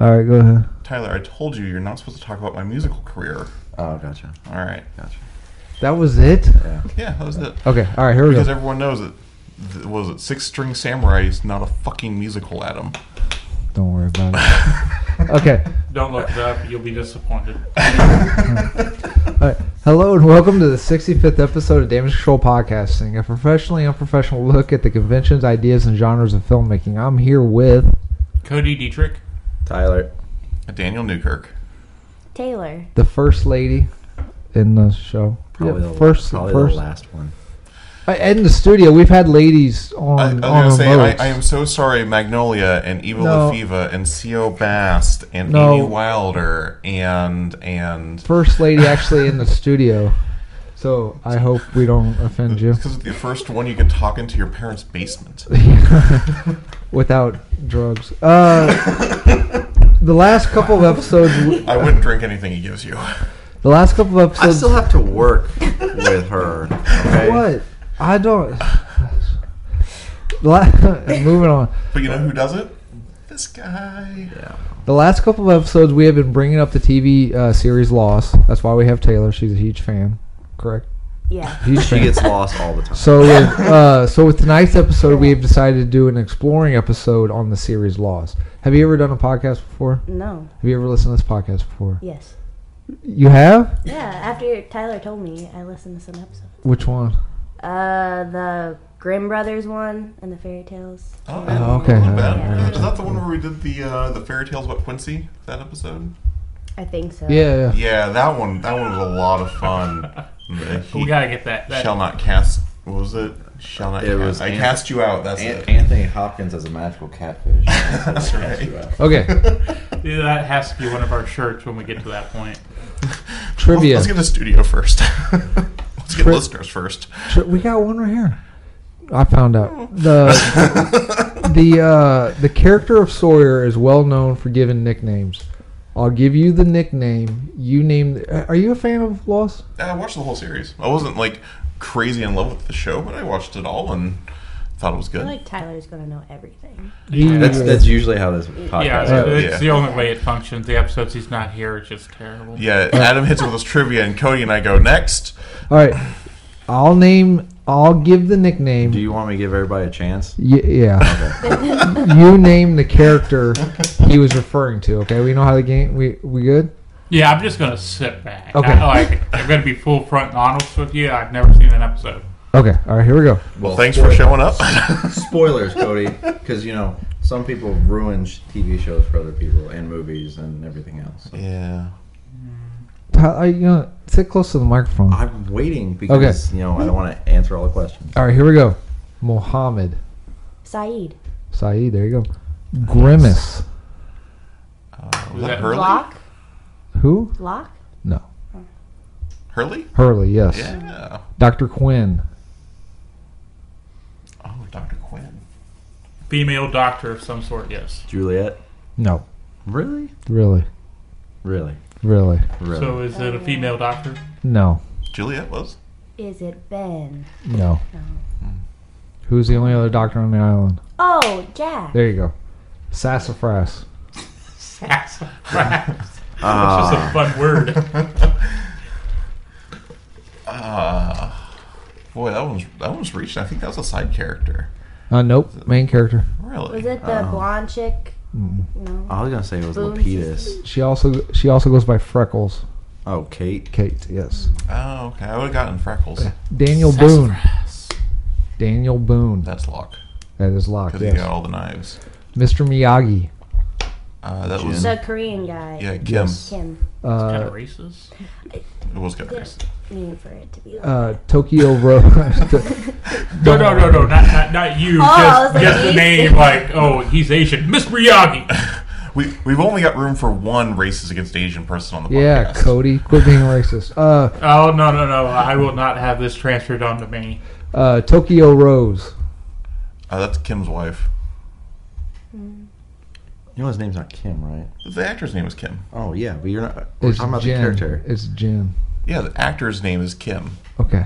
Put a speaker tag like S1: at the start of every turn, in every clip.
S1: All right, go ahead.
S2: Tyler, I told you you're not supposed to talk about my musical career.
S3: Oh, gotcha.
S2: All right.
S3: Gotcha.
S1: That was it.
S3: Yeah.
S2: Yeah, that was it.
S1: Okay. All right. Here Oh, we
S2: Because
S1: go.
S2: everyone knows that, th- what was it, Six String Samurai is not a fucking musical, Adam.
S1: Don't worry about it. Okay.
S4: Don't look it up. You'll be disappointed.
S1: All right. Hello and welcome to the 65th episode of Damage Control Podcasting, a professionally unprofessional look at the conventions, ideas, and genres of filmmaking. I'm here with
S4: Cody Dietrich.
S3: Tyler.
S2: Daniel Newkirk.
S5: Taylor.
S1: the first lady in the show.
S3: Probably
S1: Yeah,
S3: the
S1: first,
S3: Probably
S1: first.
S3: the last one.
S1: Uh, in the studio, we've had ladies on.
S2: I, I was
S1: on
S2: going to say,
S1: remotes.
S2: I, I am so sorry, Magnolia and Evil
S1: No.
S2: Lafiva and C.O. Bast and
S1: No.
S2: Amy Wilder and. and
S1: first lady actually in the studio. So I hope we don't offend you
S2: Because the first one you can talk into your parents' basement.
S1: without drugs. Uh, the last couple of episodes, w-
S2: I wouldn't drink anything he gives you.
S1: the last couple of
S3: I
S1: episodes.
S3: still have to work with her. Okay?
S1: what? I don't. The la- moving on.
S2: But you know who does it? This guy.
S3: Yeah.
S1: The last couple of episodes, we have been bringing up the TV uh, series Lost. That's why we have Taylor. She's a huge fan. Correct.
S5: Yeah.
S1: Huge
S3: She gets lost all the time.
S1: So with, uh, so with tonight's episode, we have decided to do an exploring episode on the series Lost. Have you ever done a podcast before?
S5: No.
S1: Have you ever listened to this podcast before?
S5: Yes.
S1: You have?
S5: Yeah. After Tyler told me, I listened to some episodes.
S1: Which one?
S5: Uh, the Grimm Brothers one and the fairy tales.
S2: Oh,
S1: Oh, okay.
S2: Not bad.
S1: Yeah.
S2: Is that the one where we did the uh, the fairy tales about Quincy? That episode?
S5: I think so.
S1: Yeah, yeah.
S2: Yeah, that one. That one was a lot of fun. The
S4: We
S2: he
S4: gotta get that. that
S2: shall not cast. What was it? Shall not.
S3: It
S2: cast.
S3: was
S2: I
S3: Ant-
S2: cast you out. That's
S3: An-
S2: it.
S3: Anthony Hopkins as a magical catfish.
S2: That's right.
S1: Okay.
S4: Yeah, that has to be one of our shirts when we get to that point.
S1: Trivia.
S2: Let's get a studio first. Let's get
S1: Tri-
S2: listeners first.
S1: Tri- we got one right here. I found out the the uh, the character of Sawyer is well known for giving nicknames. I'll give you the nickname. You name. uh, Are you a fan of Lost?
S2: I watched the whole series. I wasn't like crazy in love with the show, but I watched it all and thought it was
S5: I
S2: good.
S5: feel like Tyler's gonna know everything.
S3: That's that's usually how this podcast
S4: Yeah,
S1: Oh,
S3: goes.
S4: it's the only way it functions. The episodes he's not here, it's just terrible.
S2: yeah, Adam hits it with his trivia, and Cody and I go next.
S1: All right. I'll name. I'll give the nickname.
S3: Do you want me to give everybody a chance?
S1: Y- yeah. you name the character he was referring to. Okay, we know how the game. We we good?
S4: Yeah, I'm just gonna sit back.
S1: Okay.
S4: I, like, I'm gonna be full front and honest with you. I've never seen an episode.
S1: Okay. All right. Here we go.
S3: Well,
S2: Thanks for showing up.
S3: Spoilers, Cody, because you know some people ruin sh- TV shows for other people and movies and everything else.
S2: yeah.
S1: How, are you gonna sit close to the microphone? All
S3: I'm waiting because you know I don't want to answer all the questions.
S1: right. Here we go. Mohammed
S5: Saeed.
S1: Saeed. There you go. Grimace.
S2: Uh, was that
S4: that
S2: Hurley?
S5: Locke.
S1: Who?
S5: Locke.
S1: No.
S2: Hurley?
S1: Hurley. Yes.
S2: Yeah.
S1: Doctor Quinn.
S2: Oh, Dr. Quinn.
S4: Female doctor of some sort, yes.
S3: Juliet,
S1: No.
S3: really,
S1: Really.
S3: really,
S1: Really.
S3: really.
S4: So is it a female doctor?
S1: No.
S2: Juliet was.
S5: Is it Ben?
S1: No.
S5: No.
S1: Who's the only other doctor on the island?
S5: Oh, Jack.
S1: There you go. Sassafras.
S4: Sassafras. That's just
S3: Ah.
S4: a fun word.
S2: Ah, boy, that one's that one's reaching. I think that was a side character.
S1: Uh, nope. Main character.
S2: Really?
S5: Was it the
S3: Oh.
S5: blonde chick? No.
S3: I was gonna say it was
S5: Boom.
S3: Lapidus.
S1: She also she also goes by Freckles.
S3: Oh, Kate.
S1: Kate. Yes.
S2: Oh, okay. I would have gotten freckles.
S1: Daniel Boone. Daniel Boone.
S2: That's Locke
S1: That is locked.
S2: because
S1: Yes.
S2: he got all the knives.
S1: Mr. Miyagi.
S2: Uh, that was
S5: The Korean guy.
S2: yeah, Kim.
S1: Yes.
S5: Kim.
S4: kind
S1: Uh,
S4: of racist.
S2: It was kind of racist.
S5: Mean for it to be. Like.
S1: uh, Tokyo Road.
S4: No, no, no, no, not not, not you.
S5: Oh, I was
S4: just
S5: like,
S4: just the
S5: he's-
S4: name, like, oh, he's Asian, Mr. Miyagi.
S2: We we've only got room for one racist against Asian person on the podcast.
S1: yeah, Cody, quit being racist. Uh,
S4: Oh no, no, no! I will not have this transferred onto me.
S1: uh, Tokyo Rose.
S2: Uh, that's Kim's wife.
S3: You know his name's not Kim, right?
S2: The actor's name is Kim.
S3: Oh yeah, but you're not. We're
S1: It's
S3: talking about
S1: Jin.
S3: the character.
S1: It's Jin.
S2: Yeah, the actor's name is Kim.
S1: Okay.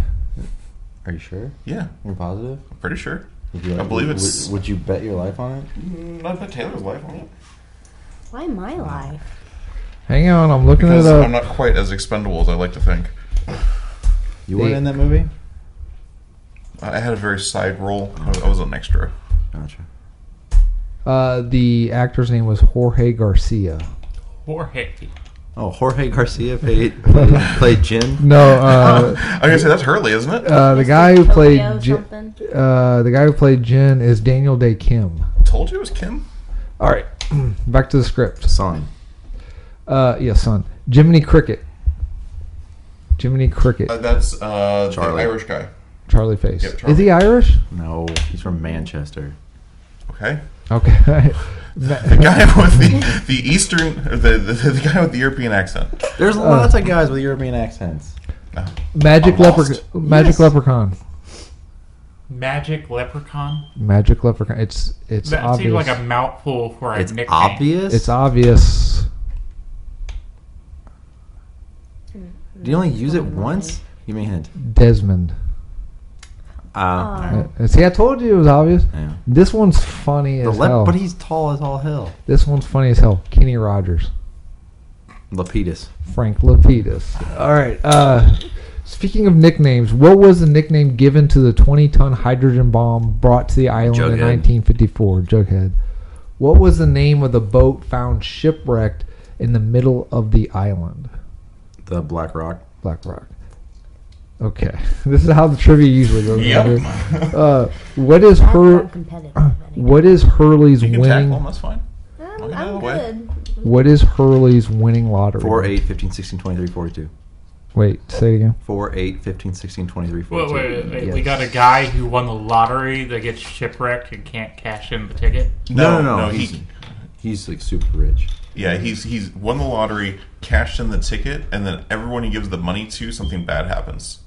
S3: Are you sure?
S2: Yeah,
S3: You're positive?
S2: I'm pretty sure. Mm,
S3: Would you
S2: I believe it's-
S3: Would, would you bet your life on it?
S2: Not that Taylor's wife on it.
S5: Why my life?
S1: Hang on, I'm looking
S2: Because
S1: it up.
S2: I'm not quite as expendable as I like to think.
S3: You weren't in that movie?
S2: I I had a very side role. I was- I was an extra.
S3: Gotcha.
S1: Uh, the actor's name was Jorge Garcia. Uh,
S4: Jorge.
S3: Oh, Jorge Garcia played, played, played Jin.
S1: No, uh,
S2: I was gonna say that's Hurley, isn't it?
S1: uh, the
S5: Mr.
S1: guy who
S5: Tokyo
S1: played Jin,
S5: something.
S1: uh, the guy who played Jin is Daniel Day Kim.
S2: Told you it was Kim.
S1: All right, back to the script.
S3: Son.
S1: Uh, yes, son. Jiminy Cricket. Jiminy Cricket.
S2: Uh, that's uh, the
S3: Charlie.
S2: Irish guy.
S1: Charlie Face.
S2: yep,
S1: Is he Irish?
S3: No, he's from Manchester.
S2: Okay.
S1: Okay.
S2: The guy with the the Eastern, or the, the the guy with the European accent.
S3: There's
S1: Uh.
S3: lots of guys with European accents.
S2: No.
S1: Magic
S2: I'm lost.
S1: leprechaun. Magic
S3: Yes.
S1: leprechaun.
S4: Magic Leprechaun.
S1: Magic leprechaun. It's it's
S4: that
S1: obvious.
S4: seems like a mouthful for a
S3: It's
S4: nickname.
S3: obvious.
S1: it's obvious.
S3: Do you only use it once? Give me a hint.
S1: Desmond.
S3: Oh, all right.
S1: Uh, See, I told you it was obvious.
S3: Yeah.
S1: This one's funny
S3: The
S1: as
S3: lep-
S1: hell.
S3: but he's tall as all hell.
S1: This one's funny as hell. Kenny Rogers,
S3: Lapidus.
S1: Frank Lapidus. All right. Uh, speaking of nicknames, what was the nickname given to the 20-ton hydrogen bomb brought to the island in
S3: Jughead.
S1: 1954? Jughead. What was the name of the boat found shipwrecked in the middle of the island?
S3: The Black Rock.
S1: Black Rock. Okay, this is how the trivia usually goes.
S2: Yep.
S1: Andrew. Uh, what is
S5: Not
S1: her?
S5: that competitive. of any-
S1: What is Hurley's
S2: You can tackle him.
S1: winning?
S2: That's fine.
S5: I'm,
S2: Look at
S5: I'm
S2: the way.
S5: good.
S1: What is Hurley's winning lottery?
S3: 4, 8, 15, 16, 23, 42.
S1: Wait, say it again.
S3: 4, 8, 15, 16, 23, 42.
S4: Wait, wait, wait,
S1: Yes.
S4: We got a guy who won the lottery that gets shipwrecked and can't cash in the ticket.
S3: No, no, no. he's,
S2: he,
S3: he's like super rich.
S2: yeah, he's he's won the lottery, cashed in the ticket, and then everyone he gives the money to, something bad happens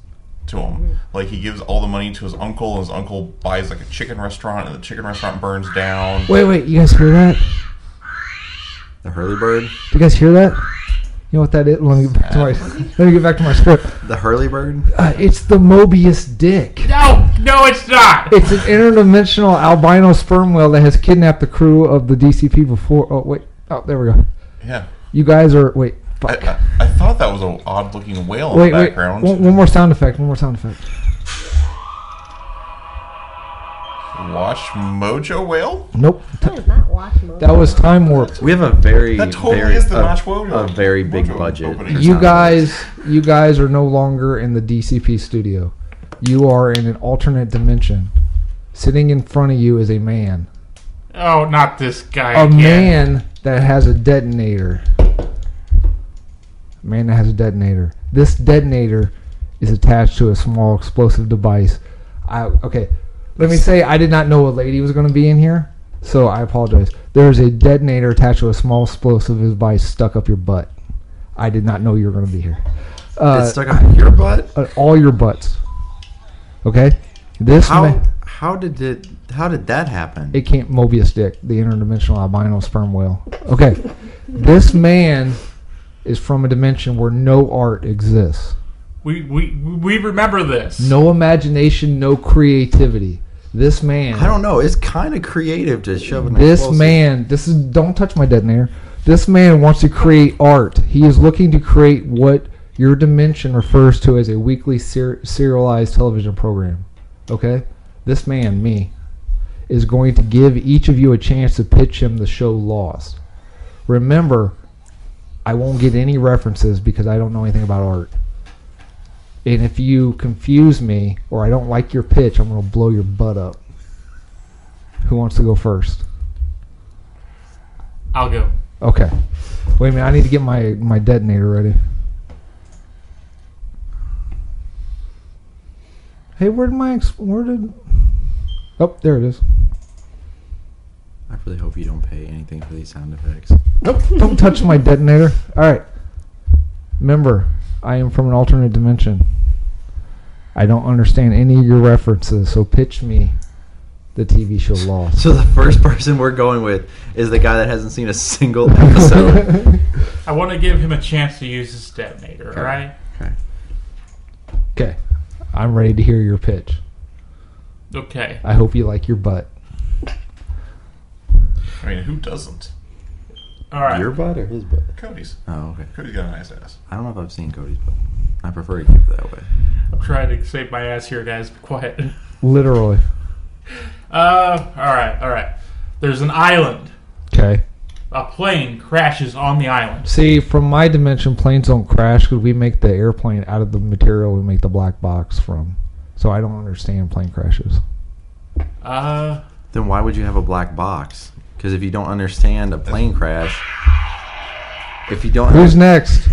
S2: to
S1: Mm-hmm.
S2: him. Like he gives all the money to his uncle, and his uncle buys like a chicken restaurant, and the chicken restaurant burns down.
S1: Wait, wait. You guys hear that?
S3: The Hurley Bird.
S1: You guys hear that? You know what that is? Let me get back to my. Let me get back to my script.
S3: The Hurley Bird.
S1: Uh, it's the Mobius dick.
S4: No, no, it's not.
S1: It's an interdimensional albino sperm whale that has kidnapped the crew of the DCP before. Oh wait. Oh, there we go.
S2: Yeah.
S1: You guys are wait.
S2: I,
S1: Fuck.
S2: I, I thought that was an odd looking whale in
S1: Wait,
S2: the
S1: wait.
S2: Uh, background.
S1: One, one more sound effect. One more sound effect.
S2: Watch Mojo Whale?
S1: Nope.
S5: That is not Watch Mojo.
S1: That was time warp.
S3: We have a very
S2: That totally
S3: very,
S2: is the
S3: a,
S2: Notch Mojo.
S3: a very big
S2: Mojo
S3: budget.
S2: opening.
S1: You guys, you guys are no longer in the DCP studio. You are in an alternate dimension. Sitting in front of you is a man,
S4: Oh, not this guy.
S1: a
S4: again.
S1: man that has a detonator. A man that has a detonator. This detonator is attached to a small explosive device. I okay. Let me say I did not know a lady was going to be in here, so I apologize. There is a detonator attached to a small explosive device stuck up your butt. I did not know you were going to be here. Uh,
S3: it's stuck on your butt.
S1: uh, all your butts. Okay, this
S3: How
S1: ma-
S3: how did it how did that happen?
S1: it can't Mobius dick, the interdimensional albino sperm whale. Okay, this man is from a dimension where no art exists,
S4: We, we we remember this.
S1: no imagination, no creativity. This man,
S3: I don't know. It's kind of creative to shove an
S1: this
S3: explosive-
S1: man, this is don't touch my detonator. This man wants to create art. He is looking to create what your dimension refers to as a weekly ser- serialized television program. Okay, this man, me, is going to give each of you a chance to pitch him the show Lost. Remember, I won't get any references because I don't know anything about art. And if you confuse me or I don't like your pitch, I'm going to blow your butt up. Who wants to go first?
S4: I'll go.
S1: Okay. Wait a minute. I need to get my my detonator ready. Hey, where did my ex- where did? Oh, there it is.
S3: I really hope you don't pay anything for these sound effects.
S1: Nope. Don't touch my detonator. All right. Remember, I am from an alternate dimension. I don't understand any of your references, so pitch me the TV show Lost.
S3: So the first person we're going with is the guy that hasn't seen a single episode.
S4: I want to give him a chance to use his detonator. All right.
S3: okay.
S1: okay. I'm ready to hear your pitch.
S4: Okay.
S1: I hope you like your butt.
S2: I mean, who doesn't?
S4: All right.
S3: Your butt or his butt?
S2: Cody's.
S3: Oh, okay.
S2: Cody's got a nice ass.
S3: I don't know if I've seen Cody's butt. I prefer to keep it that way.
S4: I'm trying to save my ass here, guys. Be quiet.
S1: Literally.
S4: Uh, all right, all right. There's an island.
S1: Okay.
S4: A plane crashes on the island.
S1: See, from my dimension, planes don't crash because we make the airplane out of the material we make the black box from. So I don't understand plane crashes.
S4: Uh,
S3: Then why would you have a black box? Because if you don't understand a plane crash, if you don't
S1: Who's next?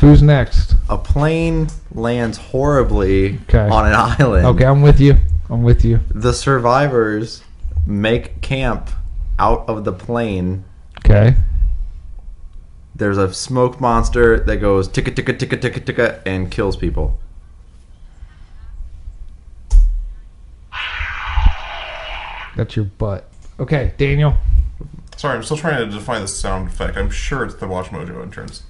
S1: Who's next?
S3: a plane lands horribly
S1: Okay.
S3: on an island.
S1: Okay, I'm with you. I'm with you.
S3: The survivors make camp out of the plane.
S1: Okay.
S3: There's a smoke monster that goes ticka ticka ticka ticka ticka and kills people.
S1: That's your butt. Okay, Daniel.
S2: Sorry, I'm still trying to define the sound effect. I'm sure it's the Watch Mojo entrance.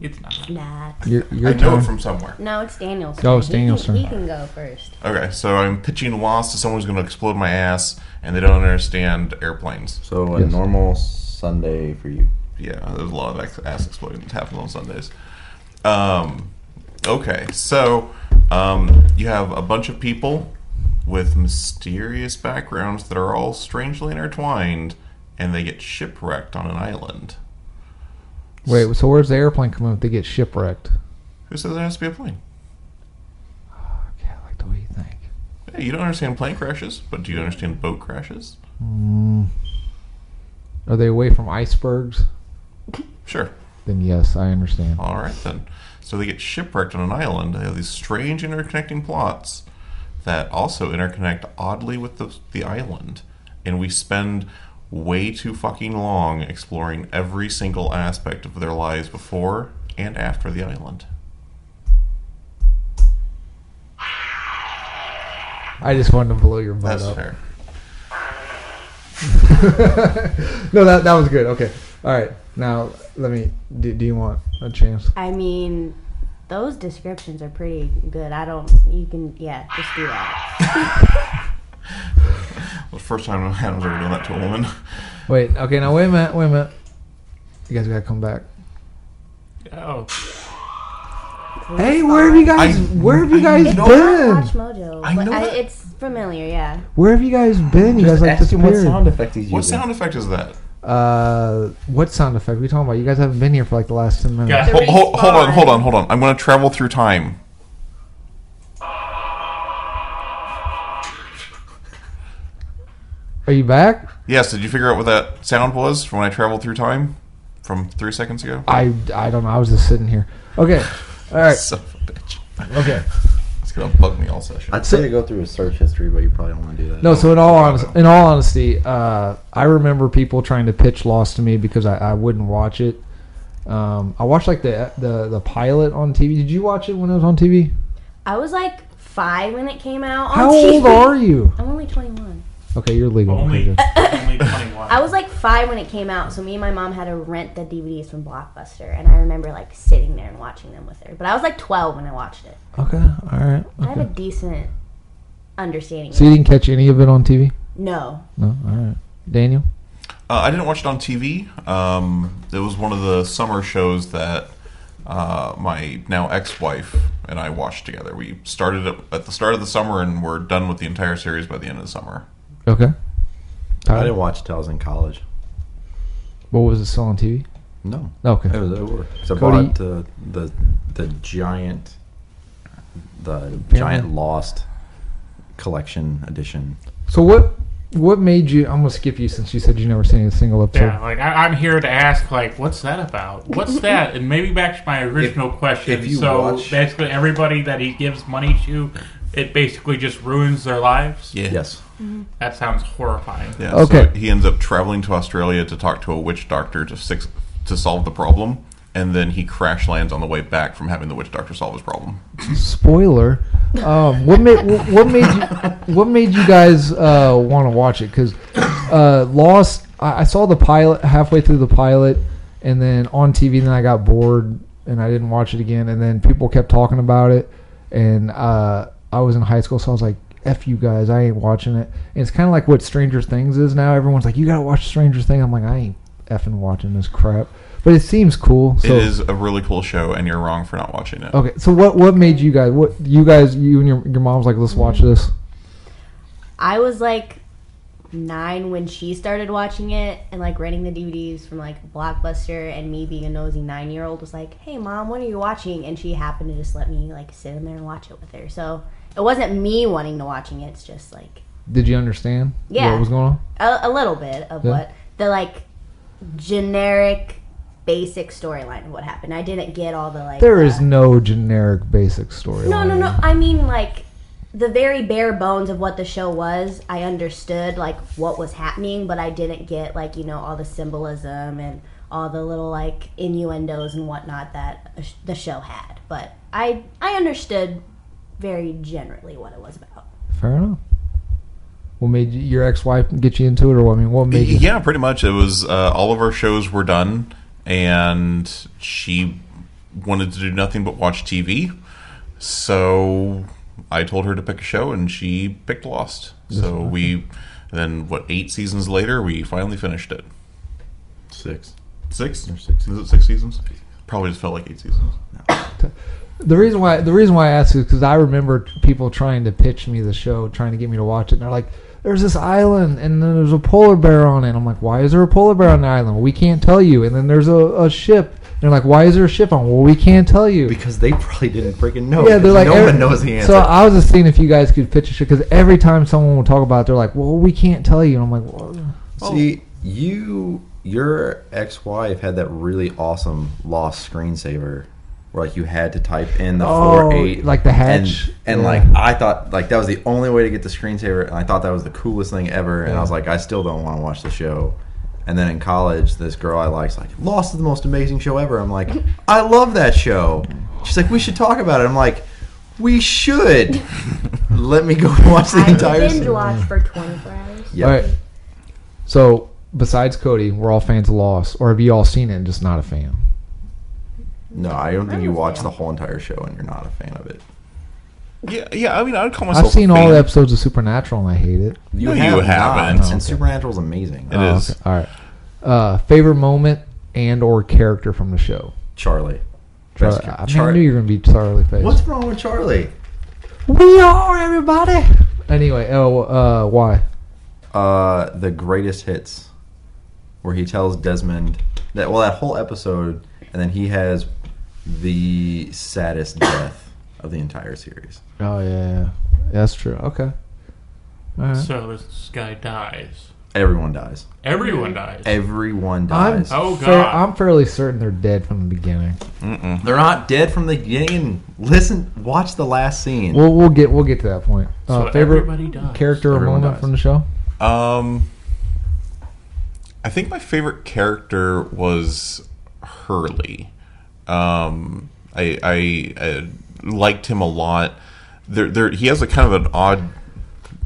S4: it's not.
S5: Nah.
S1: Your, your
S2: I know
S1: turn.
S2: it from somewhere.
S5: No, it's Daniel's.
S1: No, it's
S5: turn. He
S1: Daniel's
S5: can-
S1: turn.
S5: He can go first.
S2: Okay, so I'm pitching wasps to someone who's going to explode my ass, and they don't understand airplanes.
S3: So a
S1: Yes.
S3: normal Sunday for you.
S2: Yeah, there's a lot of ex- ass explosions that happen on Sundays. Um, okay, so um, you have a bunch of people with mysterious backgrounds that are all strangely intertwined, and they get shipwrecked on an island.
S1: Wait, so where's the airplane coming if they get shipwrecked?
S2: Who says there has to be a plane?
S1: Okay, I like the way you think.
S2: Hey, you don't understand plane crashes, but do you understand boat crashes?
S1: Are they away from icebergs?
S2: Sure.
S1: Then yes, I understand.
S2: All right then. So they get shipwrecked on an island. They have these strange interconnecting plots that also interconnect oddly with the, the island, and we spend way too fucking long exploring every single aspect of their lives before and after the island.
S1: I just wanted to blow your butt
S2: That's
S1: up.
S2: fair.
S1: No, that that was good. Okay. All right. Now let me. Do, do you want a chance?
S5: I mean, those descriptions are pretty good. I don't. You can. Yeah, just do that.
S2: Well, first time Adam's ever done that to a woman.
S1: Wait. Okay. Now wait a minute. Wait a minute. You guys gotta come back.
S4: Oh,
S1: Hey, where have you guys?
S2: I-
S1: where have you guys
S5: It's not Watch
S1: been?
S5: Mojo.
S2: I
S5: but
S2: know
S5: I,
S2: that-
S5: it's familiar. Yeah.
S1: Where have you guys been? You guys like disappeared.
S3: effect he's
S2: What sound effect is that?
S1: Uh, what sound effect? What are you talking about? You guys haven't been here for like the last ten minutes.
S4: Yeah.
S2: Ho- ho- hold on, hold on, hold on. I'm going to travel through time.
S1: Are you back?
S2: Yes, did you figure out what that sound was from when I traveled through time? From three seconds ago?
S1: I I don't know. I was just sitting here. Okay. All right.
S2: Son of a bitch.
S1: Okay.
S2: It's gonna bug me all session.
S3: I'd say to go through a search history, but you probably don't want to do that.
S1: No, so in all honest, in all honesty, uh, I remember people trying to pitch Lost to me because I, I wouldn't watch it. Um, I watched like the, the the pilot on TV. Did you watch it when it was on TV?
S5: I was like five when it came out. On
S1: How
S5: TV.
S1: old are you?
S5: I'm only 21.
S1: Okay, you're legal.
S3: Oh,
S4: Only,
S1: Okay,
S5: Uh,
S1: good.
S4: only 21.
S5: I was like five when it came out, so me and my mom had to rent the DVDs from Blockbuster, and I remember like sitting there and watching them with her. But I was like 12 when I watched it.
S1: Okay, all right.
S5: I have a
S1: Okay.
S5: decent understanding.
S1: So you didn't catch any of it on TV?
S5: no,
S1: No. All right, Daniel.
S2: Uh, I didn't watch it on TV. Um, it was one of the summer shows that uh, my now ex-wife and I watched together. We started it at the start of the summer and we're done with the entire series by the end of the summer.
S1: Okay.
S3: I
S1: Tyler,
S3: didn't watch it till I was in college.
S1: what was it still on TV?
S3: No,
S1: Okay.
S3: it was at work. 'Cause I
S1: Cody-
S3: bought the the the giant the
S1: Family.
S3: giant Lost collection edition.
S1: So what what made you? I'm gonna skip you since you said you never seen a single episode.
S4: yeah, like I, I'm here to ask, like, what's that about? What's that? And maybe back to my original question.
S3: if you
S4: so
S3: watch-
S4: basically, everybody that he gives money to, it basically just ruins their lives.
S2: Yeah.
S3: Yes,
S4: That sounds horrifying.
S2: Yeah. So
S1: Okay.
S2: he ends up traveling to Australia to talk to a witch doctor to six to solve the problem, and then he crash lands on the way back from having the witch doctor solve his problem.
S1: spoiler. Um, what made what made you what made you guys uh, want to watch it? Because uh, Lost, I, I saw the pilot halfway through the pilot, and then on TV. Then I got bored and I didn't watch it again. And then people kept talking about it, and uh, I was in high school, so I was like, F you guys, I ain't watching it. And it's kind of like what Stranger Things is now. Everyone's like, you gotta watch Stranger Things. I'm like, I ain't effing watching this crap. But it seems cool. So
S2: it is a really cool show, and you're wrong for not watching it.
S1: okay. So what what made you guys? What you guys? You and your your mom's like, let's watch this.
S5: I was like nine when she started watching it and like renting the DVDs from like Blockbuster and me being a nosy nine year old was like, Hey mom, what are you watching? And she happened to just let me like sit in there and watch it with her. So it wasn't me wanting to watching it, it's just like
S1: Did you understand?
S5: Yeah.
S1: What was going on?
S5: a, a little bit of
S1: Yeah.
S5: what the like generic basic storyline of what happened. I didn't get all the like
S1: There
S5: the-
S1: is no generic basic story.
S5: No, no,
S1: line.
S5: no. I mean, like, the very bare bones of what the show was, I understood, like, what was happening, but I didn't get, like, you know, all the symbolism and all the little, like, innuendos and whatnot that a sh- the show had. But I, I understood very generally what it was about.
S1: Fair enough. What made you, your ex-wife get you into it, or I mean, what made you?
S2: Yeah, pretty much. It was uh, all of our shows were done, and she wanted to do nothing but watch TV. So I told her to pick a show, and she picked Lost. So we then what eight seasons later we finally finished it.
S3: Six.
S2: Six?
S3: Or six.
S2: Is it six seasons? Probably just felt like eight seasons.
S1: The reason why the reason why I asked is because I remember people trying to pitch me the show, trying to get me to watch it, and they're like, "There's this island, and then there's a polar bear on it." I'm like, "Why is there a polar bear on the island? We can't tell you." And then there's a, a ship. And they're like, "Why is there a ship on? Well, we can't tell you."
S3: Because they probably didn't freaking know.
S1: yeah, they're like
S3: no
S1: every-
S3: one knows the answer.
S1: So I was just seeing if you guys could pitch a show because every time someone will talk about it, they're like, "Well, we can't tell you," and I'm like, well,
S3: See, you your ex-wife had that really awesome lost screensaver where like you had to type in the
S1: Oh,
S3: four eight
S1: like the hatch?
S3: and, and
S1: Yeah.
S3: like I thought like that was the only way to get the screensaver and I thought that was the coolest thing ever and I was like I still don't want to watch the show. And then in college, this girl I like's like, Lost is the most amazing show ever. I'm like, I love that show. She's like, we should talk about it. I'm like, we should. Let me go watch the
S5: I
S3: entire
S5: binge
S3: series.
S5: watched for 24 hours.
S3: Yeah.
S1: All right. So, besides Cody, we're all fans of Lost, or have you all seen it and just not a fan?
S3: No, I don't think
S5: I
S3: you
S5: was
S3: watch
S5: down.
S3: the whole entire show and you're not a fan of it.
S2: Yeah, yeah. I mean, I would call myself.
S1: I've seen
S2: a
S1: all
S2: fan.
S1: the episodes of Supernatural and I hate it.
S2: No, you haven't.
S3: And Supernatural's amazing.
S2: It
S3: Uh,
S2: is.
S1: All right. Uh, favorite moment and or character from the show.
S3: Charlie.
S1: Charlie,
S3: Best char-
S1: I, mean, I
S3: Char-
S1: knew you were gonna be Charlie face.
S3: What's wrong with Charlie?
S1: We are everybody. Anyway, oh, uh, why?
S3: Uh, the greatest hits, where he tells Desmond that well that whole episode, and then he has the saddest death of the entire series.
S1: Oh yeah, yeah. that's true. Okay. All right.
S4: So this guy dies.
S3: Everyone dies.
S4: Everyone dies.
S3: Everyone
S1: I'm,
S3: dies.
S4: Oh,
S1: fair-
S4: God.
S1: I'm fairly certain they're dead from the beginning.
S3: They're not dead from the beginning. Listen, watch the last scene.
S1: We'll we'll get we'll get to that point. Uh,
S4: So
S1: favorite
S4: everybody dies.
S1: character or
S3: Everyone
S1: moment
S3: dies.
S1: from the show?
S2: Um, I think my favorite character was Hurley. Um, I, I, I liked him a lot. There, there, he has a kind of an odd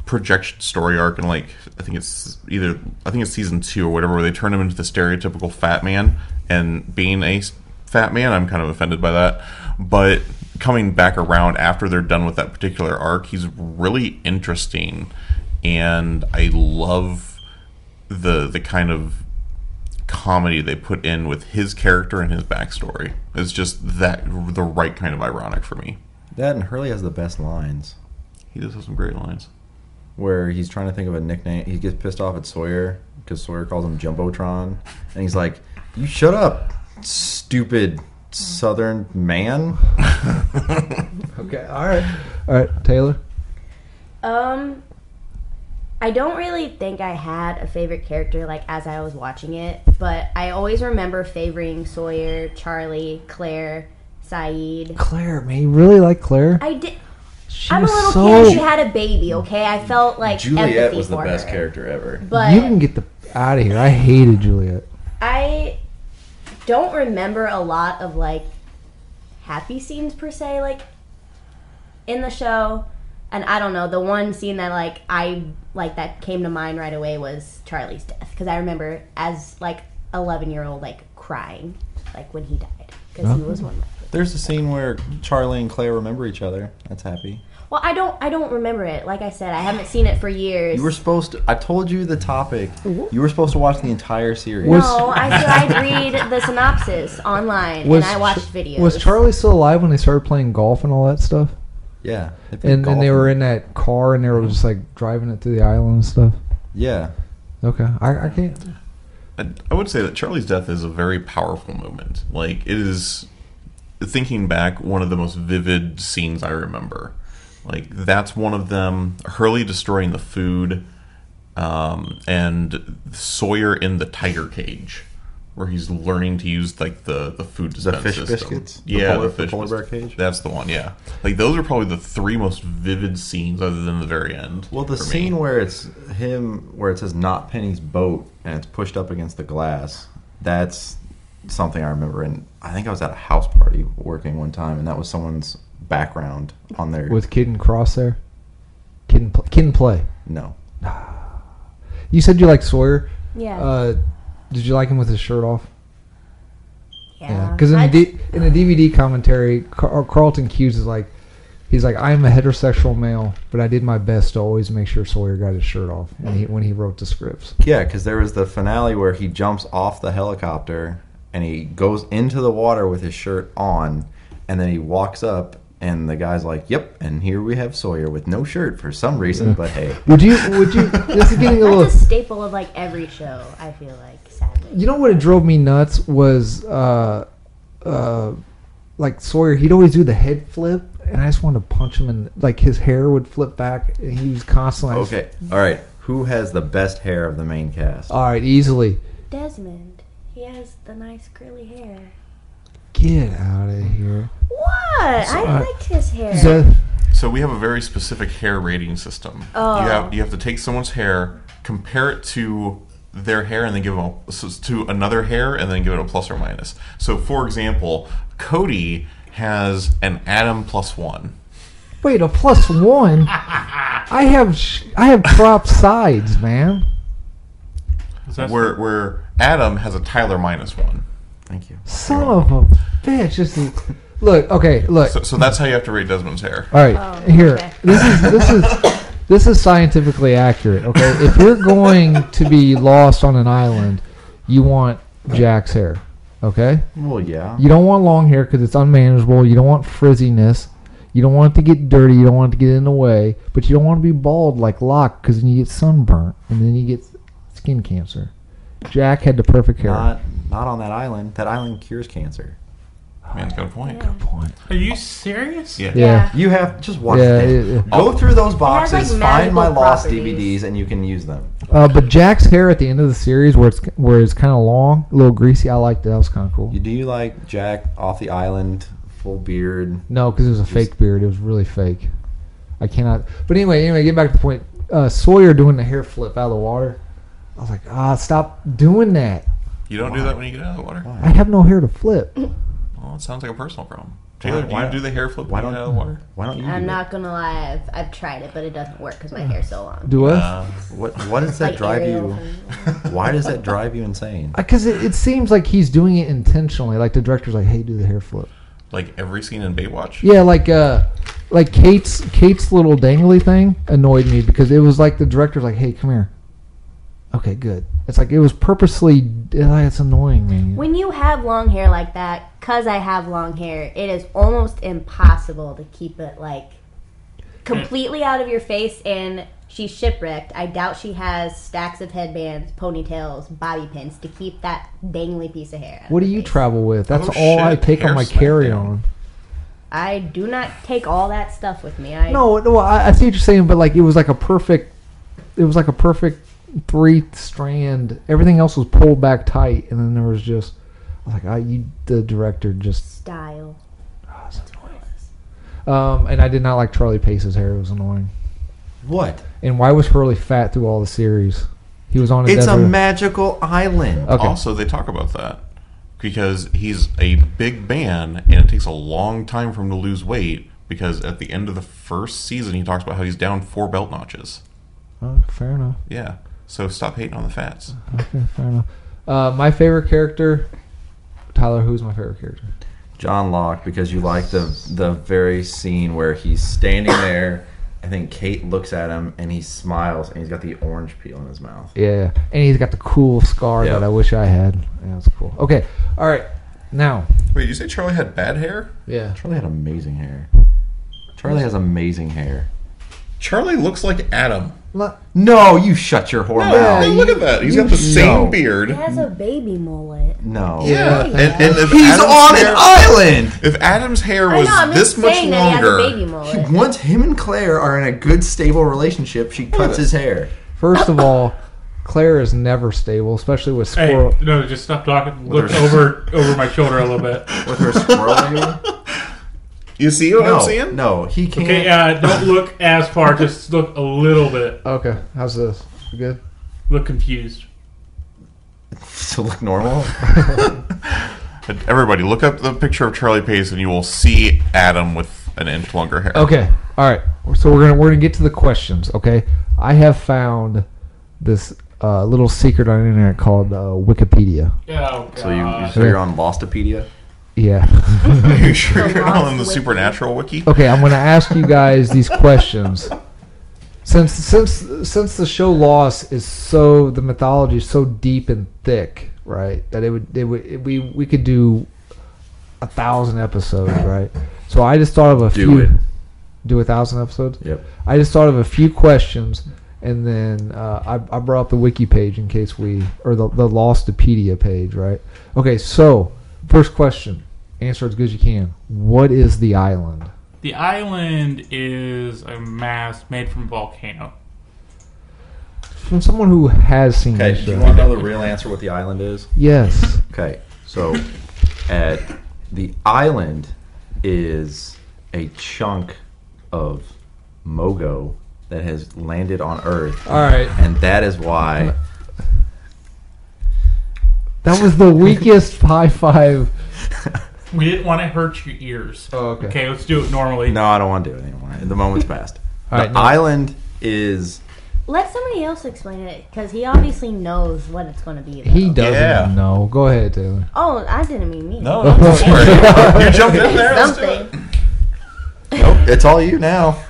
S2: projection story arc, and like I think it's either I think it's season two or whatever, where they turn him into the stereotypical fat man. And being a s- fat man, I'm kind of offended by that. But coming back around after they're done with that particular arc, he's really interesting, and I love the the kind of comedy they put in with his character and his backstory. It's just that the right kind of ironic for me.
S3: that and Hurley has the best lines.
S2: He does have some great lines.
S3: where he's trying to think of a nickname. He gets pissed off at Sawyer because Sawyer calls him Jumbotron, and he's like, "You shut up, stupid Southern man."
S1: Okay. All right. All right, Taylor.
S5: Um, I don't really think I had a favorite character like as I was watching it, but I always remember favoring Sawyer, Charlie, Claire, Saeed.
S1: Claire, man, you really like Claire?
S5: I did.
S1: She
S5: I'm a
S1: was
S5: little
S1: so.
S5: kid. She had a baby. Okay, I felt like
S3: Juliet
S5: empathy
S3: was the
S5: for
S3: best
S5: her.
S3: character ever.
S5: but
S1: you can get the out of here. I hated Juliet.
S5: I don't remember a lot of like happy scenes per se, like in the show. And I don't know, the one scene that like I like that came to mind right away was Charlie's death because I remember as like 11 year old like crying like when he died because he was one of my favorites.
S3: There's a scene where Charlie and Claire remember each other. That's happy.
S5: Well, I don't. I don't remember it. Like I said, I haven't seen it for years.
S3: You were supposed to. I told you the topic. You were supposed to watch the entire series.
S1: Was-
S5: no, I said I'd read the synopsis online,
S1: Was
S5: and I watched videos.
S1: Was Charlie still alive when they started playing golf and all that stuff?
S3: yeah. they played
S1: And then they
S3: golf.
S1: were in that car and they were just like driving it through the island and stuff.
S3: Yeah.
S1: Okay, I, I can't.
S2: I, I would say that Charlie's death is a very powerful moment. Like it is, thinking back, one of the most vivid scenes I remember. Like that's one of them. Hurley destroying the food, um, and Sawyer in the tiger cage, where he's learning to use like the the food
S3: The
S2: dispense
S3: fish
S2: system.
S3: biscuits? The
S2: Yeah,
S3: polar-
S2: the fish
S3: the polar bear
S2: biscuits.
S3: cage?
S2: That's the one. Yeah, like those are probably the three most vivid scenes, other than the very end.
S3: Well, the
S2: for me.
S3: scene where it's him, where it says not Penny's boat, and it's pushed up against the glass. That's something I remember, and I think I was at a house party working one time, and that was someone's background on their
S1: With Kid and Cross there, Kid and, pl- Kid and Play.
S3: no.
S1: You said you liked Sawyer.
S5: yeah,
S1: Uh, did you like him with his shirt off? Yeah,
S5: yeah.
S1: because in,
S5: I-
S1: the D- in the DVD commentary, Car- uh, Carlton Hughes is like, he's like, I am a heterosexual male, but I did my best to always make sure Sawyer got his shirt off when he, when he wrote the scripts.
S3: Yeah, because there was the finale where he jumps off the helicopter and he goes into the water with his shirt on, and then he walks up, and the guy's like, "Yep," and here we have Sawyer with no shirt for some reason, but hey,
S1: Would you? Would you? this is getting a
S5: that's a
S1: little.
S5: staple of like every show. I feel like sadly.
S1: You know what it drove me nuts was, uh, uh, like Sawyer, he'd always do the head flip, and I just wanted to punch him, and like his hair would flip back, and he was constantly.
S3: okay, all right, who has the best hair of the main cast?
S1: All right, easily
S5: Desmond, he has the nice curly hair.
S1: get out of here.
S5: What? I
S1: Sorry.
S5: liked his hair.
S1: Des-
S2: So we have a very specific hair rating system.
S5: Oh.
S2: You have you have to take someone's hair, compare it to their hair, and then give them a, so it's to another hair, and then give it a plus or minus. So, for example, Cody has an Adam plus one.
S1: Wait, a plus one. I have sh- I have crop sides, man.
S4: Is that-
S2: Where where Adam has a Tyler minus one.
S3: Thank you.
S1: Son of a bitch. This is look. Okay, look.
S2: So, so that's how you have to rate Desmond's hair.
S1: All right,
S5: Oh,
S1: here.
S5: okay.
S1: This is this is this is scientifically accurate. Okay, if you're going to be lost on an island, you want Jack's hair. Okay,
S3: Well, yeah.
S1: you don't want long hair because it's unmanageable. You don't want frizziness. You don't want it to get dirty. You don't want it to get in the way. But you don't want to be bald like Locke because then you get sunburnt and then you get skin cancer. Jack had the perfect hair.
S3: Not not on that island. That island cures cancer.
S2: Man's got a point.
S5: Yeah.
S1: point.
S4: Are you serious?
S2: Yeah.
S1: Yeah.
S3: You have just watch
S1: Yeah,
S3: it.
S1: yeah, yeah.
S3: Go through those
S5: has, like,
S3: boxes, find my
S5: magical
S3: lost
S5: properties.
S3: DVDs, and you can use them.
S1: Uh, but Jack's hair at the end of the series, where it's where it's kind of long, a little greasy, I liked it. That was kind of cool.
S3: You- Do you like Jack off the island, full beard?
S1: No, because it was a fake beard. It was really fake. I cannot. But anyway, anyway, get back to the point. Uh, Sawyer doing the hair flip out of the water. I was like, ah, stop doing that.
S2: You don't do that when you get out of the water.
S1: I have no hair to flip.
S2: Well, it sounds like a personal problem. Taylor, do
S3: why-
S2: you do the hair flip
S3: why
S2: when you get out
S3: don't-
S2: of the water?
S3: Why don't you?
S5: I'm
S3: do
S5: not gonna lie. I've, I've tried it, but it doesn't work because my hair's so long.
S1: Uh-huh. Do what?
S2: Uh,
S3: that? What What does that
S5: Like
S3: drive
S5: Ariel
S3: you?
S5: from-
S3: Why does that drive you insane?
S1: Because it, it seems like he's doing it intentionally. Like the director's like, hey, do the hair flip.
S2: like every scene in Baywatch.
S1: Yeah, like uh, like Kate's Kate's little dangly thing annoyed me because it was like the director's like, "Hey, come here." Okay, good. It's like it was purposely. uh, It's annoying me.
S5: When you have long hair like that, cause I have long hair, it is almost impossible to keep it like completely out of your face. And she's shipwrecked. I doubt she has stacks of headbands, ponytails, bobby pins to keep that dangly piece of hair. out of
S1: What do
S5: her
S1: you
S5: face.
S1: travel with? That's
S2: Oh,
S1: all I
S2: shit.
S1: take on
S2: Hair
S1: my
S2: smackdown.
S1: carry-on.
S5: I do not take all that stuff with me. I
S1: No, no, I, I see what you're saying, but like it was like a perfect. It was like a perfect three strand. Everything else was pulled back tight, and then there was just. I was like, I, you, the director just.
S5: style.
S1: Um, and I did not like Charlie Pace's hair. It was annoying.
S3: What?
S1: And why was Hurley fat through all the series? He was on a
S3: It's a
S1: desert.
S3: magical island.
S1: okay.
S2: Also, they talk about that because he's a big man, and it takes a long time for him to lose weight. Because at the end of the first season, he talks about how he's down four belt notches.
S1: Oh, fair enough.
S2: Yeah. So stop hating on the fats.
S3: Mm-hmm.
S1: Okay, fair enough. Uh, my favorite character, Tyler. Who's my favorite character?
S3: John Locke because you like the the very scene where he's standing there. I think Kate looks at him and he smiles and he's got the orange peel in his mouth.
S1: Yeah, and he's got the cool scar
S3: Yeah.
S1: that I wish I had. Yeah, that's cool. Okay, all right, now,
S2: Wait, you say Charlie had bad hair?
S1: yeah,
S3: Charlie had amazing hair. Charlie has amazing hair.
S2: Charlie looks like Adam.
S1: Not-
S3: No, you shut your whore
S2: No,
S3: mouth.
S2: no, look at that. He's got the
S3: Oh, No.
S2: same beard.
S5: He has a baby mullet.
S3: No.
S2: Yeah, and, and if
S3: He's
S2: Adam's
S3: on Oh.
S2: hair,
S3: an island.
S2: If Adam's hair
S5: I
S2: was
S5: know. I'm
S2: this
S5: just
S2: much
S5: saying that he has a baby
S2: longer,
S3: He
S5: mullet.
S3: once him and Claire are in a good stable relationship, she cuts his hair.
S1: first of all, Claire is never stable, especially with
S4: Hey,
S1: squirrel.
S4: no, just stop talking. Look over over my shoulder a little bit.
S3: With her squirrel hair?
S2: you see what
S3: No,
S2: I'm saying?
S3: no, he can't.
S4: Okay, uh, don't look as far. Just look a little bit.
S1: Okay, how's this? We good?
S4: Look confused.
S3: to look normal.
S2: But Everybody, look up the picture of Charlie Pace, and you will see Adam with an inch longer hair.
S3: Oh,
S1: Okay, all right. So we're gonna we're gonna get to the questions. Okay, I have found this uh, little secret on the internet called uh, Wikipedia.
S4: Oh, God.
S3: So you, so you're on Lostopedia.
S1: Yeah.
S2: Are you sure you're not
S5: Lost
S2: on the
S5: Wiki.
S2: Supernatural wiki?
S1: Okay, I'm going to ask you guys these questions. Since since since the show Lost is so the mythology is so deep and thick, right? That it would it would it, we we could do a thousand episodes, right? So I just thought of a
S3: Do
S1: few.
S3: it.
S1: Do a thousand episodes.
S3: Yep.
S1: I just thought of a few questions, and then uh, I, I brought up the wiki page in case we or the the Lostopedia page, right? Okay, so first question, answer as good as you can. What is the island?
S4: The island is a mass made from volcano.
S1: From someone who has seen
S3: Okay.
S1: this
S3: Do you
S1: show.
S3: want to know the real answer? What the island is?
S1: Yes.
S3: Okay. So, at the island is a chunk of mogo that has landed on Earth,
S1: All right.
S3: and that is why.
S1: That was the weakest high five.
S4: We didn't want to hurt your ears.
S1: Oh, okay.
S4: Okay, let's do it normally.
S3: No, I don't want to do it anymore. The moment's passed.
S1: All right,
S3: the
S1: no.
S3: island is
S5: Let somebody else explain it because he obviously knows what it's going to be. though.
S1: He doesn't
S2: Yeah.
S1: know. Go ahead, Taylor.
S5: Oh, I didn't mean me.
S2: No, no, don't worry. You jumped in there. let's do it.
S5: Something
S3: nope. It's all you now.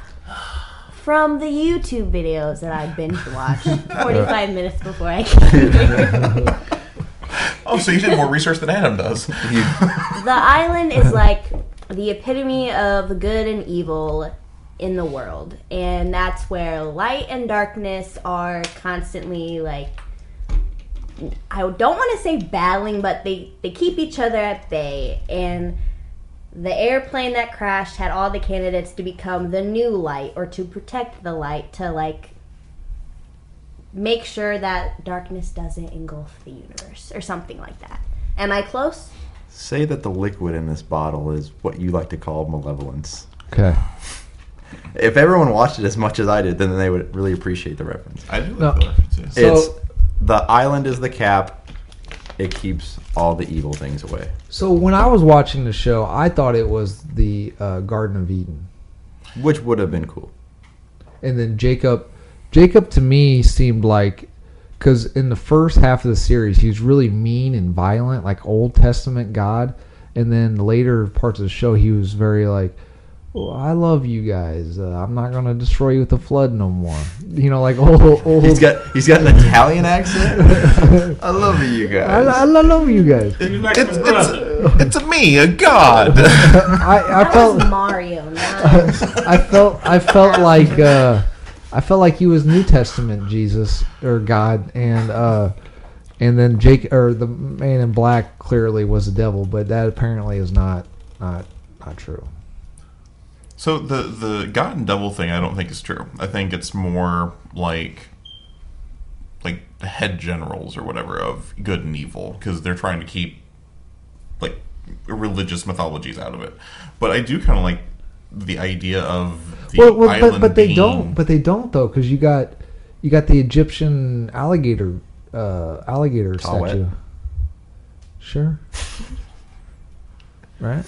S5: from the YouTube videos that I binge watched 45 minutes before I came here.
S2: Oh, so you did more research than Adam does.
S5: The island is like the epitome of good and evil in the world, and that's where light and darkness are constantly like. I don't want to say battling, but they, they keep each other at bay. And the airplane that crashed had all the candidates to become the new light or to protect the light, to like make sure that darkness doesn't engulf the universe or something like that. Am I close?
S3: Say that the liquid in this bottle is what you like to call malevolence.
S1: Okay.
S3: If everyone watched it as much as I did, then they would really appreciate the reference.
S2: I do like
S1: No.
S2: the references.
S1: So-
S3: it's the island is the cap. It keeps all the evil things away.
S1: So when I was watching the show, I thought it was the uh, Garden of Eden,
S3: Which would have been cool.
S1: and then Jacob. Jacob to me seemed like because in the first half of the series he was really mean and violent, like Old Testament God, and then later parts of the show he was very like. "Well, I love you guys. Uh, I'm not gonna destroy you with the flood no more. You know, like old, old
S3: He's got he's got an Italian accent. I love you
S1: I,
S3: guys.
S1: I love you guys.
S4: You like
S2: It's,
S4: the brother.
S2: it's, it's me, a god.
S1: I, I
S5: That was
S1: felt
S5: Mario. Not
S1: I felt I felt like uh, I felt like he was New Testament Jesus or God, and uh, and then Jake or the man in black clearly was the devil, but that apparently is not not not true.
S2: So the the God and Devil thing, I don't think is true. I think it's more like like the head generals or whatever of good and evil because they're trying to keep like religious mythologies out of it. But I do kind of like the idea of the
S1: Well, well but
S2: island
S1: but they
S2: being-
S1: don't, but they don't though, because you got you got the Egyptian alligator uh, alligator statue.
S3: Tawet.
S1: Sure. Right.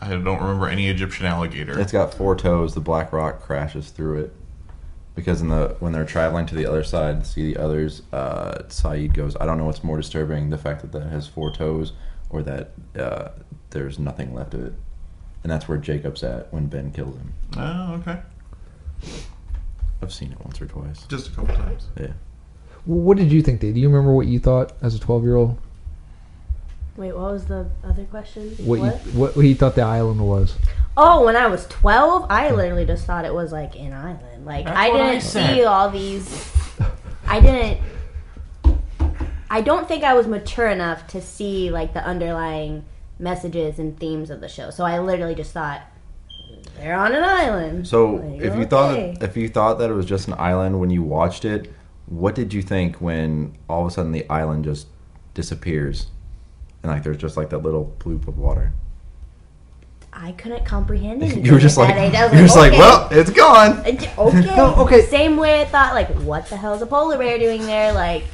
S2: I don't remember any Egyptian alligator.
S3: It's got four toes. The black rock crashes through it because in the when they're traveling to the other side to see the others, uh, Saeed goes, "I don't know what's more disturbing: the fact that that has four toes, or that uh, there's nothing left of it. And that's where Jacob's at when Ben killed him.
S2: Oh, okay.
S3: I've seen it once or twice.
S2: Just a couple times.
S3: Yeah.
S1: Well, what did you think? Dave? Do you remember what you thought as a twelve-year-old?
S5: Wait, what was the other question?
S1: What, You, what what you thought the island was?
S5: Oh, when I was 12, I literally just thought it was like an island. Like
S4: That's
S5: I
S4: what
S5: didn't
S4: I said.
S5: see all these I didn't I don't think I was mature enough to see like the underlying messages and themes of the show. So I literally just thought they're on an island.
S3: So
S5: Like,
S3: if you thought
S5: okay.
S3: if you thought that it was just an island when you watched it, what did you think when all of a sudden the island just disappears and like there's just like that little bloop of water?
S5: I couldn't comprehend anything.
S3: You were just
S5: at
S3: like
S5: that age. I was
S3: you're just like,
S5: okay.
S3: well, it's gone.
S5: Okay.
S1: No, okay.
S5: Same way I thought, like, what the hell's a polar bear doing there? Like,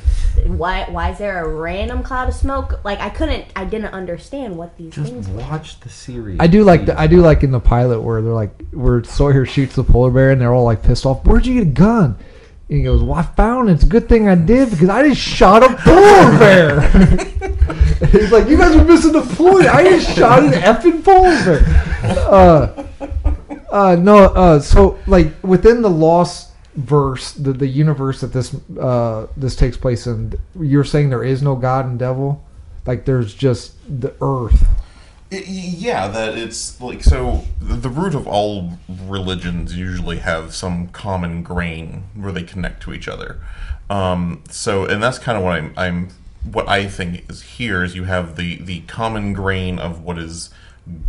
S5: why why is there a random cloud of smoke? Like, I couldn't, I didn't understand what these
S3: Just
S5: things were.
S3: watch the series.
S1: I do like the, I do like in the pilot where they're like where Sawyer shoots the polar bear and they're all like pissed off. Where'd you get a gun? And he goes, "Well, I found it. It's a good thing I did because I just shot a polar bear." He's like, "You guys are missing the point. I just shot an effing polar bear." Uh, uh, no, uh, so like within the lost verse, the the universe that this uh, this takes place in, you're saying there is no god and devil, like there's just the earth.
S2: Y- y- yeah, that it's like so. The the root of all religions usually have some common grain where they connect to each other. Um, so, and that's kind of what I'm, I'm. What I think is here is you have the the common grain of what is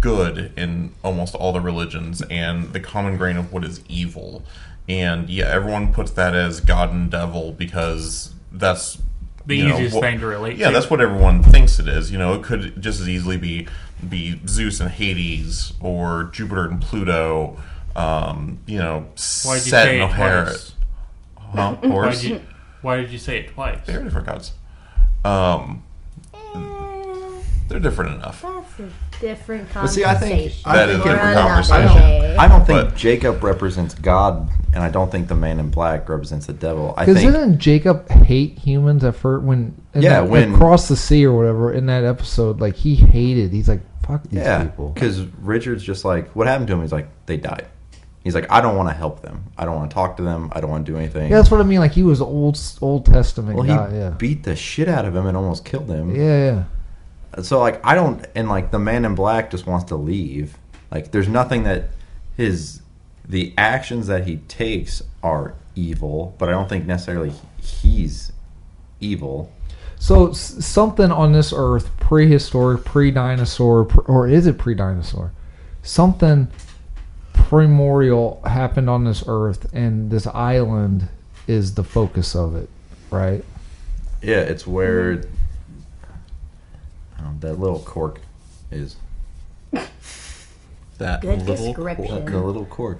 S2: good in almost all the religions, and the common grain of what is evil. And yeah, everyone puts that as God and devil because that's
S4: The
S2: you know,
S4: easiest
S2: what-
S4: thing to relate
S2: Yeah,
S4: to.
S2: that's what everyone thinks it is. You know, it could just as easily be be Zeus and Hades or Jupiter and Pluto. Um, you know,
S4: Why'd you
S2: Set and
S4: say it
S2: O'Hara.
S4: twice?
S2: Huh?
S4: Why'd
S2: Horse.
S4: you, why did you say it twice?
S2: They're different gods. Um,
S5: Eh,
S2: they're different enough.
S5: That's a different conversation.
S3: But see, I think- I
S2: That think is a
S5: We're
S2: different
S5: on
S2: conversation.
S5: another day.
S3: I don't think
S2: But-
S3: Jacob represents God, and I don't think the man in black represents the devil. I
S1: Because
S3: think
S1: didn't Jacob hate humans at first when in
S3: Yeah,
S1: that, like,
S3: when-
S1: cross the sea or whatever in that episode? Like he hated. He's like fuck these
S3: yeah,
S1: people.
S3: because Richard's just like, what happened to him? He's like, they died. He's like, I don't want to help them. I don't want to talk to them. I don't want to do anything.
S1: Yeah, that's what I mean. Like he was old Old Testament
S3: Well, he
S1: guy. yeah.
S3: beat the shit out of him and almost killed him.
S1: yeah, yeah.
S3: So like, I don't, and like the man in black just wants to leave. Like, there's nothing that his the actions that he takes are evil, but I don't think necessarily he's evil.
S1: So s- something on this earth, prehistoric, pre-dinosaur, pr- or is it pre-dinosaur? Something primordial happened on this earth, and this island is the focus of it, right?
S3: Yeah, it's where
S1: Mm-hmm.
S3: um, that little cork is.
S2: That
S5: Good description.
S3: The little cork.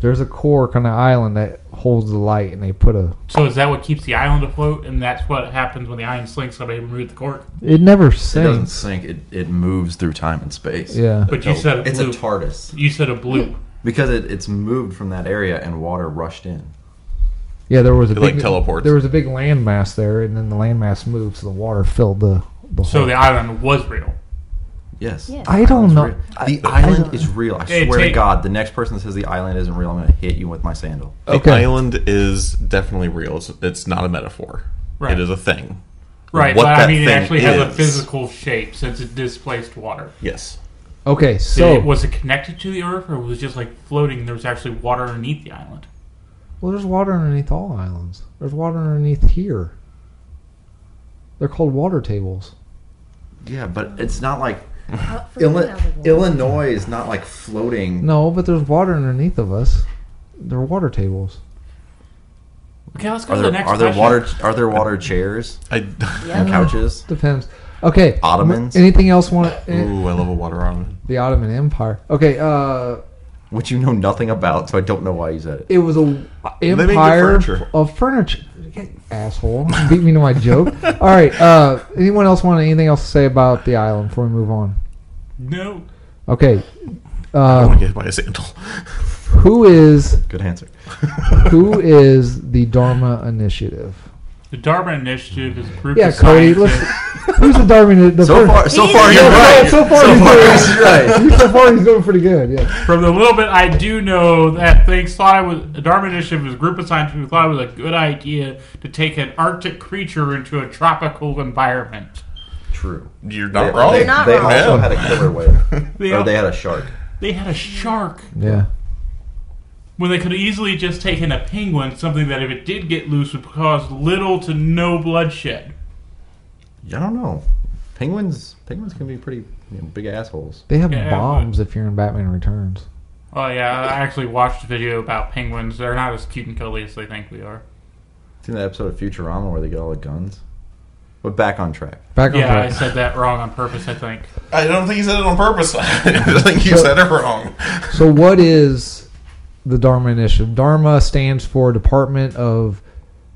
S1: There's a cork on the island that holds the light, and they put a
S4: So is that what keeps the island afloat? And that's what happens when the island sinks. Somebody remove the cork.
S1: It never
S3: It doesn't
S1: sinks.
S3: sink. It, it moves through time and space.
S1: yeah.
S4: But you said a
S3: it's a
S4: bloop.
S3: TARDIS
S4: You said a bloop.
S3: because it, it's moved from that area and water rushed in.
S1: Yeah, there was a
S2: It,
S1: big
S2: like, teleports.
S1: There was a big landmass there and then the landmass moved so the water filled the the
S4: So
S1: hole.
S4: the island was real.
S3: Yes.
S5: Yeah.
S1: I don't
S3: It's
S1: know.
S3: real.
S1: I-
S3: The
S1: I
S3: island
S1: don't-
S3: is real. I
S4: Hey,
S3: swear to
S4: take-
S3: God, the next person that says the island isn't real, I'm going to hit you with my sandal.
S1: Okay.
S2: The island is definitely real. It's, it's not a metaphor.
S4: Right.
S2: It is a thing.
S4: Right,
S2: What
S4: but I
S2: that
S4: mean it
S2: thing
S4: actually has a
S2: is.
S4: physical shape since it displaced water.
S2: Yes.
S1: Okay,
S4: Did
S1: so
S4: it, was it connected to the earth or was it just like floating and there was actually water underneath the island?
S1: well, there's water underneath all islands. There's water underneath here. They're called water tables.
S3: Yeah, but it's not like
S5: Out for
S3: Illi-
S5: another one.
S3: Illinois is not like floating.
S1: No, but there's water underneath of us. They're water tables.
S4: Okay, let's go
S3: Are
S4: to
S3: there
S4: the next
S3: are there
S4: question.
S3: water are there water chairs
S2: I.
S3: and couches?
S1: Depends. Okay.
S3: Ottomans?
S1: Anything else? Want
S2: Ooh, I love a water on.
S1: the Ottoman Empire? Okay. Uh,
S3: Which you know nothing about, so I don't know why you said it.
S1: It was a
S2: make good
S1: empire
S2: furniture.
S1: of furniture. Asshole, beat me to my joke. All right. Uh, anyone else want anything else to say about the island before we move on?
S4: No.
S1: Okay.
S3: Oh.
S2: I want
S1: Uh,
S2: to get my sandal.
S1: who is
S3: Good answer.
S1: who is the Dharma Initiative?
S4: The Dharma Initiative is a group
S1: Yeah,
S4: of
S1: Cody. Let's,
S4: scientists.
S1: who's the Darwin? The first-
S3: So far, so far
S5: Yeah,
S3: you're
S1: so far- So
S3: right.
S1: far,
S3: So
S1: he's
S3: far,
S1: doing,
S3: he's right.
S1: so far he's doing pretty good. Yeah.
S4: From the little bit I do know, that thing thought it was the Dharma Initiative was a group of scientists who thought it was a good idea to take an Arctic creature into a tropical environment.
S3: True.
S2: You're
S3: They,
S2: not wrong.
S3: they-
S5: not
S3: they
S5: wrong.
S3: also
S2: Yeah.
S3: had a killer whale,
S4: They,
S3: or they had a shark.
S4: they had a shark
S1: Yeah.
S4: when they could have easily just taken a penguin, something that if it did get loose would cause little to no bloodshed.
S3: I don't know. Penguins, penguins can be pretty you know, big assholes.
S1: They have
S4: Yeah,
S1: bombs if you're in Batman Returns.
S4: Oh yeah, I actually watched a video about penguins. They're not as cute and cuddly as they think we are.
S3: Seen that episode of Futurama where they get all the guns? But back on track.
S1: Back
S4: Yeah, I
S1: on track.
S4: said that wrong on purpose. I think.
S2: I don't think you said it on purpose. I think you said it wrong.
S1: So what is the Dharma Initiative? Dharma stands for Department of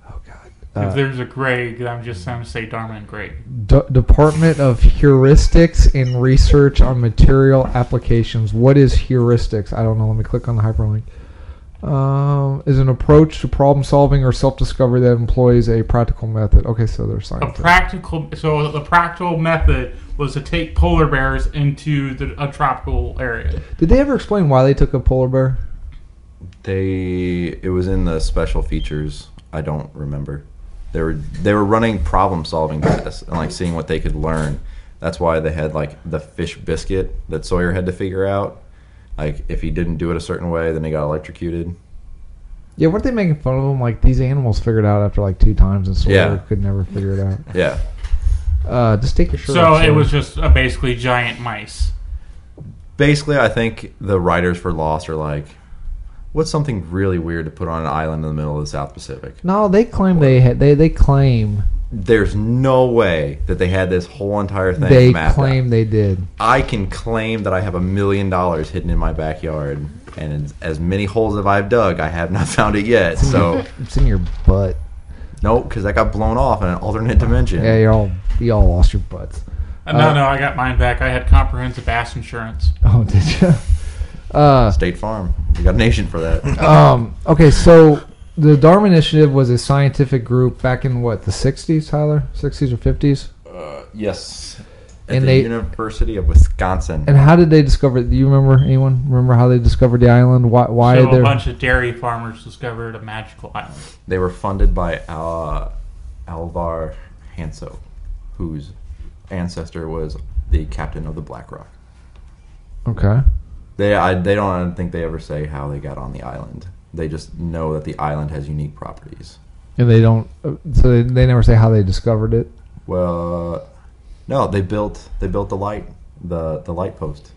S1: Oh
S4: if
S1: God. Uh,
S4: there's a Greg, I'm just going to say Dharma and Greg.
S1: D- Department of Heuristics and Research on Material Applications. What is heuristics? I don't know. Let me click on the hyperlink. Um, is an approach to problem solving or self discovery that employs a practical method. Okay, so they're
S4: A
S1: scientists.
S4: practical, so the practical method was to take polar bears into the, a tropical area.
S1: Did they ever explain why they took a polar bear?
S3: They, it was in the special features. I don't remember. They were they were running problem solving tests and like seeing what they could learn. That's why they had like the fish biscuit that Sawyer had to figure out. Like if he didn't do it a certain way, then he got electrocuted.
S1: Yeah, weren't they making fun of them? Like these animals figured out after like two times, and Sawyer
S3: Yeah.
S1: could never figure it out.
S3: Yeah,
S1: Uh, just take your shirt
S4: so
S1: off.
S4: it
S1: Sawyer.
S4: was just uh, basically giant mice.
S3: basically, I think the writers for Lost are like, what's something really weird to put on an island in the middle of the South Pacific?
S1: No, they claim they had. They they claim
S3: There's no way that they had this whole entire thing
S1: they
S3: mapped out.
S1: claim they did.
S3: I can claim that I have a million dollars hidden in my backyard, and as- as many holes as I've dug, I have not found it yet. So
S1: It's in your butt.
S3: nope, because I got blown off in an alternate dimension.
S1: Yeah, you all you all lost your butts.
S4: Uh, no,
S1: Uh,
S4: no, I got mine back. I had comprehensive ass insurance.
S1: Oh, did you? Uh,
S3: State Farm, we got an agent for that.
S1: um. Okay, so the Dharma Initiative was a scientific group back in what the '60s, Tyler, '60s or '50s.
S3: yes, at
S1: And
S3: the
S1: they-
S3: University of Wisconsin.
S1: And how did they discover? Do you remember anyone remember how they discovered the island? Why? Why
S4: so
S1: they're
S4: a bunch of dairy farmers discovered a magical island.
S3: They were funded by uh, Alvar Hanso, whose ancestor was the captain of the Black Rock.
S1: okay?
S3: They I, they don't I don't think they ever say how they got on the island. They just know that the island has unique properties.
S1: And they don't. uh, So they, they never say how they discovered it.
S3: Well, uh, no, they built they built the light the the light post.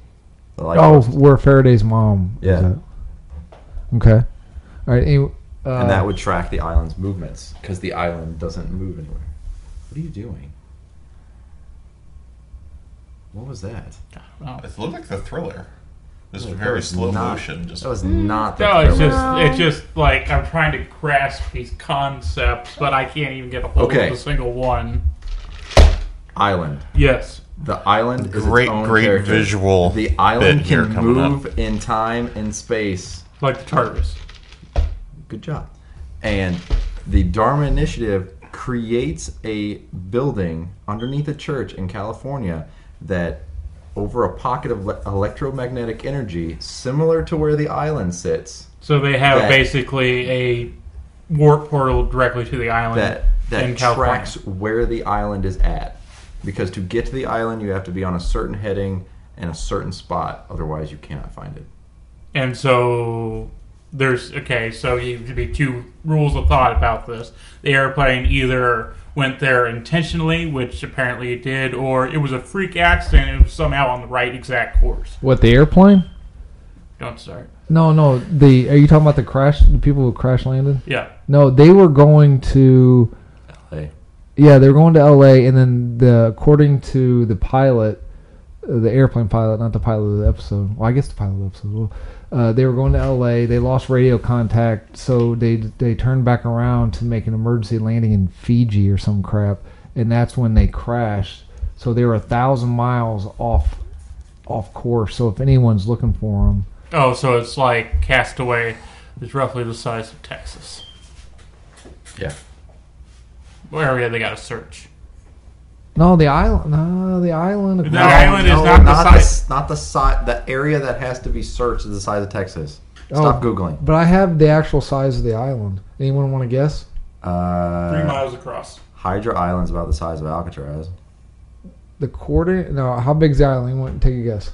S3: The light
S1: Oh,
S3: post.
S1: where Faraday's mom. is
S3: Yeah.
S1: at. Okay. All right. Any, uh,
S3: and that would track the island's movements because the island doesn't move anywhere. What are you doing? What was that?
S4: Well,
S2: It looked like the thriller. This
S3: That
S2: very
S3: was
S2: slow
S3: not-
S2: motion. Just
S3: That was not. The
S4: no, it's
S3: thriller.
S4: just it's just like I'm trying to grasp these concepts, but I can't even get a hold
S3: Okay.
S4: of a single one.
S3: island.
S4: Yes.
S3: The island is
S2: Great,
S3: its own
S2: great
S3: character.
S2: visual
S3: The island
S2: bit here
S3: can
S2: coming up.
S3: move in time and space.
S4: Like the Tartarus.
S3: Good job. And the Dharma Initiative creates a building underneath a church in California that, over a pocket of le- electromagnetic energy similar to where the island sits,
S4: So they have
S3: That-
S4: basically a warp portal directly to the island
S3: that
S4: in
S3: that
S4: California.
S3: tracks where the island is at. Because to get to the island, you have to be on a certain heading and a certain spot, otherwise you cannot find it.
S4: And so there's okay, so you could be two rules of thought about this. The airplane either went there intentionally, which apparently it did, or it was a freak accident. It was somehow on the right exact course.
S1: what the airplane?
S4: Don't start.
S1: No, no. The are you talking about the crash? The people who crash landed?
S4: Yeah.
S1: No, they were going to.
S3: Hey.
S1: Yeah, they were going to L.A. and then the according to the pilot, uh, the airplane pilot, not the pilot of the episode. Well, I guess the pilot of the episode. Well, uh, they were going to L.A. They lost radio contact, so they they turned back around to make an emergency landing in Fiji or some crap, and that's when they crashed. So they were a thousand miles off off course. So if anyone's looking for them,
S4: Oh, so it's like Castaway is roughly the size of Texas.
S3: Yeah.
S4: area they got to search.
S1: No, the island. No, the island. Of
S4: No, island is not the
S3: the
S4: size.
S3: s- not the size. The area that has to be searched is the size of Texas.
S1: Oh.
S3: Stop googling.
S1: But I have the actual size of the island. Anyone want to guess?
S4: Three
S3: Uh,
S4: miles across.
S3: Hydra Island's about the size of Alcatraz.
S1: The coordinate? No, how big's the island? Anyone take a guess?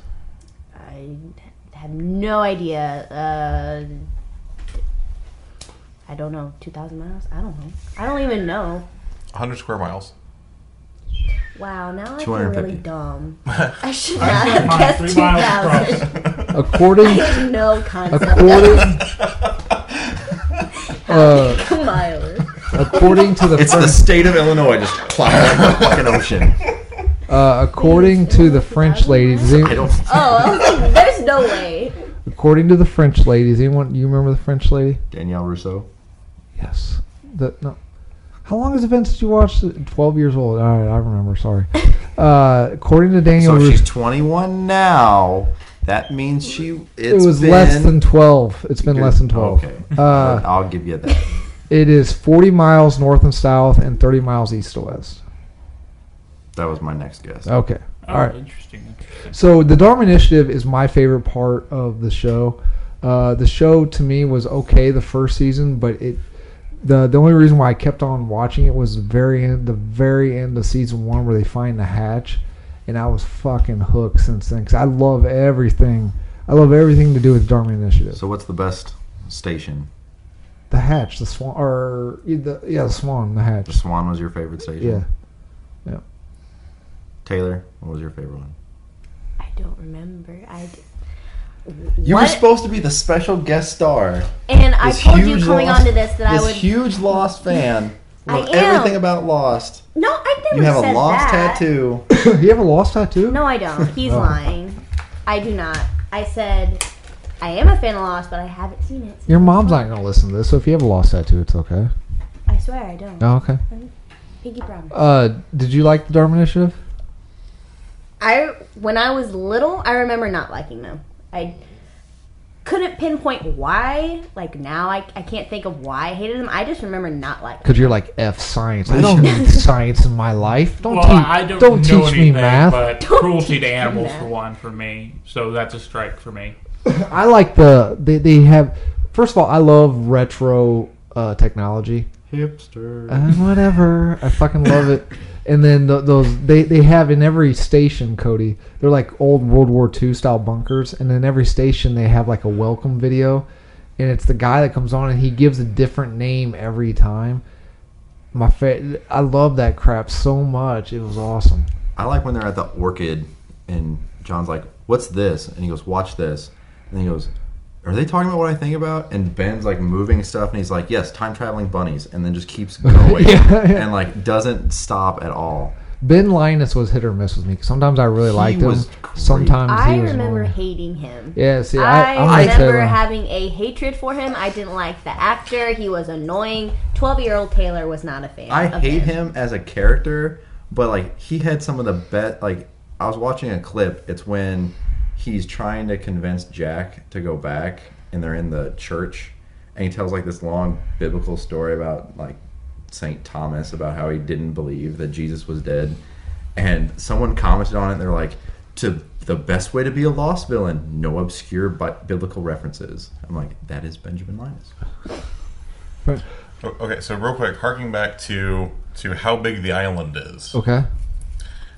S5: I have no idea. Uh, I don't know. Two thousand miles? I don't know. I don't even know.
S2: 100 square miles.
S5: Wow, now I feel really
S3: 250.
S5: dumb. I should
S4: I
S5: not
S4: said
S5: have
S4: mine,
S5: guessed
S4: three
S5: two
S4: miles
S5: thousand. I
S1: According,
S5: have no concept.
S1: according, uh,
S5: Miles.
S1: according to the
S3: It's the state of Illinois just plowing the fucking ocean.
S1: uh, according to the French ladies.
S3: I don't.
S5: Oh, I was like, there's no way.
S1: According to the French ladies. Anyone? You remember the French lady?
S3: Danielle Rousseau.
S1: Yes. The no. How long has it been since you watched it? Twelve years old. All right, I remember. Sorry. Uh, according to Daniel,
S3: So if
S1: Roos-
S3: she's 21 now. That means she.
S1: it
S3: it's
S1: was
S3: been-
S1: less than twelve. It's been
S3: Good.
S1: less than twelve.
S3: Okay,
S1: Uh,
S3: I'll give you that.
S1: It is 40 miles north and south and 30 miles east to west.
S3: That was my next guess.
S1: Okay.
S4: Oh,
S1: All right.
S4: interesting. interesting.
S1: So the Dharma Initiative is my favorite part of the show. Uh, the show to me was okay the first season, but it the the only reason why I kept on watching it was the very end the very end of season one where they find the hatch, and I was fucking hooked since then because I love everything. I love everything to do with Dharma Initiative.
S3: So what's the best station?
S1: The hatch, the swan, or the yeah, the swan, the
S3: The
S1: hatch.
S3: Swan was your favorite station.
S1: Yeah.
S3: Taylor, what was your favorite one?
S5: I don't remember. I. d-
S3: You were
S5: What?
S3: supposed to be the special guest star.
S5: And I
S3: This
S5: told you
S3: huge
S5: coming
S3: Lost-
S5: onto this that I
S3: this
S5: would.
S3: huge Lost fan.
S5: I
S3: Know
S5: am.
S3: everything about Lost.
S5: no, I never
S3: You have a
S5: said
S3: Lost
S5: that.
S3: tattoo.
S1: you ever lost tattoo?
S5: No, I don't. He's
S1: Oh.
S5: lying. I do not. I said I am a fan of Lost, but I haven't seen it.
S1: Your mom's not gonna listen to this, so if you have a lost tattoo, it's okay.
S5: I swear I don't.
S1: Oh, okay.
S5: Piggy promise.
S1: Uh, did you like the Dharma Initiative?
S5: I when I was little, I remember not liking them. I couldn't pinpoint why. Like now, I, I can't think of why I hated them. I just remember not liking.
S1: Because you're like F science. I don't need science in my life. Don't
S4: Well,
S1: teach.
S4: I don't,
S1: don't
S4: know
S1: teach
S4: anything,
S1: me math.
S4: but
S5: Don't
S4: cruelty
S5: teach
S4: to
S5: me
S4: animals
S5: math.
S4: for one for me. So that's a strike for me.
S1: I like the they, they have. First of all, I love retro uh, technology
S3: Hipster.
S1: and Uh, whatever. I fucking love it. And then th those they, they have in every station, Cody. They're like old World War II style bunkers, and in every station they have like a welcome video, and it's the guy that comes on and he gives a different name every time. My fa- I love that crap so much. It was awesome.
S3: I like when they're at the orchid and John's like, "What's this?" And he goes, "Watch this." And he goes, "Are they talking about what I think about?" And Ben's like moving stuff, and he's like, "Yes, time traveling bunnies," and then just keeps going
S1: Yeah, yeah.
S3: and like doesn't stop at all.
S1: Ben Linus was hit or miss with me. 'cause Sometimes I really
S3: He
S1: liked him.
S3: was great.
S1: Sometimes
S5: I
S1: he was
S5: remember
S1: annoying.
S5: hating him.
S1: Yeah, see, I,
S5: I,
S1: I'm with
S5: remember
S1: Taylor.
S5: having a hatred for him. I didn't like the actor. He was annoying. Twelve-year-old Taylor was not a fan.
S3: I
S5: of
S3: hate him as a character, but like he had some of the best. Like I was watching a clip. It's when he's trying to convince Jack to go back, and they're in the church, and he tells like this long biblical story about like Saint Thomas about how he didn't believe that Jesus was dead, and someone commented on it. and They're like, "To the best way to be a lost villain, no obscure but biblical references." I'm like, that is Benjamin Linus.
S2: O- Okay, so real quick, harking back to to how big the island is.
S1: Okay.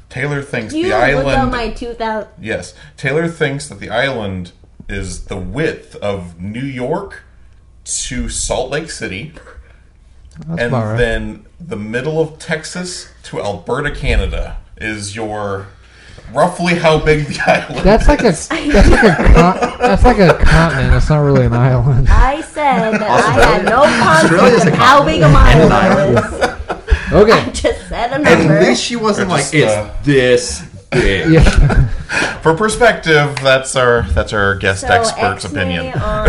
S2: Taylor thinks
S5: You
S2: the
S5: look up
S2: island.
S5: my two thousand.
S2: yes, Taylor thinks that the island is the width of New York to Salt Lake City, and
S1: about right.
S2: then the middle of Texas to Alberta, Canada, is your roughly how big the island.
S1: That's like a
S2: is.
S1: that's like a con- that's like a continent. It's not really an island.
S5: I said that I had no
S3: Australia's
S5: concept
S3: a
S5: of how big a mile
S3: continent.
S5: I was. I
S1: Okay.
S5: just said a number.
S3: At least she wasn't
S2: Or
S3: like
S2: just,
S3: it's
S2: uh,
S3: this big.
S1: Yeah.
S2: For perspective, that's our that's our guest
S5: so
S2: expert's
S5: X-ray
S2: opinion.
S5: on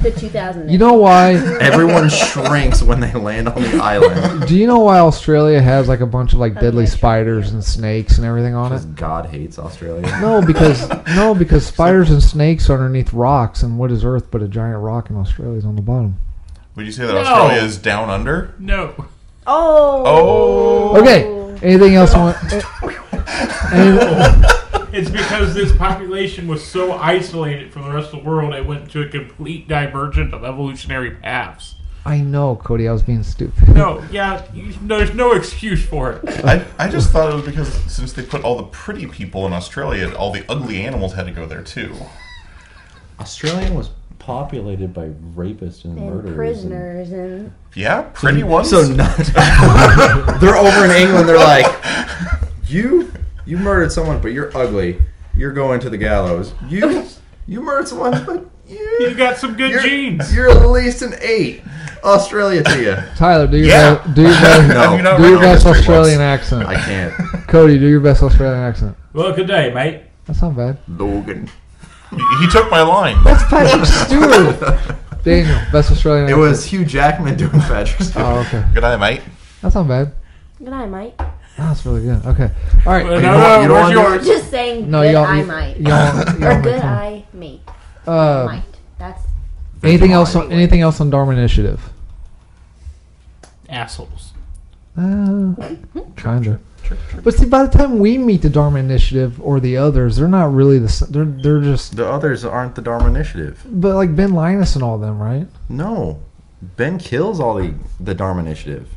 S5: the 2000.
S1: You know why?
S3: Everyone shrinks when they land on the island.
S1: Do you know why Australia has like a bunch of like deadly
S5: yeah, sure.
S1: spiders and snakes and everything on it?
S3: Because God hates Australia.
S1: No, because no, because spiders and snakes are underneath rocks, and what is Earth but a giant rock? And Australia's on the bottom.
S2: Would you say that Australia
S4: No.
S2: is down under?
S4: No.
S5: Oh.
S2: Oh.
S1: Okay. Anything else? you Want? Any-
S4: It's because this population was so isolated from the rest of the world, it went to a complete divergent of evolutionary paths.
S1: I know, Cody. I was being stupid.
S4: No, yeah, you, there's no excuse for it.
S2: I, I just thought it was because since they put all the pretty people in Australia, all the ugly animals had to go there too.
S6: Australian was populated by rapists and,
S5: And
S6: murderers.
S5: prisoners and
S2: Yeah, pretty ones.
S3: So not. they're over in England. They're like, you, you murdered someone, but you're ugly. You're going to the gallows. You, you murdered someone, but you,
S4: You got some good
S3: you're,
S4: genes.
S3: You're at least an eight. Australia to you.
S1: Tyler, do your
S2: Yeah.
S1: best, do your best,
S3: No.
S2: Do not
S1: do your
S2: remember
S1: best
S2: the straight
S1: Australian
S2: ones.
S1: accent.
S3: I can't.
S1: Cody, do your best Australian accent.
S4: Well, good day, mate.
S1: That's not bad.
S3: Logan.
S2: He- He took my line.
S1: That's Patrick Stewart. Daniel, best Australian.
S3: It
S1: accent.
S3: was Hugh Jackman doing Patrick Stewart.
S1: Oh, okay.
S2: Good eye, mate.
S1: That's not bad.
S5: good eye, Mike.
S1: That's really good. Okay. All right.
S4: No,
S3: don't-
S4: no,
S3: you don't
S4: uh, where's
S3: wanna do
S4: yours?
S5: Just saying,
S1: No,
S5: good
S1: y'all.
S5: eye,
S1: y-
S5: Mike.
S1: Y'all. y'all
S5: or
S1: make
S5: good
S1: fun.
S5: eye, mate.
S1: Uh,
S5: Mike. That's
S1: anything else?
S5: Anyway.
S1: On, anything else on Dharma Initiative?
S4: Assholes.
S1: Uh, kinda. But see, by the time we meet the Dharma Initiative or the others, they're not really the. s- They're they're just.
S3: The others aren't the Dharma Initiative.
S1: But like Ben Linus and all them, right?
S3: No. Ben kills all the, the Dharma Initiative.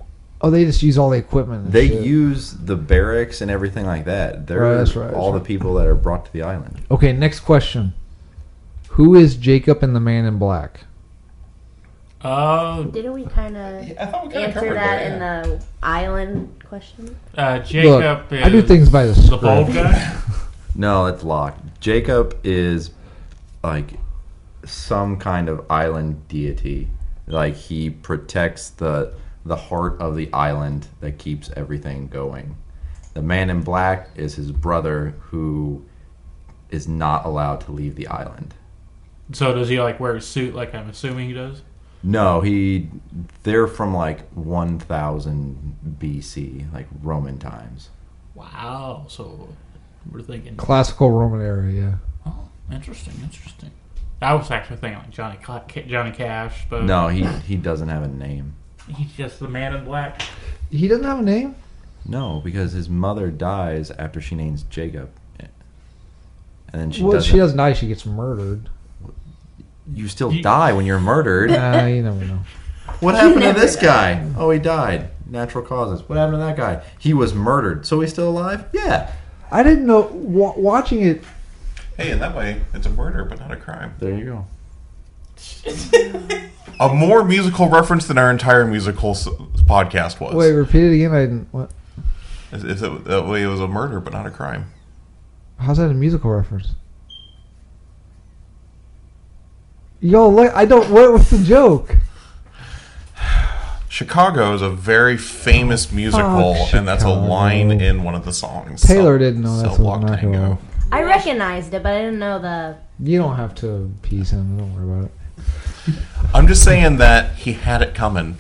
S1: Oh, they just use all the equipment. and
S3: They
S1: shit.
S3: use the barracks and everything like that. They're
S1: Right, that's right, that's
S3: all the
S1: right.
S3: people that are brought to the island.
S1: Okay, next question. Who is Jacob and the Man in Black?
S4: Uh,
S5: didn't we kind of
S2: I thought we kinda
S5: answer
S2: covered
S5: that
S2: that,
S5: in the island question?
S4: uh, Jacob
S1: Look,
S4: is
S1: I do things by the
S4: the
S1: script.
S4: bald guy.
S3: No, it's locked. Jacob is like some kind of island deity. Like he protects the the heart of the island that keeps everything going. The man in black is his brother who is not allowed to leave the island.
S4: So does he like wear a suit? Like I'm assuming he does.
S3: No, he they're from like 1000 BC, like Roman times.
S4: Wow. So we're thinking.
S1: Classical Roman era, yeah.
S4: Oh, interesting, interesting. I was actually thinking like Johnny Cla- Johnny Cash, but
S3: No, he he doesn't have a name.
S4: he's just the man in black.
S1: He doesn't have a name.
S3: No, because his mother dies after she names Jacob, and then she
S1: well,
S3: doesn't.
S1: she doesn't die. She gets murdered.
S3: you still
S4: You-
S3: die when you're murdered.
S1: Uh, you never know.
S3: What happened to
S5: never
S3: this guy? Oh, he died. Natural causes. What happened to that guy? He was murdered. So he's still alive? Yeah.
S1: I didn't know. Wa- watching it,
S2: Hey, in that way, it's a murder, but not a crime.
S3: There you go.
S2: A more musical reference than our entire musical s- podcast was.
S1: wait, repeat it again. I didn't. What?
S2: Is- is it- that way, it was a murder, but not a crime.
S1: How's that a musical reference? Yo, look, I don't. What was the joke?
S2: Chicago is a very famous musical, and that's a
S1: Oh, Chicago.
S2: line in one of the songs.
S1: Taylor didn't know that's
S2: so
S1: what I'm
S2: Block
S1: not gonna
S2: Tango.
S1: lie.
S5: I recognized it, but I didn't know the.
S1: You don't have to appease him. Don't worry about it.
S2: I'm just saying that he had it coming.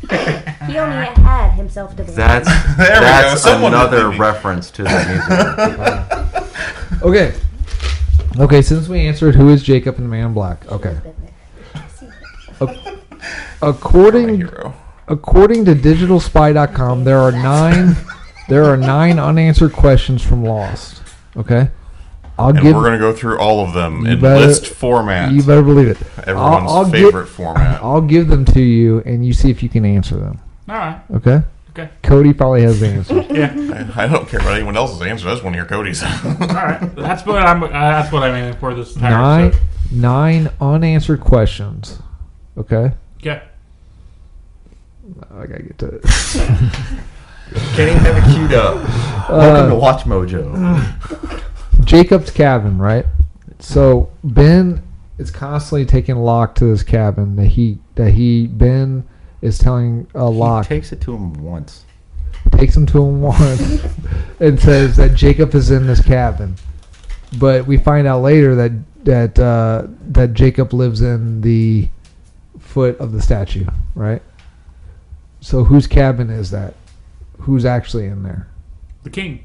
S5: He
S1: Uh-huh.
S5: only had himself to blame.
S3: That's
S2: There we go.
S3: that's
S2: Someone
S3: another
S2: would be-
S3: reference to the music.
S1: Okay. Okay, since we answered who is Jacob and the Man in Black. Okay.
S2: My
S1: According
S2: hero.
S1: according to digitalspy.com, there are 9 there are 9 unanswered questions from Lost. Okay? I'll
S2: And
S1: give
S2: we're going to go through all of them
S1: You
S2: in
S1: better-
S2: list format.
S1: You better believe it. I'll-
S2: Everyone's
S1: I'll gi-
S2: favorite format.
S1: I'll give them to you and you see if you can answer them.
S4: All right.
S1: Okay?
S4: Okay.
S1: Cody probably has the answer.
S4: Yeah.
S2: I don't care about anyone else's answer. I just want to hear Cody's.
S4: All right. That's what I'm. Uh, that's what I'm aiming for this entire
S1: nine
S4: episode.
S1: nine unanswered questions. Okay?
S4: Okay.
S1: I got to get to it.
S3: Can't even have it queued up. Welcome to Watch Mojo.
S1: Uh, Jacob's cabin, right? So Ben is constantly taking Locke to this cabin that he that he Ben is telling uh,
S3: He
S1: Locke
S3: takes it to him once.
S1: takes him to him once and says that Jacob is in this cabin, but we find out later that that uh, that Jacob lives in the foot of the statue, right? So whose cabin is that? Who's actually in there?
S4: The king.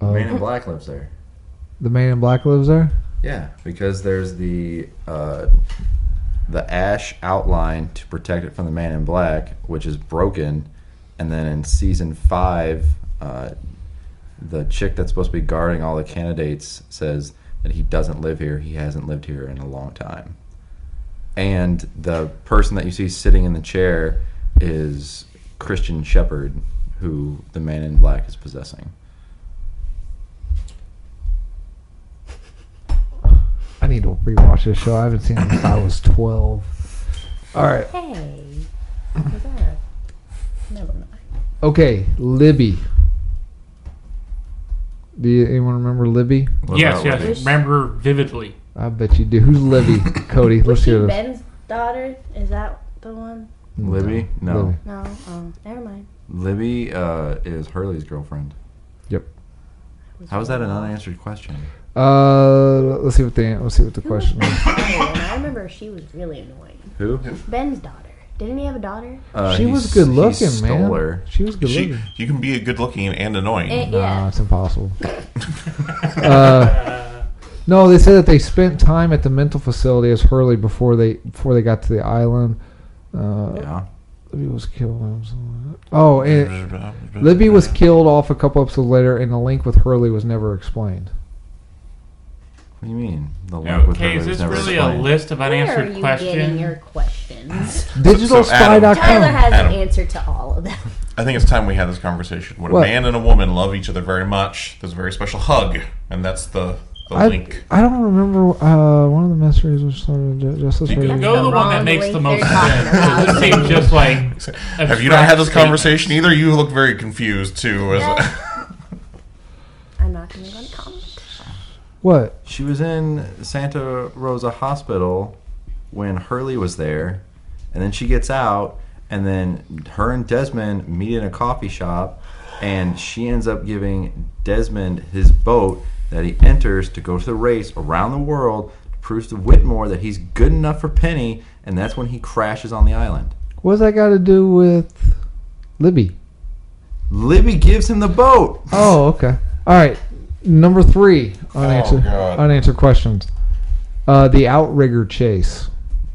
S1: Uh,
S3: Man in Black lives there.
S1: the man in black lives there.
S3: Yeah, because there's the uh, the ash outline to protect it from the man in black, which is broken, And then in season five, uh, the chick that's supposed to be guarding all the candidates says that he doesn't live here. He hasn't lived here in a long time. And the person that you see sitting in the chair is Christian Shepherd, who the man in black is possessing.
S1: I need to rewatch this show. I haven't seen it since I was 12. All right.
S5: Hey. What's that? Never mind.
S1: Okay, Libby. Do you, anyone remember Libby?
S3: What
S4: yes,
S3: about
S4: yes.
S3: Libby?
S4: Remember vividly.
S1: I bet you do. Who's Libby? Cody,
S5: Was
S1: let's
S5: she
S1: hear this.
S5: Ben's daughter? Is that the one?
S3: Libby? No.
S1: Libby.
S5: No. Oh, never mind.
S3: Libby uh, is Hurley's girlfriend.
S1: Yep.
S3: How is that an unanswered question?
S1: Uh, let's see what the let's see what the
S5: Who was
S1: question is.
S5: Ben's daughter? I remember she was really annoying.
S3: Who?
S5: Ben's daughter. Didn't he have a daughter?
S3: Uh,
S1: she
S3: he
S1: was
S3: s-
S1: good
S3: he
S1: looking,
S3: stole
S1: man.
S3: her.
S1: She was good
S2: She,
S1: looking.
S2: you can be a good looking and annoying.
S5: Eh,
S1: Nah,
S5: yeah.
S1: it's impossible. uh, no, they said that they spent time at the mental facility as Hurley before they before they got to the island. Uh,
S3: Yeah.
S1: Libby was killed. and so- Oh, and Libby was killed off a couple episodes later, and the link with Hurley was never explained.
S3: What do you mean? The link with
S4: Okay,
S3: her
S4: is
S3: that was
S4: this
S3: never
S4: really a
S3: explained.
S4: list of
S5: Where are
S4: unanswered
S5: you getting
S4: questions?
S5: your questions?
S2: Adam-
S5: Tyler
S1: Tylerspy.com.
S5: has
S2: Adam.
S5: an answer to all of them.
S2: I think it's time we had this conversation. When
S1: What?
S2: a man and a woman love each other very much, there's a very special hug, and that's the, the
S1: I,
S2: link.
S1: I don't remember uh, one of the mysteries was sort of ju- Justice
S2: Think
S1: League.
S2: of-
S4: Go
S5: The
S4: the, one that
S5: wrong
S4: makes
S5: link
S4: the most
S5: they're talking
S4: sense. 'cause
S5: about.
S4: This seems just like.
S2: Have you not had this
S4: abstract
S2: conversation either? You look very confused too. as-
S5: I'm not even going to comment.
S1: What?
S3: She was in Santa Rosa Hospital when Hurley was there, and then she gets out, and then her and Desmond meet in a coffee shop, and she ends up giving Desmond his boat that he enters to go to the race around the world, proves to Whitmore that he's good enough for Penny, and that's when he crashes on the island.
S1: What's that got to do with Libby?
S3: Libby gives him the boat.
S1: Oh, okay. All right. Number three unanswered
S2: God.
S1: unanswered questions. Uh, the outrigger chase.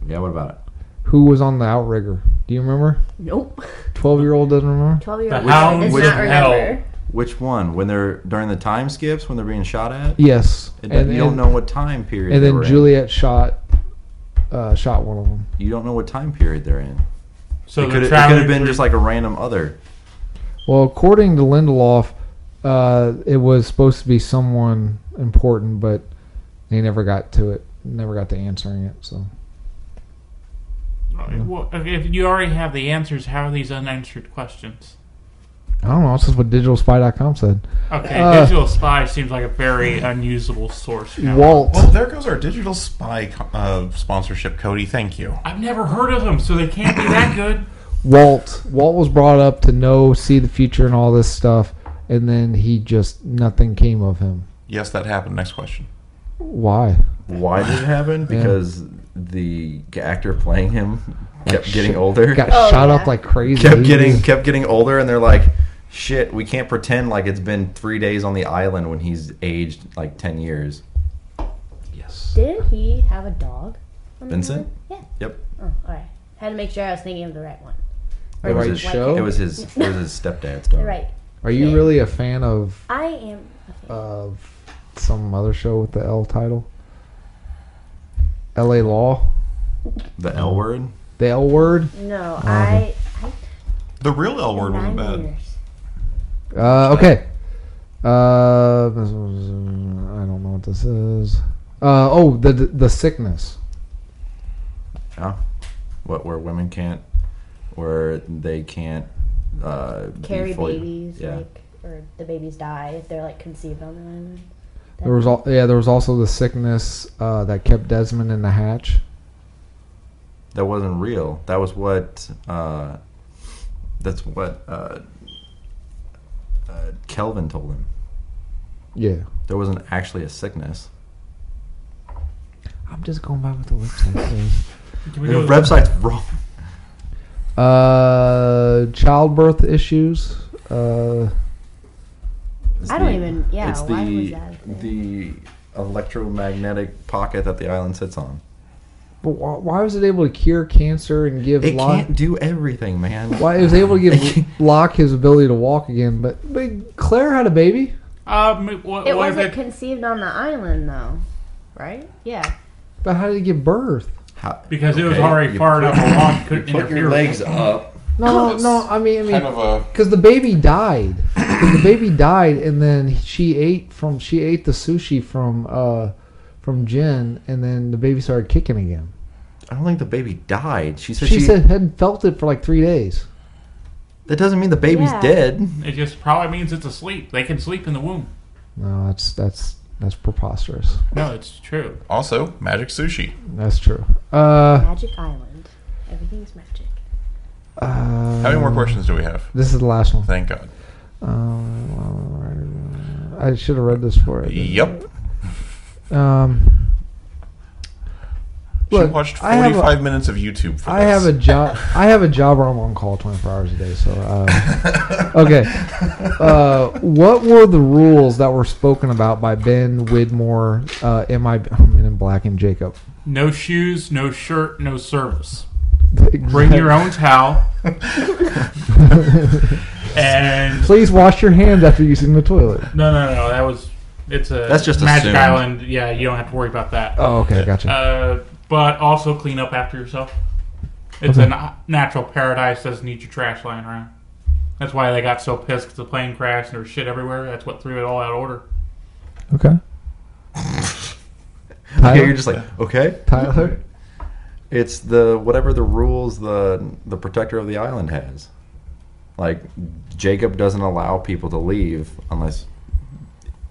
S3: Yeah, what about it?
S1: Who was on the outrigger? Do you remember?
S5: Nope.
S1: Twelve year old doesn't remember.
S5: 12 year old
S4: The hound
S5: does
S3: with
S5: not
S4: hell.
S5: remember.
S3: Which one? When they're during the time skips when they're being shot at?
S1: Yes.
S3: It- you don't know what time period.
S1: And
S3: they
S1: then
S3: were in.
S1: Juliet shot uh, shot one of them.
S3: you don't know what time period they're in. it
S4: So they're
S3: could it could
S4: traveling
S3: have been
S4: through-
S3: just like a random other.
S1: Well, according to Lindelof, uh, it was supposed to be someone important, but they never got to it. Never got to answering it. So
S4: Well, if you already have the answers, how are these unanswered questions?
S1: I don't know. This is what DigitalSpy.com said.
S4: Okay,
S1: Uh,
S4: digital spy seems like a very unusable source. now.
S1: Walt.
S2: well, there goes our digital spy co- uh, sponsorship, Cody. Thank you.
S4: I've never heard of them, so they can't be that good.
S1: Walt Walt was brought up to know, see the future, and all this stuff, and then he just nothing came of him.
S2: Yes, that happened. Next question.
S1: Why?
S3: Why did it happen? Because the actor playing him kept getting older.
S1: Got
S5: Oh,
S1: shot
S5: yeah.
S1: up like crazy.
S3: kept
S1: He
S3: getting
S1: was-
S3: kept getting older and they're like shit we can't pretend like it's been three days on the island when he's aged like 10 years yes
S5: Didn't he have a dog? on the
S3: Vincent?
S5: island? Yeah.
S3: yep
S5: Oh, alright. Had to make sure I was thinking of the right one.
S1: The
S3: was
S1: right
S3: his
S1: show?
S3: it was his it was his stepdad's dog
S5: The right.
S1: Are you really a fan of
S5: I am.
S2: Uh,
S1: of some other show with the L title? L.A. Law,
S3: the l word
S1: the L word.
S5: No, I. I
S2: The real L word
S5: nine
S2: wasn't bad.
S5: years.
S1: Uh, okay. Uh, this was- I don't know what this is. Uh, oh, the the sickness.
S3: yeah what where women can't where they can't uh be
S5: Carry
S3: fully-
S5: babies,
S3: yeah
S5: like, or the babies die if they're, like, conceived on the island.
S1: There was all, yeah. There was also the sickness uh, that kept Desmond in the hatch.
S3: that wasn't real that was what uh that's what uh, uh kelvin told him
S1: Yeah.
S3: there wasn't actually a sickness
S1: I'm just going by what the website says.
S4: Can we
S3: The
S4: go-
S3: website's wrong.
S1: Uh, childbirth issues. Uh,
S3: It's
S5: I don't even- yeah,
S3: It's
S5: why
S3: the
S5: was that a
S3: the electromagnetic pocket that the island sits on.
S1: But why, why was it able to cure cancer and give
S3: It
S1: Locke?
S3: can't do everything, man.
S1: Why it was able to give Locke his ability to walk again? But but Claire had a baby.
S4: Um, what,
S5: It
S4: what if
S5: wasn't
S4: it,
S5: conceived on the island, though, right? Yeah.
S1: But how did he give birth?
S3: How-
S4: because it was
S3: okay,
S4: already
S3: you
S4: far enough along, it couldn't
S6: Put
S4: interfere.
S6: your
S4: with
S6: legs
S4: it.
S6: up.
S1: No,
S2: It's
S1: no. I mean, I mean,
S2: Kind of a
S1: Because the baby died. 'Cause the baby died, and then she ate from she ate the sushi from uh from Jen, and then the baby started kicking again.
S3: I don't think the baby died. She said
S1: she,
S3: she.
S1: said hadn't felt it for like three days.
S3: that doesn't mean the baby's
S5: Yeah.
S3: dead.
S4: It just probably means it's asleep. They can sleep in the womb.
S1: No, that's that's that's preposterous.
S4: No, it's true.
S2: also magic sushi.
S1: That's true. Uh,
S5: Magic Island. Everything's magic.
S1: uh,
S2: How many more questions do we have?
S1: um, This is the last one.
S2: Thank God.
S1: Um, I should have read this for it.
S2: Yep.
S1: Um,
S2: She
S1: Look,
S2: watched
S1: I have a-
S2: 45 minutes of YouTube for
S1: I have
S2: this.
S1: a job. I have a job where I'm on call 24 hours a day. So, uh, okay. Uh, what were the rules that were spoken about by Ben Widmore, uh, MI, oh, Men in Black, and Jacob?
S4: No shoes, no shirt, no service. Bring your own towel. and
S1: Please wash your hands after using the toilet.
S4: no, no, no, that was it's a
S3: That's just
S4: Magic
S3: assumed.
S4: Island. Yeah, you don't have to worry about that.
S1: Oh, okay, gotcha.
S4: Uh, but also clean up after yourself. It's a na- natural paradise. Doesn't need your trash lying around. That's why they got so pissed 'cause the plane crashed and there was shit everywhere. That's what threw it all out of order.
S1: okay.
S3: Okay,
S1: Tyler,
S3: you're just like okay.
S1: Tyler,
S3: It's the whatever the rules the the protector of the island has. Like Jacob doesn't allow people to leave unless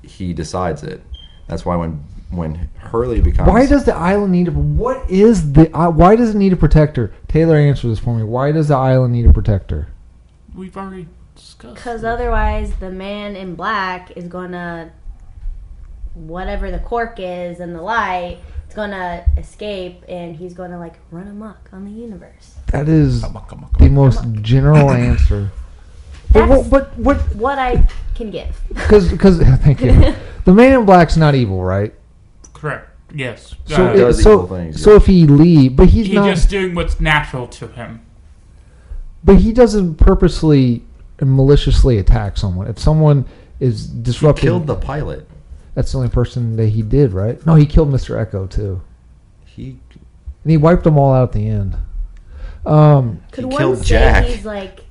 S3: he decides it. That's why when when Hurley becomes
S1: why does the island need a? What is the? Uh, why does it need a protector? Taylor, answer this for me. Why does the island need a protector?
S4: We've already discussed.
S5: Because
S4: it.
S5: otherwise, the man in black is gonna, whatever the cork is and the light, it's gonna escape, and he's gonna like run amok on the universe.
S1: That is
S2: Come on, come on,
S1: the
S2: come on.
S1: most general answer. But
S5: That's-
S1: what? But what?
S5: What I can give.
S1: Because because thank you. The Man in Black's not evil, right?
S4: correct. Yes.
S1: So
S4: Uh,
S1: it-
S3: does
S1: so
S3: evil things,
S1: so
S3: yeah.
S1: if he leave, but he's
S4: he's
S1: not.
S4: just doing what's natural to him.
S1: but he doesn't purposely and maliciously attack someone. If someone is disrupting,
S3: killed the pilot.
S1: that's the only person that he did, right? No, he killed Mister Echo too,
S3: He
S1: and he wiped them all out at the end. Um,
S5: Could
S3: He
S5: one
S3: killed
S5: say
S3: Jack.
S5: he's like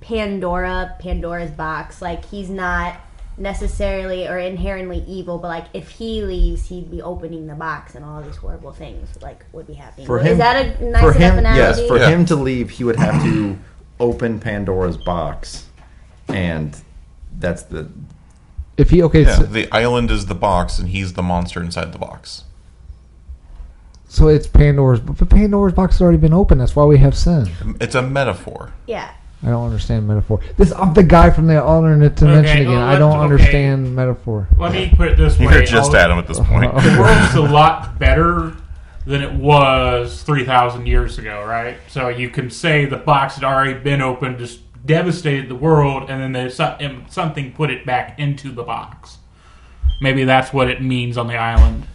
S5: Pandora, Pandora's box? Like he's not necessarily or inherently evil, but like if he leaves, he'd be opening the box, and all these horrible things like would be happening.
S3: for
S5: Is
S3: him
S5: that a nice
S3: for
S5: enough
S3: him
S5: analogy?
S3: yes for
S2: Yeah.
S3: him to leave he would have to open Pandora's box, and that's the
S1: if he okay,
S2: Yeah,
S1: so,
S2: the island is the box, and he's the monster inside the box.
S1: so it's Pandora's, but Pandora's box has already been opened. That's why we have sin.
S2: It's a metaphor.
S5: yeah.
S1: I don't understand metaphor. This I'm the guy from the alternate dimension
S4: Okay,
S1: again.
S4: oh,
S1: I don't
S4: okay.
S1: understand metaphor.
S4: Let me put it this way:
S2: You're just
S4: I'll-
S2: Adam at this point.
S4: the world's a lot better than it was 3,000 years ago, right? So you can say the box had already been opened, just devastated the world, and then there's some- um, something put it back into the box. Maybe that's what it means on the island.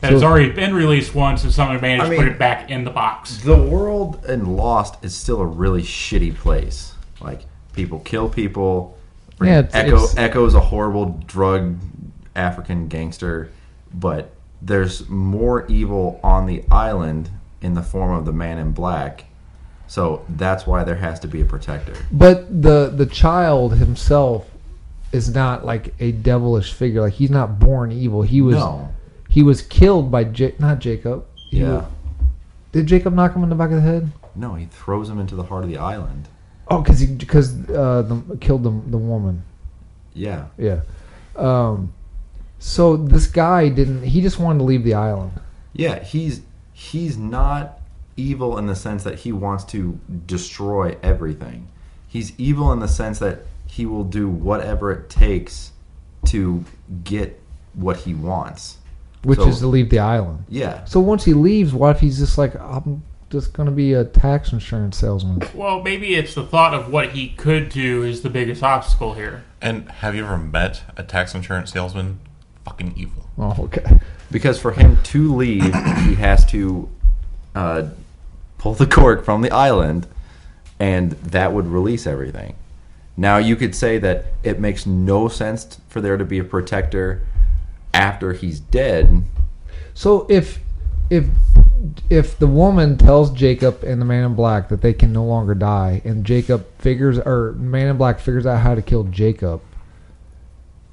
S4: That it's
S1: So-
S4: already been released once, and someone managed
S3: I
S4: to
S3: mean-
S4: put it back in the box.
S3: the world and Lost is still a really shitty place. Like people kill people.
S1: Yeah, it's-
S3: Echo
S1: it's-
S3: Echo is a horrible drug African gangster, but there's more evil on the island in the form of the Man in Black. So that's why there has to be a protector.
S1: But the the child himself is not like a devilish figure. Like he's not born evil. He was
S3: No.
S1: he was killed by ja- not Jacob. He
S3: Yeah.
S1: wa- did Jacob knock him in the back of the head?
S3: No, he throws him into the heart of the island.
S1: Oh, because he because uh, the, killed the the woman.
S3: Yeah.
S1: Yeah. Um. So this guy didn't. He just wanted to leave the island.
S3: Yeah, he's he's not evil in the sense that he wants to destroy everything. He's evil in the sense that he will do whatever it takes to get what he wants.
S1: which
S3: So-
S1: is to leave the island.
S3: Yeah.
S1: So once he leaves, what if he's just like, I'm just going to be a tax insurance salesman?
S4: Well, maybe it's the thought of what he could do is the biggest obstacle here.
S2: And have you ever met a tax insurance salesman? fucking evil.
S1: Oh, okay.
S3: Because for him to leave, he has to uh, pull the cork from the island, and that would release everything. Now, you could say that it makes no sense t- for there to be a protector after he's dead.
S1: So if if if the woman tells Jacob and the Man in Black that they can no longer die, and Jacob figures or Man in Black figures out how to kill Jacob,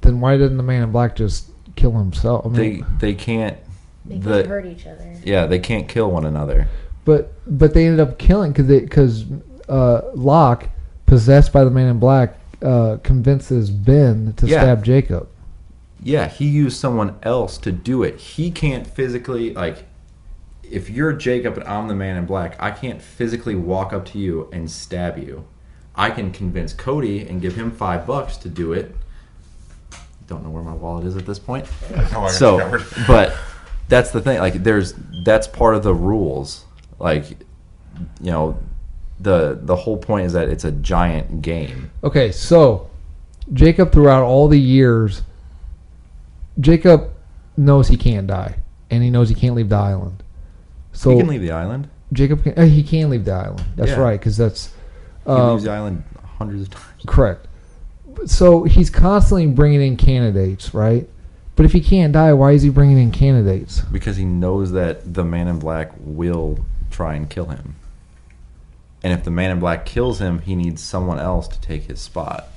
S1: then why doesn't the Man in Black just kill himself? I mean,
S3: They they can't.
S5: They can
S3: The-
S5: hurt each other.
S3: Yeah, they can't kill one another.
S1: but but they ended up killing because because uh, Locke, possessed by the Man in Black, uh, convinces Ben to
S3: Yeah.
S1: stab Jacob.
S3: Yeah, he used someone else to do it. He can't physically like if you're Jacob and I'm the man in black, I can't physically walk up to you and stab you. I can convince Cody and give him 5 bucks to do it. Don't know where my wallet is at this point.
S2: That's how Oh, I
S3: So,
S2: discovered.
S3: but that's the thing. Like, there's that's part of the rules. Like, you know, the the whole point is that it's a giant game.
S1: Okay, so Jacob throughout all the years, Jacob knows he can't die, and he knows he can't leave the island. So
S3: he can leave the island.
S1: Jacob, can, uh, he can leave the island. That's
S3: Yeah.
S1: right, because that's
S3: He
S1: um,
S3: leaves the island hundreds of times.
S1: correct. So he's constantly bringing in candidates, right? But if he can't die, why is he bringing in candidates?
S3: because he knows that the man in black will try and kill him. And if the man in black kills him, he needs someone else to take his spot.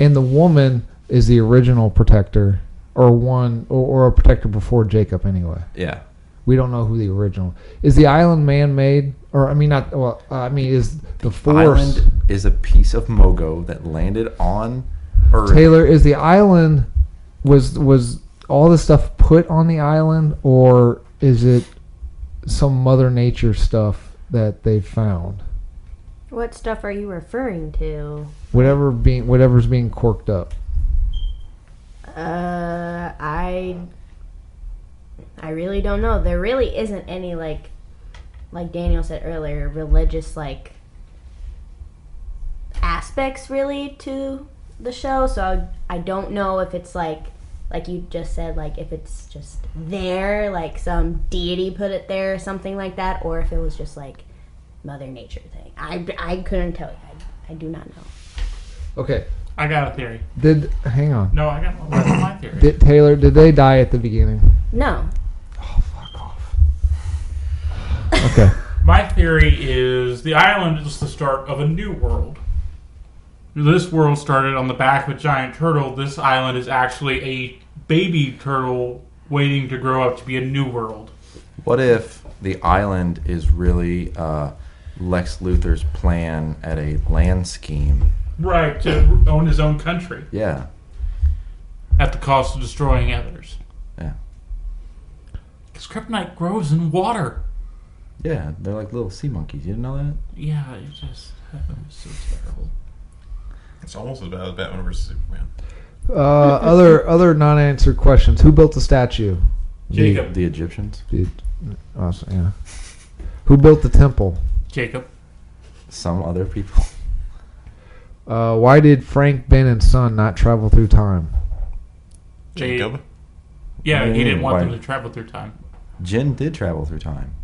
S1: And the woman is the original protector, or one, or, or a protector before Jacob, anyway.
S3: Yeah.
S1: We don't know who the original is. The island man-made, or I mean, not well. uh, I mean, is the force
S3: Island is a piece of mogo that landed on Earth.
S1: Taylor? Is the island was was all this stuff put on the island, or is it some Mother Nature stuff that they found?
S5: What stuff are you referring to?
S1: Whatever being whatever's being corked up.
S5: Uh, I I really don't know. There really isn't any like like Daniel said earlier, religious like aspects really to the show. So I, I don't know if it's like like you just said like if it's just there, like some deity put it there or something like that or if it was just like mother nature thing. I, I couldn't tell you. I, I do not know.
S1: Okay.
S4: I got a theory.
S1: Did hang on.
S4: No, I got that's my theory.
S1: Did Taylor? Did they die at the beginning?
S5: No.
S1: Okay.
S4: My theory is the island is the start of a new world. This world started on the back of a giant turtle. This island is actually a baby turtle waiting to grow up to be a new world.
S3: What if the island is really uh, Lex Luthor's plan at a land scheme?
S4: Right, to own his own country
S3: Yeah.
S4: at the cost of destroying others.
S3: Yeah.
S4: Because kryptonite grows in water.
S3: Yeah. They're like little sea monkeys. You didn't know that?
S4: Yeah, it just it's so terrible.
S2: It's almost as bad as Batman versus Superman.
S1: Uh, other other non-answered questions. Who built the statue?
S4: Jacob.
S3: The Egyptians?
S1: Did, awesome, yeah. Who built the temple?
S4: Jacob.
S3: Some other people.
S1: Uh, why did Frank, Ben, and Son not travel through time?
S4: They-
S2: Jacob.
S4: Yeah,
S3: Yeah,
S4: he didn't want
S3: why-
S4: them to travel through time.
S3: Jin did travel through time.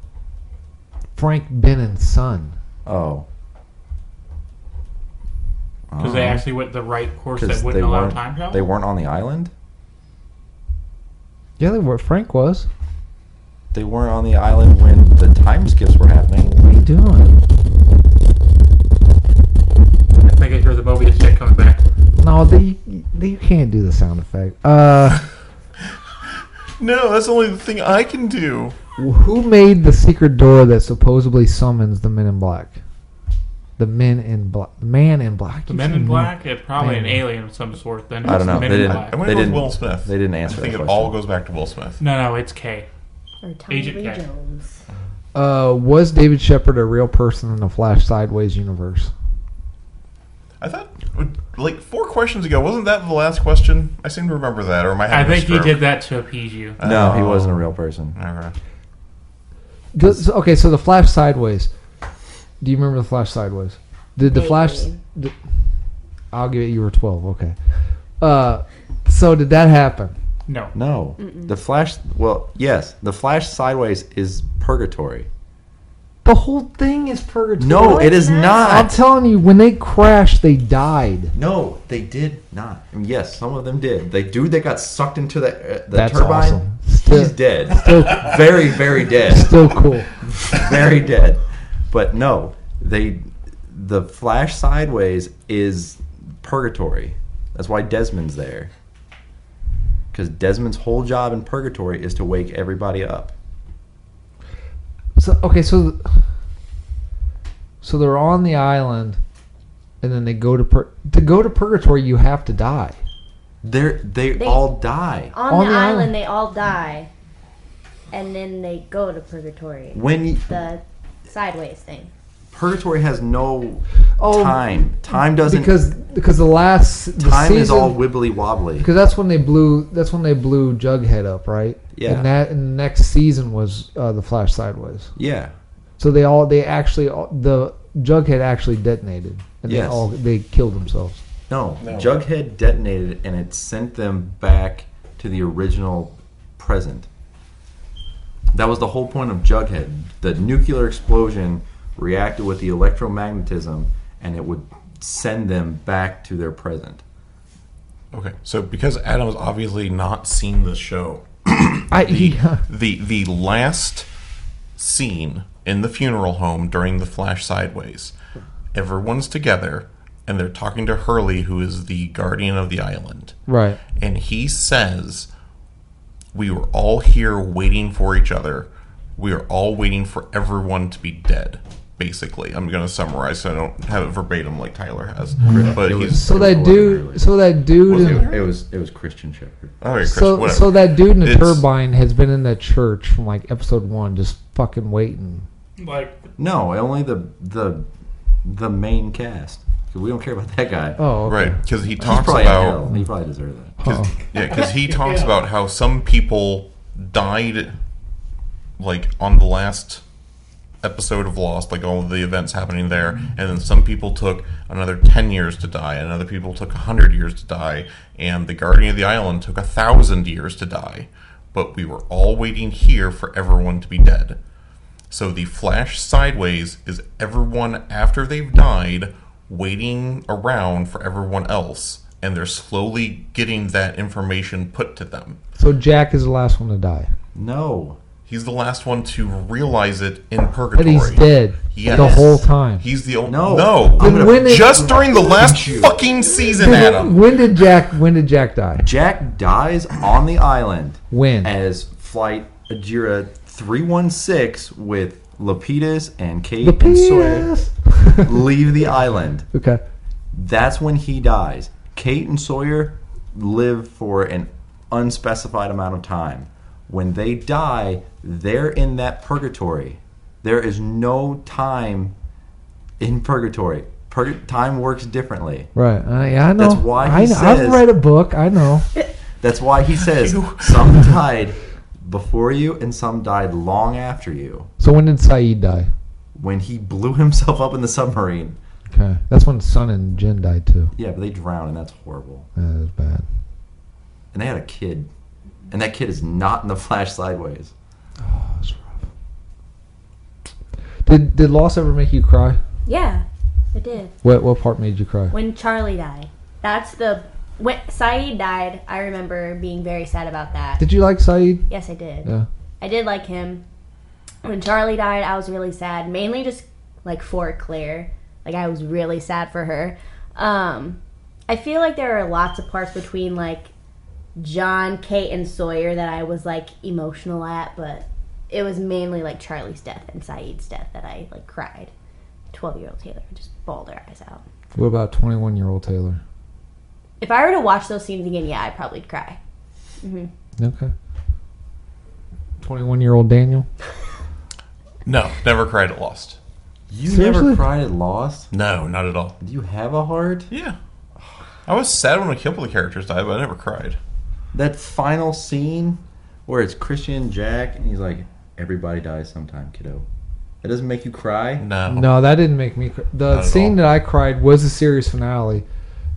S1: Frank, Ben, and Son.
S3: Oh.
S4: Because they actually went the right course that wouldn't
S3: Oh. they
S4: allow
S3: weren't-
S4: time travel.
S3: They weren't on the island.
S1: Yeah, they were. Frank was.
S3: They weren't on the island when the time skips were happening.
S1: What are you doing?
S4: I think I hear the Mobius jet coming back.
S1: No, they, they, you can't do the sound effect. Uh,
S2: No, that's only the thing I can do.
S1: who made the secret door that supposedly summons the Men in Black? The Men in Black. Man in Black.
S4: The Men in Black, it's probably an
S1: Man.
S4: alien of some sort. Then
S3: I don't
S4: it's the
S3: know,
S4: Men
S3: they
S4: in
S3: didn't-
S4: Black.
S2: I
S3: They
S2: went with
S3: didn't-
S2: Will Smith.
S3: they didn't
S2: I
S3: answer
S2: think
S3: that
S2: it all
S3: question.
S2: goes back to Will Smith.
S4: No, no, it's K.
S5: Or Tom
S4: Agent
S5: Lee
S4: K.
S5: Jones.
S1: Uh, was David Shepard a real person in the Flash Sideways universe?
S2: I thought, like, four questions ago, wasn't that the last question? I seem to remember that, or am I
S4: I
S2: having a
S4: think he
S2: stroke?
S4: did that to appease you.
S3: No, he
S2: Oh.
S3: wasn't a real person.
S2: Okay.
S1: Does, okay, so the Flash Sideways. Do you remember the Flash Sideways? Did the Flash?
S5: Vaguely.
S1: d- I'll give it. You were twelve. Okay. Uh, so did that happen?
S4: No.
S3: No. The Flash. Well, yes. The Flash sideways is purgatory.
S1: The whole thing is purgatory.
S3: No,
S5: No,
S3: it
S5: it's
S3: is
S5: not.
S1: I'm
S3: not.
S1: telling you, when they crashed, they died.
S3: no, they did not. I mean, yes, some of them did. They dude, they got sucked into the uh, the
S1: That's
S3: turbine.
S1: awesome.
S3: He's
S1: Still,
S3: dead.
S1: still,
S3: very, very dead.
S1: still cool.
S3: very dead. But no, they the Flash sideways is purgatory. That's why Desmond's there. Because Desmond's whole job in purgatory is to wake everybody up.
S1: So okay, so th- so they're on the island, and then they go to pur- to go to purgatory. You have to die.
S3: They're, they
S5: They-
S3: all die.
S5: On,
S1: On
S5: the,
S1: the
S5: island,
S1: island.
S5: they all die, and then they go to purgatory.
S3: When you,
S5: The sideways thing.
S3: purgatory has no time, time doesn't.
S1: Oh, because because the last the
S3: time
S1: season,
S3: is all wibbly wobbly.
S1: because that's when they blew that's when they blew Jughead up, right?
S3: Yeah.
S1: And that and the next season was uh, the Flash sideways.
S3: Yeah,
S1: So they all they actually all, the Jughead actually detonated, and they
S3: Yes.
S1: all they killed themselves.
S3: no.
S6: No.
S3: Jughead detonated and it sent them back to the original present. That was the whole point of Jughead. The nuclear explosion reacted with the electromagnetism, and it would send them back to their present.
S2: Okay, so because Adam has obviously not seen the show,
S1: I yeah.
S2: the the last scene in the funeral home during the flash sideways, everyone's together and they're talking to Hurley, who is the guardian of the island,
S1: right.
S2: and he says, "We were all here waiting for each other. We are all waiting for everyone to be dead." Basically, I'm going to summarize. So I don't have it verbatim like Tyler has, but
S3: It was-
S2: he's
S1: So
S3: It
S1: that
S3: wasn't
S1: dude,
S3: really.
S1: so that dude, in,
S3: it, was it was Christian Shepherd.
S2: all right, Chris.
S1: so
S2: whatever.
S1: so that dude in the
S2: It's-
S1: turbine has been in that church from like episode one, just fucking waiting.
S4: Like,
S3: No, only the the the main cast. We don't care about that guy.
S1: Oh, okay.
S2: Right, because he
S3: He's
S2: talks
S3: probably
S2: about
S3: in hell. He probably deserved that.
S1: Uh-oh.
S2: Yeah, because he talks about how some people died, like on the last episode of Lost, like all of the events happening there, and then some people took another ten years to die, and other people took hundred years to die, and the Guardian of the Island took a thousand years to die, but we were all waiting here for everyone to be dead. So the flash sideways is everyone after they've died waiting around for everyone else, and they're slowly getting that information put to them.
S1: So Jack is the last one to die,
S3: No,
S2: He's the last one to realize it in
S1: but
S2: purgatory.
S1: he's dead
S2: Yes.
S1: the whole time.
S2: He's the only
S3: No.
S2: no.
S3: I'm
S1: Then
S3: gonna-
S1: when is-
S2: Just during the last
S3: you.
S2: fucking season, Adam.
S1: When did Jack? When did Jack die?
S3: Jack dies on the island
S1: When?
S3: as Flight Ajira 316 with Lapidus and Kate
S1: The
S3: and Sawyer
S1: penis.
S3: leave the island.
S1: okay.
S3: That's when he dies. Kate and Sawyer live for an unspecified amount of time. When they die, they're in that purgatory. There is no time in purgatory. Purg- time works differently.
S1: Right. uh, I, I know.
S3: That's why
S1: I,
S3: he
S1: I've
S3: says-
S1: read a book. I know.
S3: That's why he says some died before you and some died long after you.
S1: So when did Saeed die?
S3: When he blew himself up in the submarine.
S1: Okay. That's when Sun and Jin died too.
S3: Yeah, but they drowned and that's horrible.
S1: That is bad.
S3: And they had a kid. And that kid is not in the flash sideways.
S1: That's rough. Did Did Lost ever make you cry?
S5: Yeah, it did.
S1: What What part made you cry?
S5: When Charlie died, that's the when Saeed died. I remember being very sad about that.
S1: Did you like Saeed?
S5: Yes, I did.
S1: Yeah.
S5: I did like him. When Charlie died, I was really sad, mainly just like for Claire. Like I was really sad for her. Um I feel like there are lots of parts between like John, Kate, and Sawyer that I was like emotional at, but it was mainly like Charlie's death and Saeed's death that I like cried. Twelve year old Taylor just bawled her eyes out.
S1: What about Twenty One Year Old Taylor?
S5: If I were to watch those scenes again, yeah, I'd probably cry.
S1: Okay. Twenty One Year Old Daniel.
S2: No, never cried at Lost.
S3: You
S1: Seriously?
S3: never cried at Lost?
S2: No, not at all.
S3: Do you have a heart?
S2: Yeah, I was sad when a couple of the characters died, but I never cried.
S3: That final scene where it's Christian Jack and he's like, Everybody dies sometime, kiddo. That doesn't make you cry?
S2: No,
S1: No, that didn't make me. Cr- the
S2: Not at
S1: scene
S2: all.
S1: that I cried was the series finale,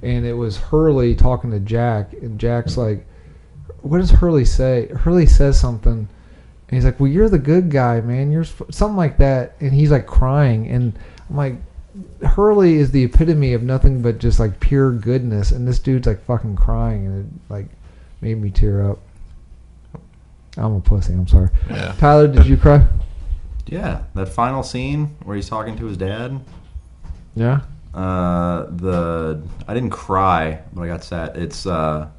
S1: and it was Hurley talking to Jack, and Jack's like, what does Hurley say? Hurley says something, and he's like, "Well, you're the good guy, man. You're sp-" something like that," and he's like crying, and I'm like, Hurley is the epitome of nothing but just like pure goodness, and this dude's like fucking crying, and it like made me tear up. I'm a pussy. I'm sorry.
S2: Yeah.
S1: Tyler, did you cry?
S3: Yeah, that final scene where he's talking to his dad.
S1: Yeah.
S3: Uh, the I didn't cry, but I got sad. It's uh,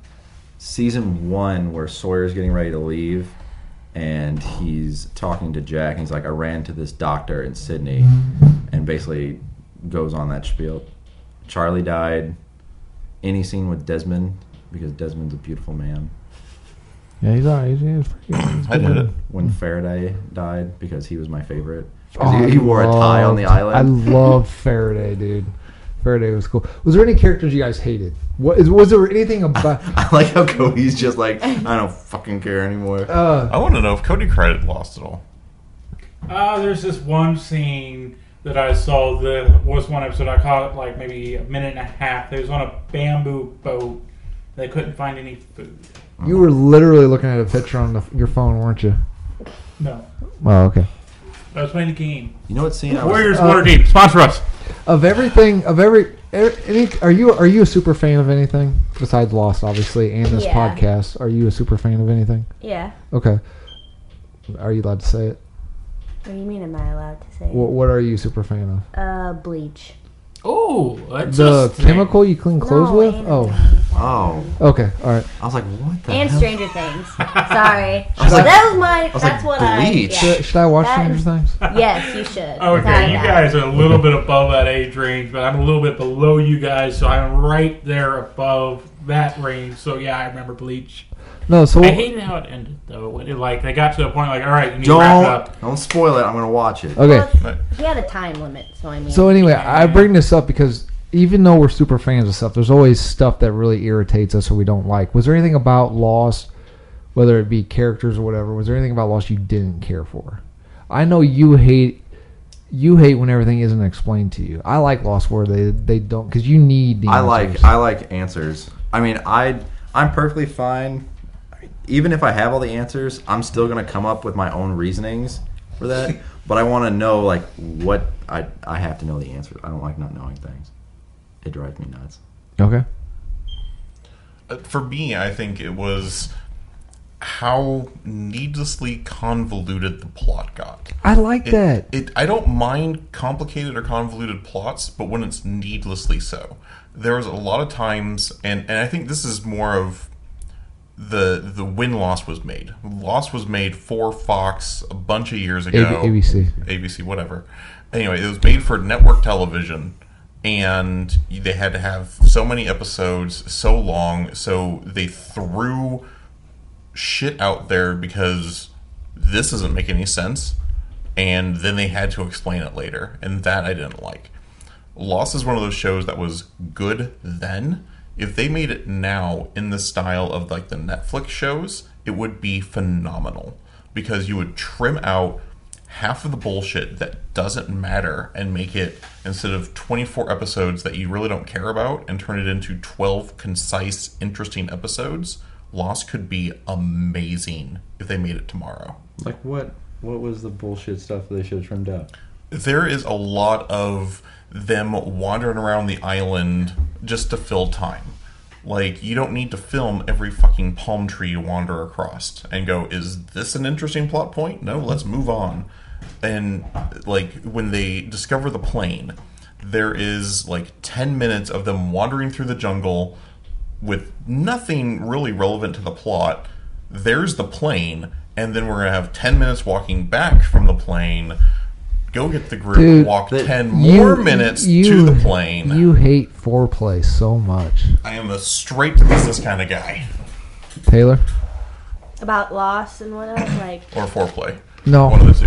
S3: season one where Sawyer's getting ready to leave, and he's talking to Jack. And he's like, "I ran to this doctor in Sydney," and basically goes on that spiel. Charlie died. Any scene with Desmond because Desmond's a beautiful man.
S1: Yeah, he's alright. He's, he's pretty good. He's
S2: I
S1: good.
S2: did it.
S3: When
S1: Hmm.
S3: Faraday died because he was my favorite. 'Cause
S1: Oh,
S3: he, he wore a tie on the
S1: loved-
S3: island.
S1: Oh, I love Faraday, dude. Faraday was cool. Was there any characters you guys hated? What is was there anything about?
S3: I like how Cody's just like, I don't fucking care anymore.
S1: Uh,
S2: I want to know if Cody Credit lost it all.
S4: Uh, there's this one scene that I saw that was one episode. I caught it like maybe a minute and a half. They was on a bamboo boat. They couldn't find any food.
S1: you were literally looking at a picture on the, your phone, weren't you?
S4: No,
S1: Oh, okay.
S4: I was playing a game.
S3: You know what scene I was
S4: Warriors Water Deep sponsor us.
S1: Of everything, of every, er- any, are you are you a super fan of anything besides Lost, obviously, and this
S5: Yeah.
S1: podcast? Are you a super fan of anything?
S5: Yeah.
S1: Okay. Are you allowed to say it?
S5: What do you mean? Am I allowed to say?
S1: What, what are you super fan of?
S5: Uh, bleach.
S4: Oh, that's
S1: The
S4: interesting.
S1: chemical you clean clothes
S5: No,
S1: with?
S5: and-
S1: Oh,
S3: Oh,
S1: okay. All right.
S3: I was like, what the
S5: And
S3: hell?
S5: Stranger Things. Sorry.
S3: was like-
S5: that was my.
S3: was
S5: that's
S3: like,
S5: what I.
S3: bleach.
S5: yeah.
S1: Should, should I watch
S5: That-
S1: Stranger Things?
S5: Yes, you should.
S4: Oh, Okay,
S5: Sorry,
S4: you guys are a little bit above that age range, but I'm a little bit below you guys, so I'm right there above that range. So yeah, I remember Bleach.
S1: No. So
S4: I hated how it ended though. When it, like they got to a point like, all right, you need to wrap it up.
S3: Don't, don't spoil it. I'm going to watch it.
S1: okay.
S5: Well, he had a time limit, so I mean.
S1: So anyway, I bring this up because even though we're super fans of stuff, there's always stuff that really irritates us or we don't like. Was there anything about Lost, whether it be characters or whatever, was there anything about Lost you didn't care for? I know you hate you hate when everything isn't explained to you. I like Lost where they they don't because you need the
S3: I like
S1: answers.
S3: I like answers. I mean, I I'm perfectly fine. Even if I have all the answers, I'm still going to come up with my own reasonings for that. but I want to know like what I I have to know the answers. I don't like not knowing things. It drives me nuts.
S1: okay.
S2: Uh, For me, I think it was how needlessly convoluted the plot got.
S1: I like
S2: It-
S1: that.
S2: It, I don't mind complicated or convoluted plots, but when it's needlessly so. There was a lot of times, and, and I think this is more of the the win loss was made. Loss was made for Fox a bunch of years ago.
S1: A- ABC.
S2: ABC, whatever. Anyway, it was made for network television, and they had to have so many episodes, so long, so they threw shit out there because this doesn't make any sense, and then they had to explain it later, and that I didn't like. Lost is one of those shows that was good then. If they made it now in the style of like the Netflix shows, it would be phenomenal because you would trim out half of the bullshit that doesn't matter and make it instead of 24 episodes that you really don't care about and turn it into 12 concise, interesting episodes. Lost could be amazing if they made it tomorrow.
S6: Like what? What was the bullshit stuff they should have trimmed out?
S2: there is a lot of them wandering around the island just to fill time. Like, you don't need to film every fucking palm tree you wander across and go, is this an interesting plot point? No, let's move on. And, like, when they discover the plane, there is like 10 minutes of them wandering through the jungle with nothing really relevant to the plot. There's the plane, and then we're going to have 10 minutes walking back from the plane. Go get the group,
S1: Dude,
S2: walk
S3: that-
S2: 10
S1: You-
S2: more minutes to
S1: you-
S2: the plane.
S1: You hate foreplay so much,
S2: I am a straight to business kind of guy.
S1: Taylor.
S5: about loss and what else, like
S2: Or foreplay.
S1: No,
S2: One of the two.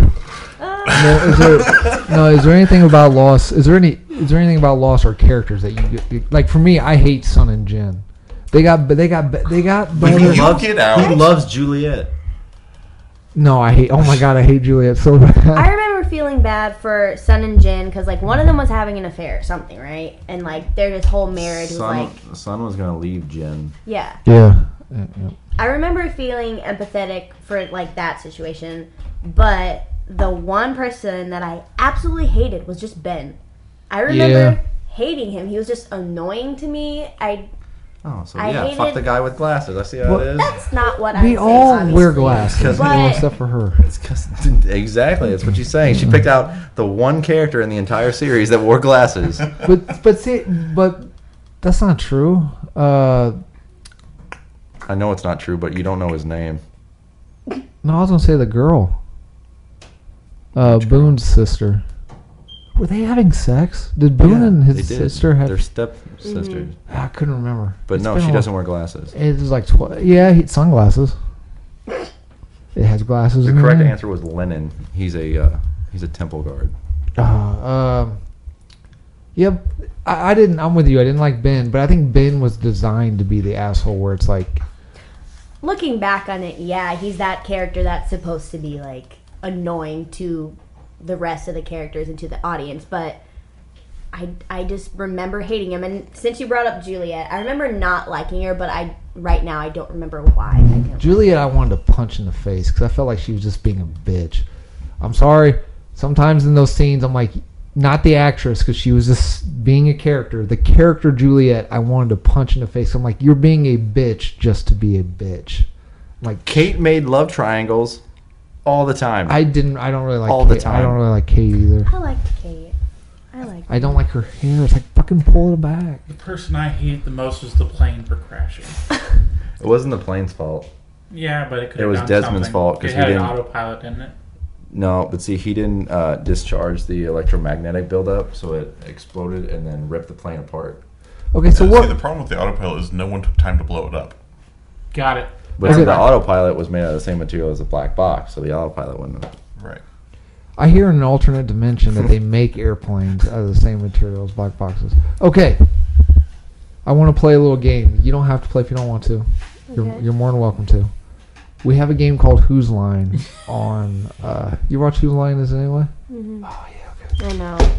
S1: No, is there, no, is there anything about loss? Is there any? Is there anything about loss or characters that you get- like? For me, I hate Sun and Jin. They got, but they got, be- they got better.
S2: you- get out.
S3: He loves Juliet.
S1: No, I hate. Oh my god, I hate Juliet so bad.
S5: I remember feeling bad for Sun and Jin because like one of them was having an affair or something, right? And like their this whole marriage was
S3: Son,
S5: like,
S3: son was going to leave Jen.
S5: yeah.
S1: Yeah. Yeah, yeah.
S5: I remember feeling empathetic for like that situation, but the one person that I absolutely hated was just Ben. I remember
S1: Yeah.
S5: hating him. He was just annoying to me. I
S3: Oh, so
S5: I
S3: yeah, fuck
S5: hated-
S3: the guy with glasses. I see how
S1: Well-
S3: it is.
S5: that's not what I
S1: We
S5: would say,
S1: all wear
S5: obviously.
S1: glasses,
S3: Because-
S1: you know,
S5: But-
S1: except for her.
S3: It's 'cause- exactly, that's what she's saying. She picked out the one character in the entire series that wore glasses.
S1: But but see, but that's not true. Uh,
S3: I know it's not true, but you don't know his name.
S1: no, I was gonna say the girl, uh, Boone's sister. Were they having sex? Did Boone and
S3: they
S1: his
S3: did.
S1: sister
S3: Their
S1: have?
S3: stepsisters.
S1: I couldn't remember.
S3: But
S1: It's
S3: no,
S1: been a
S3: she
S1: while.
S3: doesn't wear glasses.
S1: It was like tw- yeah, he had sunglasses. It has glasses.
S3: The
S1: in
S3: correct
S1: there.
S3: answer was Lennon. He's a uh, he's a temple guard.
S1: Uh, um, yep, I, I didn't. I'm with you. I didn't like Ben, but I think Ben was designed to be the asshole. Where it's like,
S5: Looking back on it, yeah, he's that character that's supposed to be like annoying to the rest of the characters and to the audience, but I, I just remember hating him and since you brought up Juliet, I remember not liking her, but I right now I don't remember why I didn't. like
S1: Juliet, I wanted to punch in the face because I felt like she was just being a bitch. I'm sorry. Sometimes in those scenes, I'm like, not the actress because she was just being a character. The character Juliet, I wanted to punch in the face. I'm like, you're being a bitch just to be a bitch. Like
S3: Kate made love triangles all the time.
S1: I didn't. I don't really like
S3: All
S1: Kate.
S3: the
S1: I
S3: time.
S1: don't really like Kate either.
S5: I liked Kate. I liked
S1: I don't like her hair. It's like fucking pull it back.
S4: The person I hated the most was the plane for crashing.
S3: it wasn't the plane's fault.
S4: Yeah, but it could.
S3: It was Desmond's fault 'cause
S4: because
S3: he
S4: he had an
S3: didn't-
S4: autopilot in it.
S3: No, but see, he didn't uh, discharge the electromagnetic buildup, so it exploded and then ripped the plane apart.
S1: Okay, so
S2: See,
S1: what?
S2: the problem with the autopilot is no one took time to blow it up.
S4: Got it.
S3: But
S1: Okay.
S3: see, the autopilot was made out of the same material as the black box, so the autopilot wouldn't. Have.
S2: Right.
S1: I hear in an alternate dimension that they make airplanes out of the same materials, black boxes. Okay. I want to play a little game. You don't have to play if you don't want to. You're,
S5: Okay.
S1: you're more than welcome to. We have a game called Whose Line on. Uh, you watch Whose Line is it anyway? Oh, yeah, okay.
S5: Mm-hmm. I know.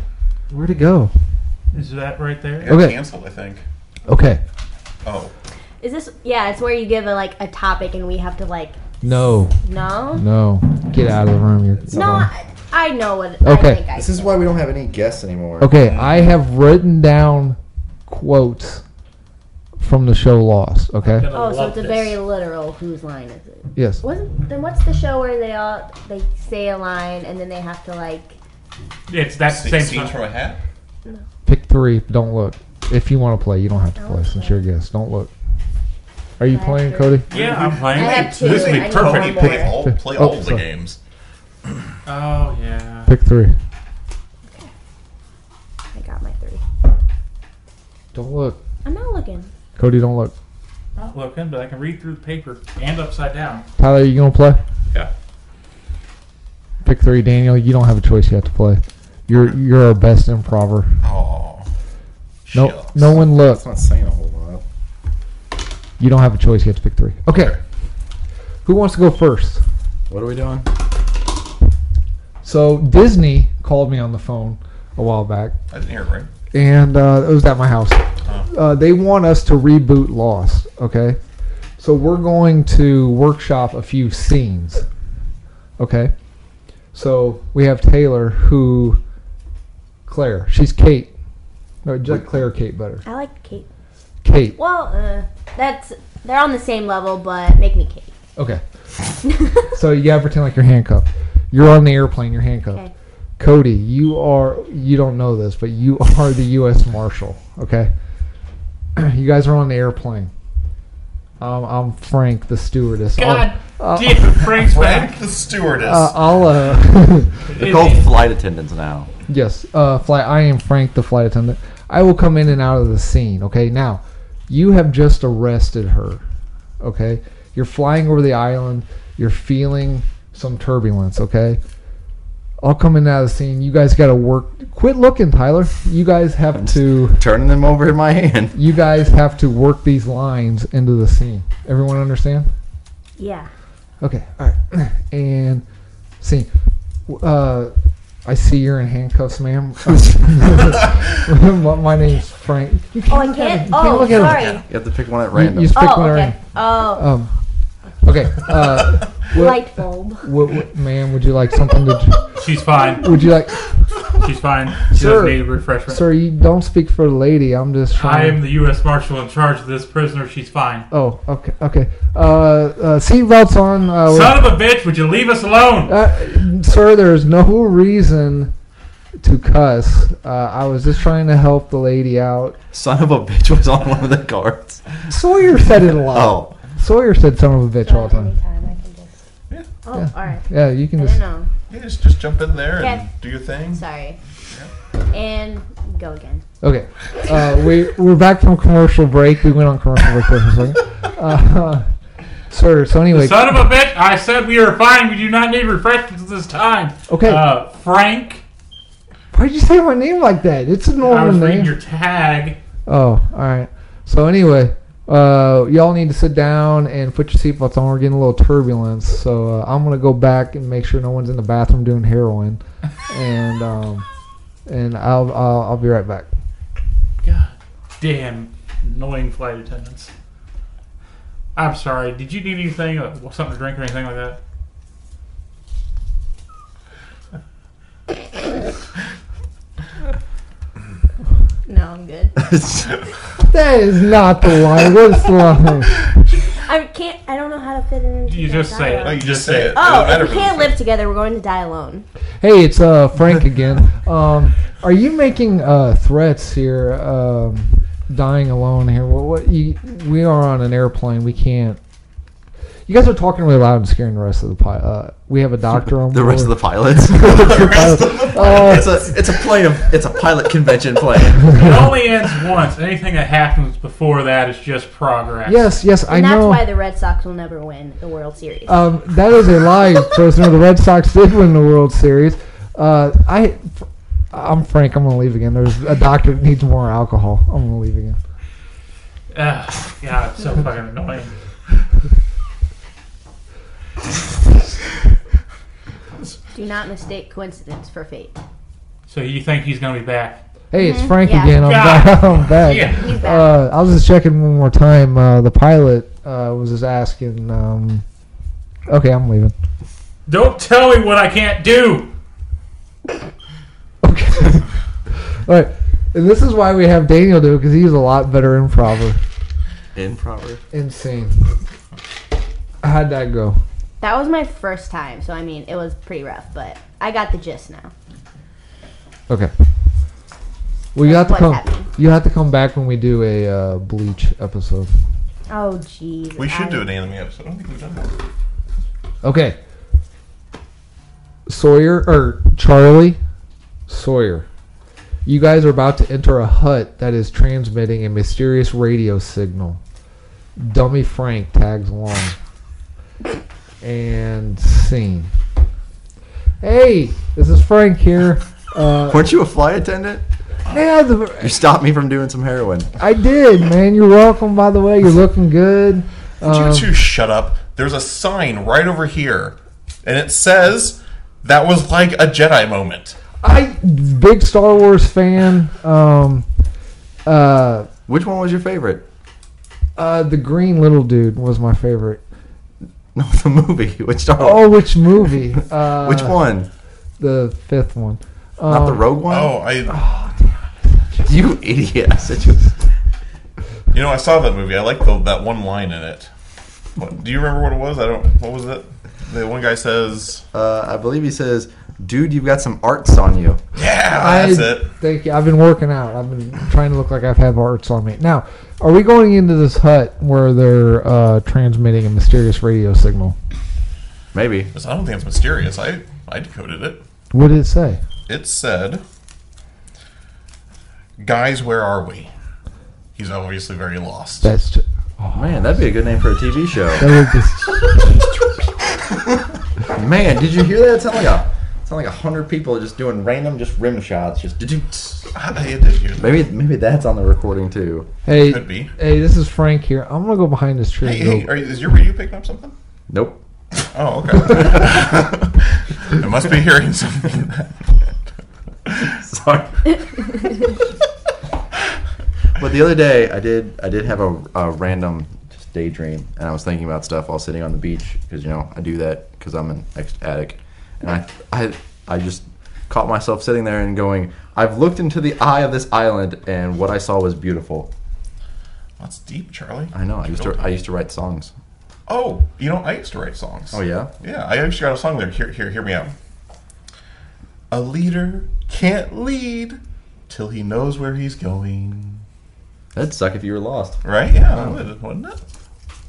S1: Where'd it go?
S4: Is that right there?
S2: It got
S1: Okay.
S2: canceled, I think.
S1: Okay.
S2: Oh.
S5: Is this yeah, it's where you give a like a topic and we have to like
S1: No.
S5: no?
S1: No. Get out of the room. You're
S5: No, I, I know what
S1: Okay.
S5: I think I
S3: This is why we don't have any guests anymore.
S1: Okay, I have written down quotes from the show Lost. Okay?
S5: Oh, so it's a very literal whose line is it?
S1: Yes.
S5: Wasn't then what's the show where they all they say a line and then they have to like
S4: It's that
S2: Same
S4: same
S2: scenes
S4: stuff.
S2: from a hat?
S1: Pick three. Don't look. If you want to play, you don't have to play since you're a guest. Don't look. Are you
S5: I
S1: playing,
S5: have
S1: Cody?
S4: Yeah, I'm
S5: I
S4: playing.
S5: have two.
S2: This
S5: I
S2: week,
S5: need
S2: Cody
S5: one more.
S2: played all, play all
S1: Oh,
S2: of the
S1: sorry.
S2: games.
S4: Oh yeah.
S1: Pick three.
S5: I got my three.
S1: Don't look.
S5: I'm not looking.
S1: Cody, don't look.
S4: Not looking, but I can read through the paper and upside down.
S1: Tyler, you gonna play?
S2: Yeah.
S1: Pick three. Daniel, you don't have a choice. You have to play. You're you're our best improver.
S2: Oh.
S1: No, no one look.
S3: That's not saying a whole lot.
S1: You don't have a choice. You have to pick three. Okay. Who wants to go first?
S3: What are we doing?
S1: So Disney called me on the phone a while back.
S2: I didn't hear it right.
S1: and uh, it was at my house. Uh, they want us to reboot Lost. Okay, so we're going to workshop a few scenes. Okay, so we have Taylor, who Claire, she's Kate. No, just Claire, Kate better.
S5: I like Kate.
S1: Kate.
S5: Well, uh, that's they're on the same level, but make me Kate.
S1: Okay. so you gotta pretend like you're handcuffed. You're on the airplane. You're handcuffed.
S5: Okay.
S1: Cody, you are. You don't know this, but you are the U.S. Marshal. Okay. You guys are on the airplane. Um, I'm Frank, the stewardess.
S4: God
S1: I'll, uh,
S4: damn, Frank's
S2: Frank
S4: back.
S2: the stewardess.
S1: uh, I'll uh,
S3: They're called flight attendants now.
S1: yes, uh, flight. I am Frank, the flight attendant. I will come in and out of the scene. Okay. Now, you have just arrested her. Okay. You're flying over the island. You're feeling some turbulence. Okay. I'll come in and out of the scene. You guys got to work. Quit looking, Tyler. You guys have to.
S3: Turning them over in my hand.
S1: You guys have to work these lines into the scene. Everyone understand?
S5: Yeah.
S1: Okay, all right. And see, uh, I see you're in handcuffs, ma'am. my, my name's Frank. You
S5: Oh, I
S1: look at
S5: can't.
S1: him. You
S5: Oh,
S1: look at him.
S5: sorry.
S3: You have to pick one at random.
S1: you- Pick
S5: Oh,
S1: one
S5: okay.
S1: already.
S5: Oh,
S1: Um, Okay. Uh, what,
S5: Light bulb.
S1: what, what, ma'am, would you like something to?
S4: She's fine.
S1: Would you like,
S4: She's fine. She
S1: Sir.
S4: doesn't need a refreshment.
S1: sir? You don't speak for the lady. I'm just
S4: I
S1: trying.
S4: am the U.S. Marshal in charge of this prisoner. She's fine.
S1: Oh, okay, okay. Uh, uh, seatbelts on. Uh, we're-
S4: Son of a bitch, would you leave us alone?
S1: Uh, sir, there's no reason to cuss. Uh, I was just trying to help the lady out.
S3: Son of a bitch was on one of the cards.
S1: Sawyer said it a lot.
S3: Oh,
S1: Sawyer said son of a bitch all the time.
S5: Anytime I can just.
S2: Yeah.
S5: Oh, all right.
S1: Yeah, you
S5: I
S1: can
S5: don't
S1: just.
S5: know.
S2: Yeah, just, just jump in there
S5: Okay.
S2: and do your thing.
S5: Sorry. And go again.
S1: Okay, uh, we we're back from commercial break. We went on commercial break for a second. Uh, sir, so anyway,
S4: Son of a bitch, I said we are fine. We do not need refreshments at this time.
S1: Okay.
S4: Uh, Frank,
S1: why'd you say my name like that? It's a
S4: I
S1: normal
S4: was
S1: name.
S4: reading your tag.
S1: Oh, all right. So anyway, uh, y'all need to sit down and put your seatbelts on. We're getting a little turbulence, so uh, I'm gonna go back and make sure no one's in the bathroom doing heroin, and um, and I'll, I'll I'll be right back.
S4: God damn annoying flight attendants. I'm sorry. Did you need anything, uh, something to drink or anything like that?
S5: No, I'm good.
S3: Oh.
S1: That is not the line. What's the line?
S5: I can't. I don't know how to fit it into.
S4: You
S5: the
S4: just say it.
S2: No,
S5: dialogue.
S2: you just say it. It
S5: Oh,
S2: doesn't matter
S5: if
S2: for
S5: we
S2: the
S5: can't
S2: thing.
S5: live together, we're going to die alone.
S1: Hey, it's uh Frank again. Um, are you making uh threats here? Um, dying alone here. What what? You, we are on an airplane. We can't. You guys are talking really loud and scaring the rest of the pi- uh We have a doctor on
S3: the rest of the
S1: board.
S3: pilots.
S1: The rest of the. Uh,
S3: it's a it's a plane of it's a pilot convention plane.
S4: It only ends once. Anything that happens before that is just progress.
S1: yes, yes, I
S5: And that's
S1: know.
S5: why the Red Sox will never win the World Series.
S1: Um, that is a lie, prisoner. The Red Sox did win the World Series. Uh, I, I'm Frank. I'm gonna leave again. There's a doctor that needs more alcohol. I'm gonna leave again.
S4: Ugh, God, it's so fucking annoying.
S5: Do not mistake coincidence for fate.
S4: So you think he's gonna be back?
S1: Hey, it's Frank
S5: Mm-hmm. Yeah.
S1: again. I'm
S4: God.
S1: back. I'm back.
S4: Yeah.
S5: He's back.
S1: Uh, I was just checking one more time. Uh, the pilot uh, was just asking. Um, okay, I'm leaving.
S4: Don't tell me what I can't do.
S1: Okay. All right. And this is why we have Daniel do it because he's a lot better improver.
S3: Improper.
S1: Insane. How'd that go?
S5: that was my first time, so I mean, it was pretty rough, but I got the gist now.
S1: Okay. Well, you have to
S5: What's
S1: come.
S5: happening?
S1: You have to come back when we do a uh, bleach episode.
S5: Oh, jeez.
S2: We should
S5: I-
S2: do an anime episode. I don't think we've done one.
S1: Okay. Sawyer or Charlie Sawyer. You guys are about to enter a hut that is transmitting a mysterious radio signal. Dummy Frank tags along. And scene. Hey, this is Frank here. Uh,
S3: Weren't you a flight attendant?
S1: yeah, the,
S3: You stopped me from doing some heroin.
S1: I did, man. You're welcome, by the way. You're looking good.
S2: Would
S1: Um,
S2: you two shut up? There's a sign right over here, and it says that was like a Jedi moment.
S1: I big Star Wars fan. Um, uh,
S3: Which one was your favorite?
S1: uh, the green little dude was my favorite.
S3: No, the movie. Which Star Wars?
S1: Oh, which movie? Uh,
S3: Which one?
S1: The fifth one. Um,
S3: Not the Rogue one.
S2: Oh, I
S3: You idiot! I said you.
S2: you know I saw that movie. I like the, that one line in it. What, do you remember what it was? I don't. What was it? The one guy says,
S3: Uh, I believe he says, "Dude, you've got some arts on you."
S2: "Yeah, "Ah, that's it."
S1: Thank you. I've been working out. I've been trying to look like I've had arts on me. Now, are we going into this hut where they're uh, transmitting a mysterious radio signal?
S3: Maybe.
S2: Because I don't think it's mysterious. I I decoded it.
S1: What did it say?
S2: It said, "Guys, where are we?" He's obviously very lost.
S1: That's t-
S3: Man, that'd be a good name for a TV show.
S1: that was just,
S3: Man, did you hear that? It sounded like a, it sounded like a hundred people just doing random, just rim shots. Just did you?
S2: I, I did hear that.
S3: Maybe, maybe that's on the recording too.
S1: hey.
S2: Could be.
S1: Hey, this is Frank here. I'm gonna go behind this tree.
S2: Hey,
S1: and
S2: hey,
S1: go.
S2: are, is your radio picking up something?
S3: Nope.
S2: Oh, okay. I must be hearing something.
S3: Sorry. but the other day, I did, I did have a, a random, just daydream, and I was thinking about stuff while sitting on the beach because you know I do that because I'm an ex addict, and I I I just caught myself sitting there and going, I've looked into the eye of this island, and what I saw was beautiful.
S2: That's deep, Charlie.
S3: I know I used to I used to write songs.
S2: Oh, you know, I used to write songs.
S3: Oh yeah,
S2: Yeah, I actually got a song there. Here, here, hear me out. A leader can't lead till he knows where he's going.
S3: that'd suck if you were lost.
S2: Right? Yeah,
S3: Oh.
S2: it would, wouldn't it?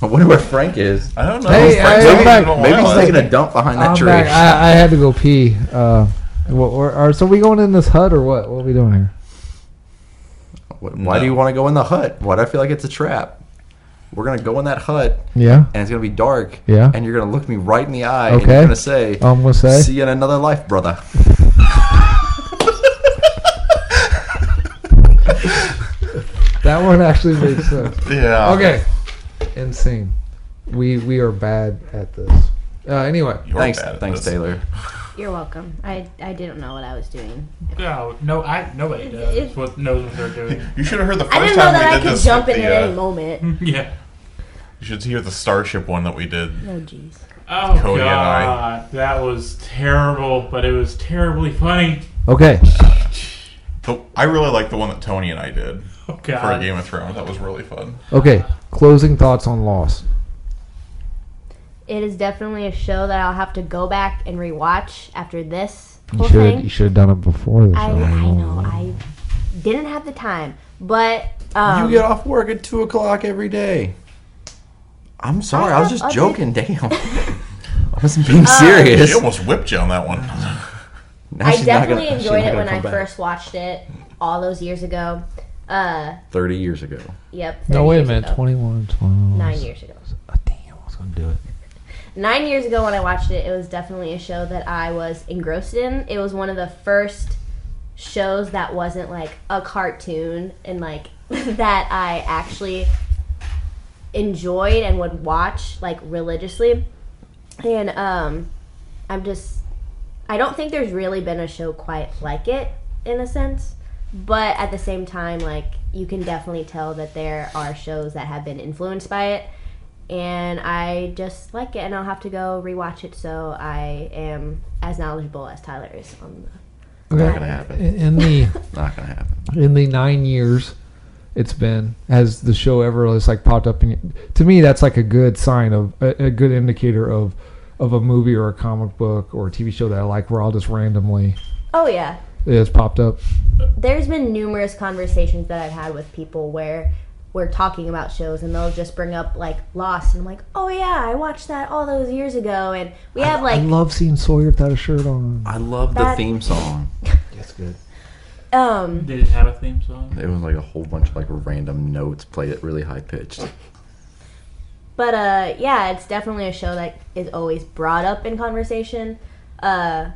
S3: I wonder where Frank is.
S2: I don't know.
S1: Hey,
S2: It's like
S1: hey,
S2: something
S1: I'm back.
S2: you don't
S3: Maybe he's
S2: want.
S3: taking a dump behind that
S1: I'm
S3: tree.
S1: back. I, I had to go pee. Uh, what, or, or, so we going in this hut or what? What are we doing here?
S3: Wh- Why do you want to go in the hut? Why do I feel like it's a trap? We're gonna go in that hut,
S1: Yeah.
S3: and it's gonna be dark.
S1: Yeah.
S3: And you're gonna look me right in the eye, and
S1: Okay.
S3: you're gonna say,
S1: I'm gonna say.
S3: "See you in another life, brother."
S1: That one actually makes sense.
S2: Yeah.
S1: Okay. Insane. We we are bad at this. Uh, anyway,
S2: You're
S3: thanks,
S2: bad at
S3: thanks,
S2: this.
S3: Taylor.
S5: You're welcome. I, I didn't know what I was doing.
S4: No, Oh, no, I nobody does.
S5: It-
S4: what knows what they're doing.
S2: You should have heard the first
S5: I didn't know
S2: time
S5: that
S2: we
S5: I
S2: did
S5: could
S2: this
S5: jump
S2: with
S5: in
S2: the,
S5: at any
S2: uh,
S5: moment.
S4: yeah.
S2: You should hear the Starship one that we did.
S5: Oh, jeez.
S4: Oh
S2: Cody and I.
S4: god, that was terrible, but it was terribly funny.
S1: okay.
S2: The, I really like the one that Tony and I did
S4: Oh
S2: for
S4: god.
S2: Game of Thrones. That was really fun.
S1: Okay. Closing thoughts on Lost.
S5: It is definitely a show that I'll have to go back and rewatch after this
S1: You
S5: whole
S1: should you
S5: thing.
S1: should have done it before the show.
S5: I, I know. I didn't have the time, but um,
S3: you get off work at two o'clock every day. I'm sorry, I, was
S5: have
S3: just
S5: other-
S3: joking. Damn, I wasn't
S5: Um,
S3: being serious.
S2: She almost whipped you on that one.
S3: Now
S5: I
S3: she's not
S5: definitely
S3: gonna- she's
S5: enjoyed
S3: not
S5: it
S3: gonna
S5: when
S3: come
S5: I
S3: back.
S5: first watched it all those years ago. Uh,
S3: Thirty years ago.
S5: yep.
S1: No,
S5: 30
S1: wait a
S5: years
S1: minute.
S5: ago.
S1: 21, 21.
S5: Nine years ago.
S1: Oh, damn, I was gonna do it.
S5: Nine years ago when I watched it, it was definitely a show that I was engrossed in. It was one of the first shows that wasn't like a cartoon and like that I actually enjoyed and would watch like religiously. And um I'm just I don't think there's really been a show quite like it in a sense, but at the same time like you can definitely tell that there are shows that have been influenced by it and I just like it and I'll have to go rewatch it so I am as knowledgeable as Tyler is on the
S3: Not gonna happen.
S1: In in the
S3: Not gonna happen.
S1: in the nine years it's been has the show ever just like popped up in your- to me that's like a good sign of a, a good indicator of of a movie or a comic book or a tv show that i like where i'll just randomly
S5: Oh yeah.
S1: it has popped up
S5: there's been numerous conversations that I've had with people where we're talking about shows and they'll just bring up like Lost and I'm like, oh yeah, I watched that all those years ago and we have
S1: i
S5: like
S1: love seeing sawyer without a shirt on
S3: I love the
S5: That-
S3: theme song.
S1: that's good
S5: um
S4: Did it have a theme song?
S3: It was like a whole bunch of like random notes played at really high pitched.
S5: But uh, yeah, it's definitely a show that is always brought up in conversation. Uh,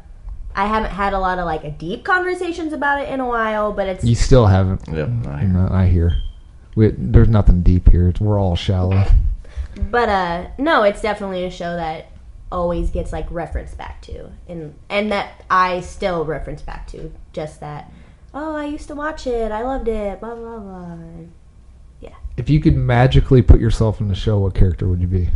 S5: I haven't had a lot of like deep conversations about it in a while, but it's
S1: you still haven't
S3: Yep. I hear.
S1: No, i hear we, there's nothing deep here it's, we're all shallow
S5: but uh, no, it's definitely a show that always gets like referenced back to, and and that I still reference back to. Just that, oh, I used to watch it, I loved it, blah blah blah.
S1: if you could magically put yourself in the show what character would you be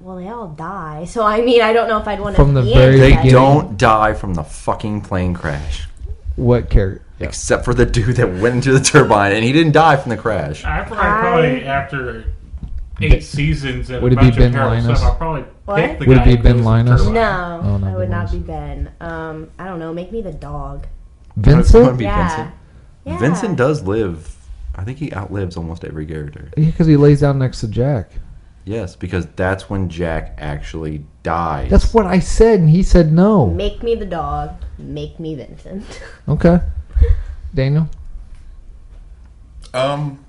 S5: Well, they all die, so I mean, I don't know if I'd want to
S1: From the
S5: be
S1: very
S5: in
S3: They
S5: that.
S1: beginning.
S3: don't die from the fucking plane crash,
S1: what character
S3: except for the dude that went into the turbine, and he didn't die from the crash.
S4: I probably, probably after eight seasons and
S1: Would
S4: a
S1: it be
S4: bunch
S1: Ben
S4: of terrible
S1: Linus?
S4: stuff, I'll probably
S5: What?
S4: pick the
S1: Would it
S4: guy
S1: be
S4: who
S1: Ben
S4: goes to
S1: Linus?
S4: Turbo.
S5: No,
S1: Oh, no,
S5: I would
S1: the
S5: not
S1: ones.
S5: be Ben. Um, I don't know. Make me the dog.
S3: Wanna
S1: vincent
S3: be
S5: yeah.
S3: Vincent?
S5: Yeah.
S3: Vincent does live. I think he outlives almost every character.
S1: because he lays down next to jack
S3: Yes, because that's when Jack actually dies.
S1: That's what I said, and he said no.
S5: Make me the dog. Make me Vincent.
S1: Okay. Daniel?
S2: Um,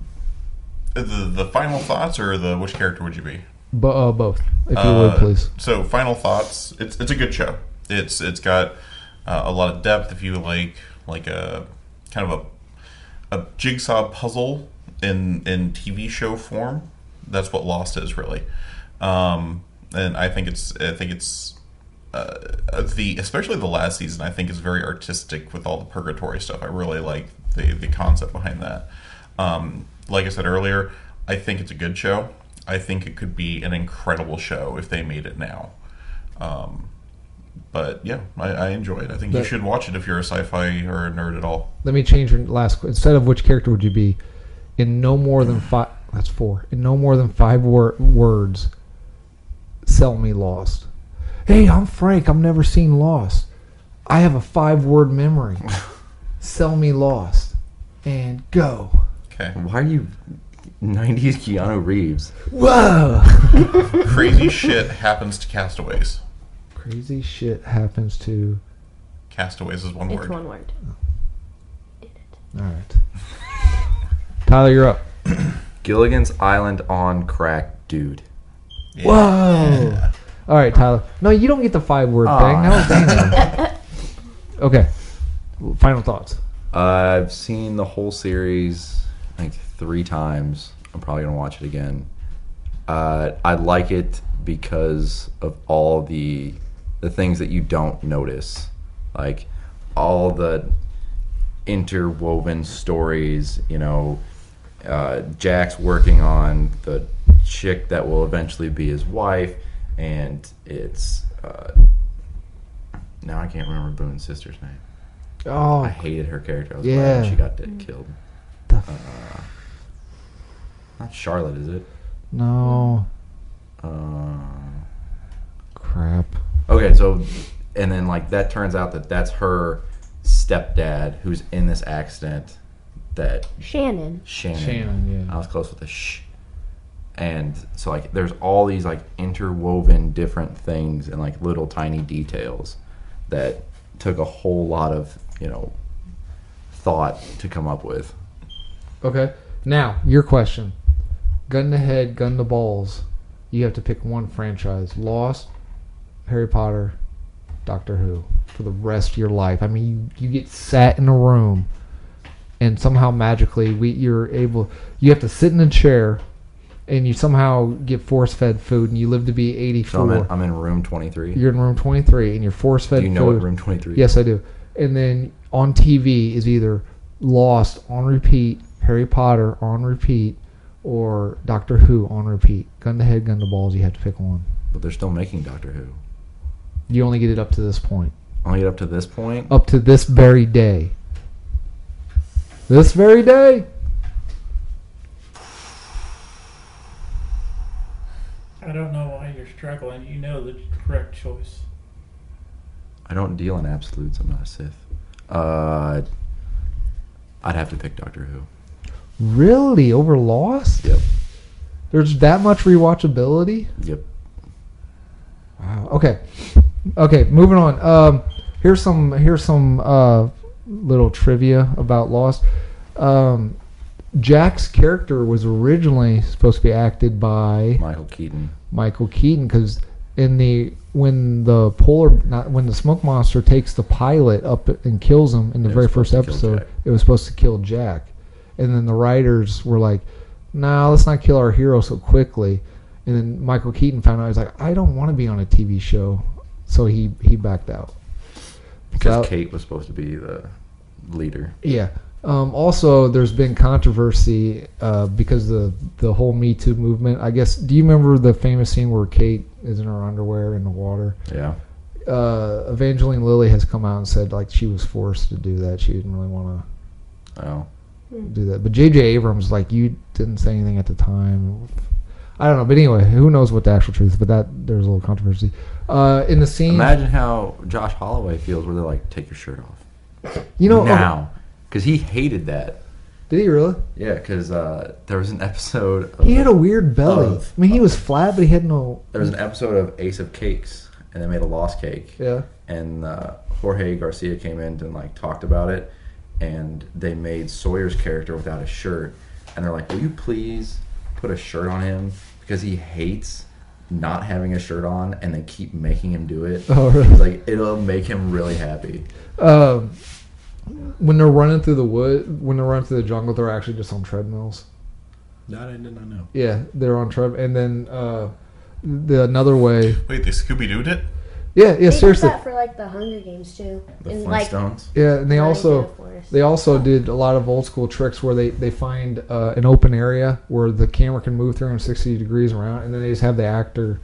S2: the the final thoughts or the which character would you be?
S1: Bo- uh, both, if you
S2: Uh,
S1: would, please.
S2: So, final thoughts. It's it's a good show. It's it's got uh, a lot of depth. If you like like a kind of a a jigsaw puzzle in in TV show form, that's what Lost is really. Um, and I think it's I think it's uh, the especially the last season I think is very artistic with all the purgatory stuff. I really like the the concept behind that. Um, like I said earlier, I think it's a good show. I think it could be an incredible show if they made it now. Um, but yeah, I, I enjoy it. I think you
S1: But-
S2: should watch it if you're a sci-fi or a nerd at all.
S1: Let me change your last. qu- Instead of which character would you be, in no more than five. That's four. In no more than five wor- words. Sell me Lost. Hey, I'm Frank. I've never seen Lost. I have a five-word memory. sell me Lost, and go.
S2: Okay,
S3: Why are you 90s Keanu Reeves?
S1: Whoa!
S2: crazy shit happens to castaways.
S1: Crazy shit happens to.
S2: Castaways is one
S5: It's
S2: word.
S5: one word.
S1: All right. Tyler, you're up.
S3: Gilligan's Island on crack, dude.
S2: Yeah.
S1: Whoa. Oh. All right, Tyler. No, you don't get the five word thing. I was saying that. okay. Final thoughts.
S3: I've seen the whole series, I think, three times. I'm probably going to watch it again. Uh, I like it because of all the the things that you don't notice, like all the interwoven stories. You know, uh, Jack's working on the chick that will eventually be his wife, and it's uh, now I can't remember Boone's sister's name. I
S1: Oh,
S3: hated her character. I was
S1: Yeah.
S3: glad she got d- killed. Uh,
S1: The
S3: Not Charlotte, is it?
S1: no.
S3: Uh,
S1: Crap.
S3: okay, so and then like that turns out that that's her stepdad who's in this accident. That
S5: Shannon.
S3: Shannon.
S1: Shannon, yeah.
S3: I was close with the sh. And so like there's all these like interwoven different things and like little tiny details that took a whole lot of you know thought to come up with.
S1: Okay. Now, your question. Gun to head, gun to balls. You have to pick one franchise Lost, Harry Potter, Doctor Who for the rest of your life. I mean, you, you get sat in a room and somehow magically we you're able you have to sit in a chair and you somehow get force fed food and you live to be 84.
S3: So I'm in, I'm in room 23.
S1: you're in room 23 and you're force fed
S3: Do you know
S1: food.
S3: what room 23 is?
S1: Yes, I do. And then on TV is either Lost on repeat, Harry Potter on repeat, or Doctor Who on repeat. Gun to head, gun to balls. You have to pick one.
S3: But they're still making Doctor Who.
S1: You only get it up to this point,
S3: Only up to this point.
S1: up to this very day. This very day.
S4: I don't know why you're struggling. You know the correct choice.
S3: I don't deal in absolutes. I'm not a Sith. Uh, I'd have to pick Doctor Who.
S1: Really over Lost?
S3: Yep.
S1: There's that much rewatchability.
S3: Yep.
S1: Wow. Okay. Okay. Moving on. Um, here's some here's some uh, little trivia about Lost. Um, Jack's character was originally supposed to be acted by
S3: Michael Keaton.
S1: Michael Keaton because in the when the polar not when the smoke monster takes the pilot up and kills him in the
S3: It was
S1: very first
S3: supposed to kill
S1: episode,
S3: Jack.
S1: it was supposed to kill Jack, and then the writers were like, "Nah, let's not kill our hero so quickly." And then Michael Keaton found out he's like, "I don't want to be on a TV show," so he he backed out.
S3: Because
S1: Well-
S3: Kate was supposed to be the leader.
S1: Yeah. Um, also, there's been controversy uh, because the the whole Me Too movement. I guess. Do you remember the famous scene where Kate is in her underwear in the water?
S3: Yeah.
S1: Uh, Evangeline Lilly has come out and said like she was forced to do that. She didn't really want
S3: Oh.
S1: to do that. But J.J. Abrams like you didn't say anything at the time. I don't know. But anyway, who knows what the actual truth? is, But that there's a little controversy uh, in the scene.
S3: Imagine how Josh Holloway feels where they're like, take your shirt off.
S1: you know?
S3: now. Because he hated that.
S1: Did he really?
S3: Yeah, because uh, there was an episode of.
S1: He had a weird belly.
S3: Of-
S1: I mean, he was flat, but he had no.
S3: there was an episode of Ace of Cakes, and they made a lost cake.
S1: Yeah.
S3: and uh, Jorge Garcia came in and like talked about it, and they made Sawyer's character without a shirt, and they're like, "Will you please put a shirt on him because he hates not having a shirt on, and they keep making him do it.
S1: Oh, really?
S3: He's like, it'll make him really happy.
S1: um, when they're running through the wood, when they're running through the jungle, they're actually just on treadmills.
S6: That I did not know.
S1: Yeah, they're on tread. And then uh, the another way,
S2: Wait, they Scooby Dooed it?
S1: Yeah, yeah,
S5: They
S1: seriously.
S5: did that for like the Hunger Games too.
S3: The
S5: And, like,
S3: Flintstones.
S1: Yeah, and they
S5: Not
S1: also
S5: even a forest.
S1: they also did a lot of old school tricks where they they find uh, an open area where the camera can move 360 degrees around, and then they just have the actor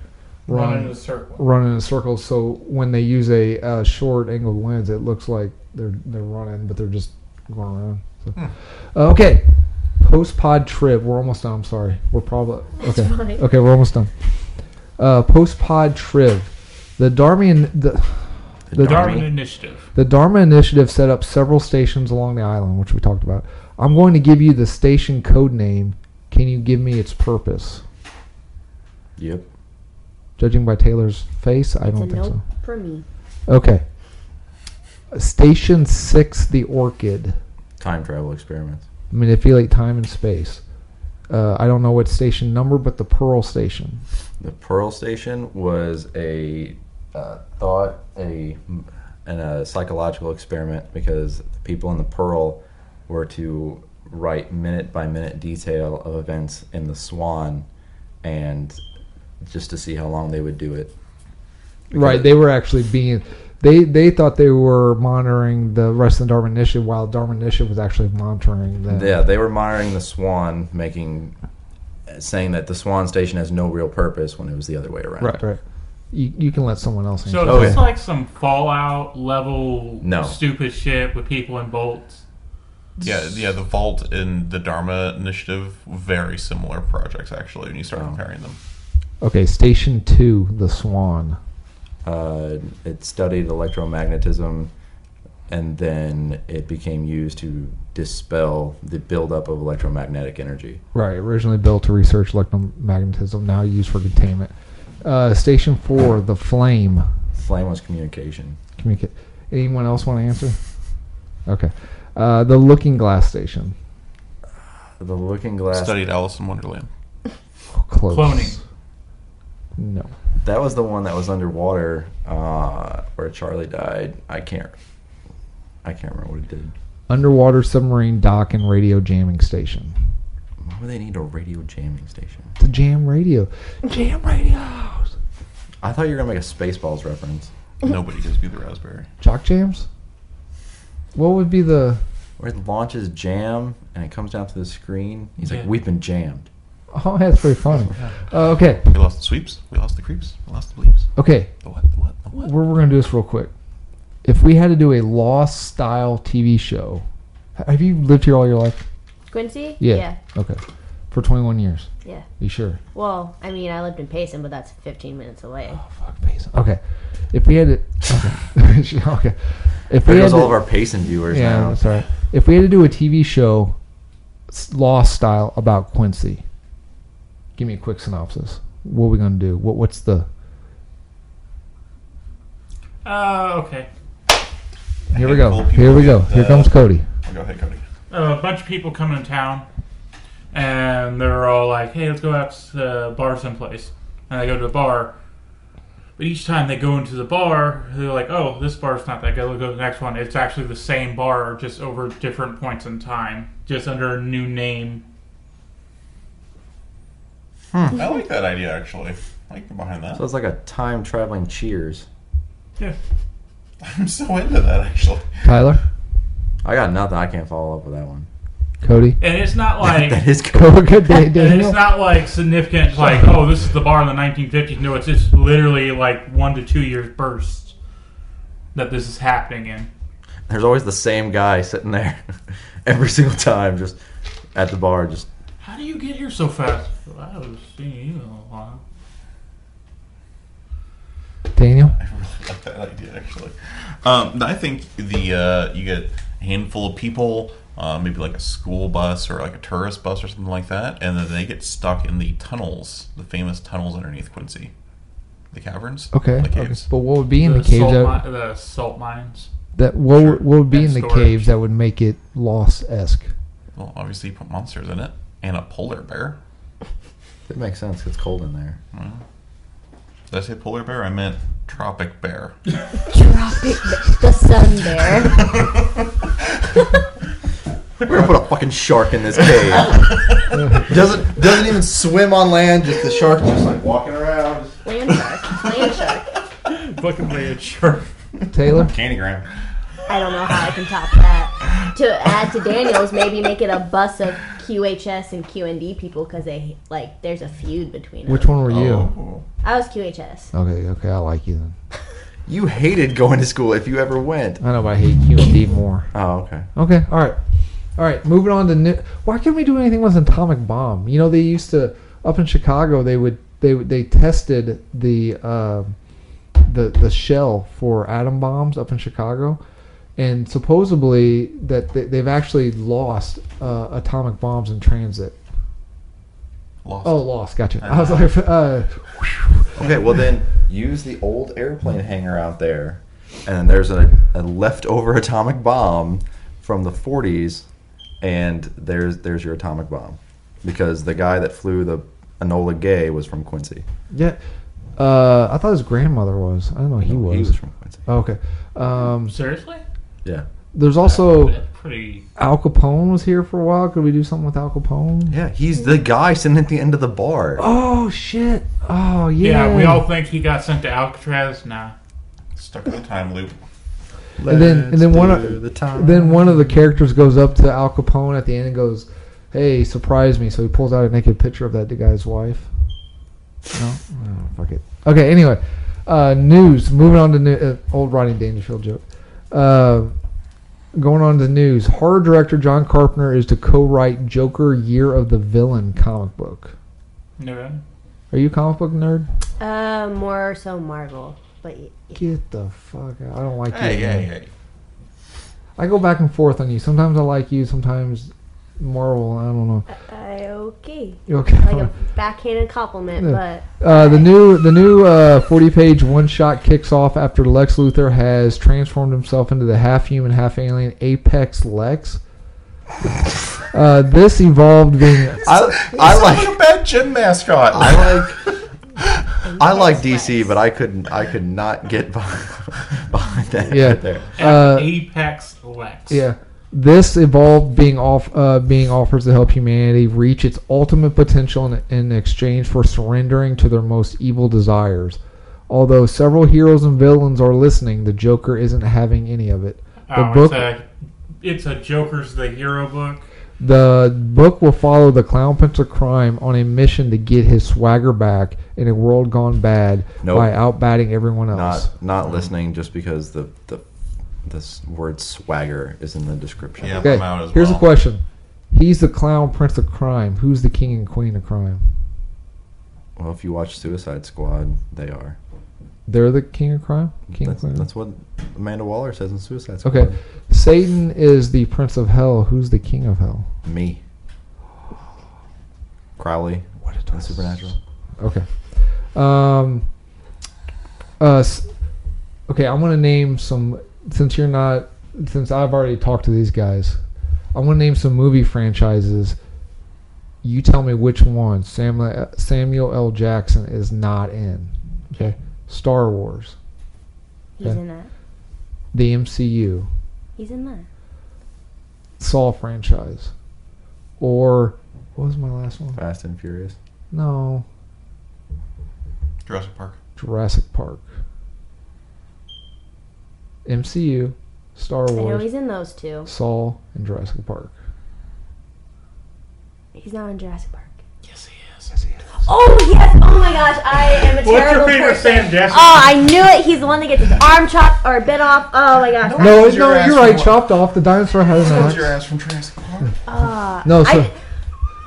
S4: Running in a
S1: run
S4: circle.
S1: run in a circle. So when they use a uh, short angled lens, it looks like they're they're running, but they're just going around. So. Uh, okay, post pod trib. We're almost done. I'm sorry. We're probably okay.
S5: fine.
S1: Okay, we're almost done. Uh, post pod trib. The Darmian the the
S4: Darwin Initiative.
S1: the Dharma Initiative set up several stations along the island, which we talked about. I'm going to give you the station code name. Can you give me its purpose?
S3: Yep.
S1: Judging by Taylor's face, I
S5: It's a
S1: don't think
S5: nope for me.
S1: so. Okay. Station 6, The Orchid.
S3: Time travel experiments.
S1: Manipulate time and space. Uh, I don't know what station number, but the Pearl Station.
S3: The Pearl Station was a uh, thought, a and a psychological experiment because the people in the Pearl were to write minute by minute detail of events in the Swan, and just to see how long they would do it.
S1: Right, they were actually being. They, they thought they were monitoring the rest of the Dharma Initiative while Dharma Initiative was actually monitoring them.
S3: Yeah, they were monitoring the Swan, making saying that the Swan Station has no real purpose when it was the other way around.
S1: Right. You, you can let someone else answer.
S4: So
S3: Okay.
S4: is this like some Fallout level
S3: No.
S4: stupid shit with people in bolts?
S2: Yeah, yeah. The Vault and the Dharma Initiative very similar projects actually. When you start
S3: Oh.
S2: comparing them,
S1: Okay, station two, the Swan.
S3: Uh, it studied electromagnetism, and then it became used to dispel the buildup of electromagnetic energy.
S1: Right, originally built to research electromagnetism, now used for containment. Uh, station four, the Flame.
S3: Flame was communication.
S1: Communicate. Anyone else want to answer? Okay, uh, the Looking Glass Station.
S3: The Looking Glass.
S2: studied Alice in Wonderland.
S1: Oh, close.
S4: Cloning.
S1: No.
S3: That was the one that was underwater, uh, where Charlie died. I can't. I can't remember what it did.
S1: Underwater submarine dock and radio jamming station.
S3: Why would they need a radio jamming station?
S1: To jam radio. Jam radios.
S3: I thought you were gonna make a Spaceballs reference.
S2: Nobody gives me the raspberry.
S1: Jock jams. What would be the?
S3: Where it launches jam and it comes down to the screen. He's like,
S4: Yeah.
S3: "We've been jammed."
S1: Oh, that's pretty funny. Uh, okay,
S2: We lost the sweeps. We lost the creeps. We lost the bleeps.
S1: okay.
S2: The what? The what? The what?
S1: we're, we're gonna do this real quick. If we had to do a Lost style TV show, h- have you lived here all your life?
S5: Quincy?
S1: Yeah. Okay. For 21 years.
S5: Yeah.
S1: You sure?
S5: Well, I mean, I lived in Payson, but that's 15 minutes away.
S1: Oh fuck, Payson. Okay. If we had to, okay. okay. If we had
S3: There goes
S1: to,
S3: all of our Payson viewers
S1: yeah,
S3: now.
S1: that's all right. If we had to do a TV show, s- Lost style about Quincy, give me a quick synopsis. What are we gonna do? What What's the?
S4: Uh, okay.
S1: Here we
S2: Handful
S1: go.
S2: of people
S1: Here we go.
S2: get,
S1: Here
S2: uh,
S1: comes Cody.
S2: Go ahead, Cody.
S4: a bunch of people come in town, and they're all like, "Hey, let's go out to the bar someplace." And they go to a bar, but each time they go into the bar, they're like, "Oh, this bar's not that good. Let's go to the next one." It's actually the same bar, just over different points in time, just under a new name.
S2: I like that idea actually. I like behind
S3: So
S2: that.
S3: it's like a time traveling Cheers.
S4: Yeah.
S2: I'm so into that actually.
S1: Tyler.
S3: I got nothing. I can't follow up with that one.
S1: Cody.
S4: And it's not like.
S3: That is good.
S1: Cody.
S4: And
S1: Daniel.
S4: it's not like significant, like oh, this is the bar in the 1950s. No, it's just literally like one to two years bursts that this is happening in.
S3: There's always the same guy sitting there every single time, just at the bar. Just
S4: How do you get here so fast? Well, I was seeing you in a while.
S1: Daniel.
S2: I really like that idea actually. Um, I think the uh, you get a handful of people, uh, maybe like a school bus or like a tourist bus or something like that, and then they get stuck in the tunnels, the famous tunnels underneath Quincy, the caverns,
S1: Okay.
S2: the
S1: okay.
S2: caves.
S1: But what would be in the, caves
S4: salt
S1: that,
S4: mi- the salt mines.
S1: that what,
S4: Sure.
S1: would- what would be
S4: And
S1: in the
S4: storage.
S1: caves that would make it lost esque?
S2: Well, obviously you put monsters in it and a polar bear.
S3: it makes sense. It's cold in there.
S2: Did I say polar bear? I meant tropic bear.
S5: Tropic the sun bear.
S3: We're gonna put a fucking shark in this cave. doesn't doesn't even swim on land. Just the shark, just like walking around.
S5: Land shark. Land shark.
S4: looking bitch. Sure.
S1: Taylor.
S2: Candygram.
S5: I don't know how I can top that. To add to Daniel's, maybe make it a bus of QHS and QND people because they like there's a feud between
S1: Which
S5: them.
S1: one were you?
S2: Oh.
S5: I was QHS.
S1: Okay, okay, I like you then.
S3: You hated going to school if you ever went.
S1: I know, E but I hate QMD more.
S3: Oh, okay.
S1: Okay, all right, all right. Moving on to ni- why can't we do anything with an atomic bomb? You know, they used to up in Chicago. They would they would- they tested the uh, the the shell for atom bombs up in Chicago, and supposedly that they, they've actually lost uh, atomic bombs in transit.
S2: Lost.
S1: Oh, lost. Gotcha. I was like, uh,
S3: Okay, well then use the old airplane hangar out there, and then there's a, a leftover atomic bomb from the 40s, and there's there's your atomic bomb, because the guy that flew the Enola Gay was from Quincy.
S1: yeah. Uh, I thought his grandmother was. I don't know. He was. Oh,
S3: He was from Quincy.
S1: okay. Um,
S4: Seriously?
S3: Yeah.
S1: there's also
S4: That's pretty.
S1: Al Capone was here for a while. Could we do something with Al Capone?
S3: Yeah, he's the guy sitting at the end of the bar.
S1: Oh shit! Oh yeah.
S4: Yeah, we all think he got sent to Alcatraz. Nah.
S2: Stuck in the time loop.
S1: And then and then one
S3: do
S1: of
S3: the time.
S1: then one of the characters goes up to Al Capone at the end and goes, "Hey, surprise me!" So he pulls out a naked picture of that guy's wife. No, oh, fuck it. Okay, anyway, uh, news. Moving on to new, uh, old Rodney Dangerfield joke. Uh, going on to news. Horror director John Carpenter is to co-write Joker: Year of the Villain comic book.
S4: No.
S1: Are you a comic book nerd?
S5: Uh, more so Marvel, but y-
S1: Get the fuck out! I don't like
S2: Hey,
S1: you. man.
S2: hey, hey.
S1: I go back and forth on you. Sometimes I like you. Sometimes Marvel. I don't know.
S5: I okay.
S1: You okay?
S5: Like a backhanded compliment, but
S1: Uh, the new the new uh, forty page one shot kicks off after Lex Luthor has transformed himself into the half human, half alien Apex Lex. Uh, this evolved being
S3: I, I like
S2: a bad gym mascot.
S3: I like I like DC, but I couldn't I could not get behind, behind that
S1: Yeah.
S3: right there.
S1: Uh,
S4: Apex Lex.
S1: yeah. This evolved being off uh, being offers to help humanity reach its ultimate potential in, in exchange for surrendering to their most evil desires. Although several heroes and villains are listening, the Joker isn't having any of it. The
S4: Oh,
S1: book-
S4: It's a, it's a Joker's the Hero book.
S1: The book will follow the clown pincer crime on a mission to get his swagger back in a world gone bad
S3: Nope.
S1: by outbatting everyone else.
S3: Not not listening just because the the this word swagger is in the description.
S2: Yeah.
S1: okay,
S2: I'm out as
S1: here's
S2: well.
S1: a question: He's the clown prince of crime. Who's the king and queen of crime?
S3: Well, if you watch Suicide Squad, they are.
S1: They're the king of crime. King and
S3: That's,
S1: queen. of-
S3: that's what Amanda Waller says in Suicide Squad.
S1: Okay, Satan is the prince of hell. Who's the king of hell?
S3: Me. Crowley.
S1: What a
S3: in Supernatural.
S1: Okay. Um. Uh. s- Okay, I'm gonna name some since you're not since I've already talked to these guys. I'm gonna name some movie franchises. You tell me which one Samuel uh, Samuel L. Jackson is not in. Okay, Star Wars,
S5: he's
S1: Okay.
S5: in that.
S1: the MCU,
S5: He's in that.
S1: Saw franchise, or what was my last one?
S3: Fast and Furious.
S1: No,
S2: Jurassic Park.
S1: Jurassic Park, MCU, Star
S5: I know
S1: Wars,
S5: he's in those two.
S1: Saul and Jurassic Park.
S5: He's not in Jurassic Park. Oh yes! Oh my gosh! I am a terrible
S4: What's your favorite
S5: person.
S4: Sam Jackson?
S5: Oh, I knew it. He's the one that gets his arm chopped or bit off. Oh my gosh!
S1: No,
S2: Where's
S1: no,
S2: your
S1: you're
S2: ass
S1: right.
S2: from?
S1: Chopped off. The dinosaur has an
S2: That's your
S1: axe.
S2: ass from Jurassic Park.
S5: Ah.
S1: No, so,
S5: I,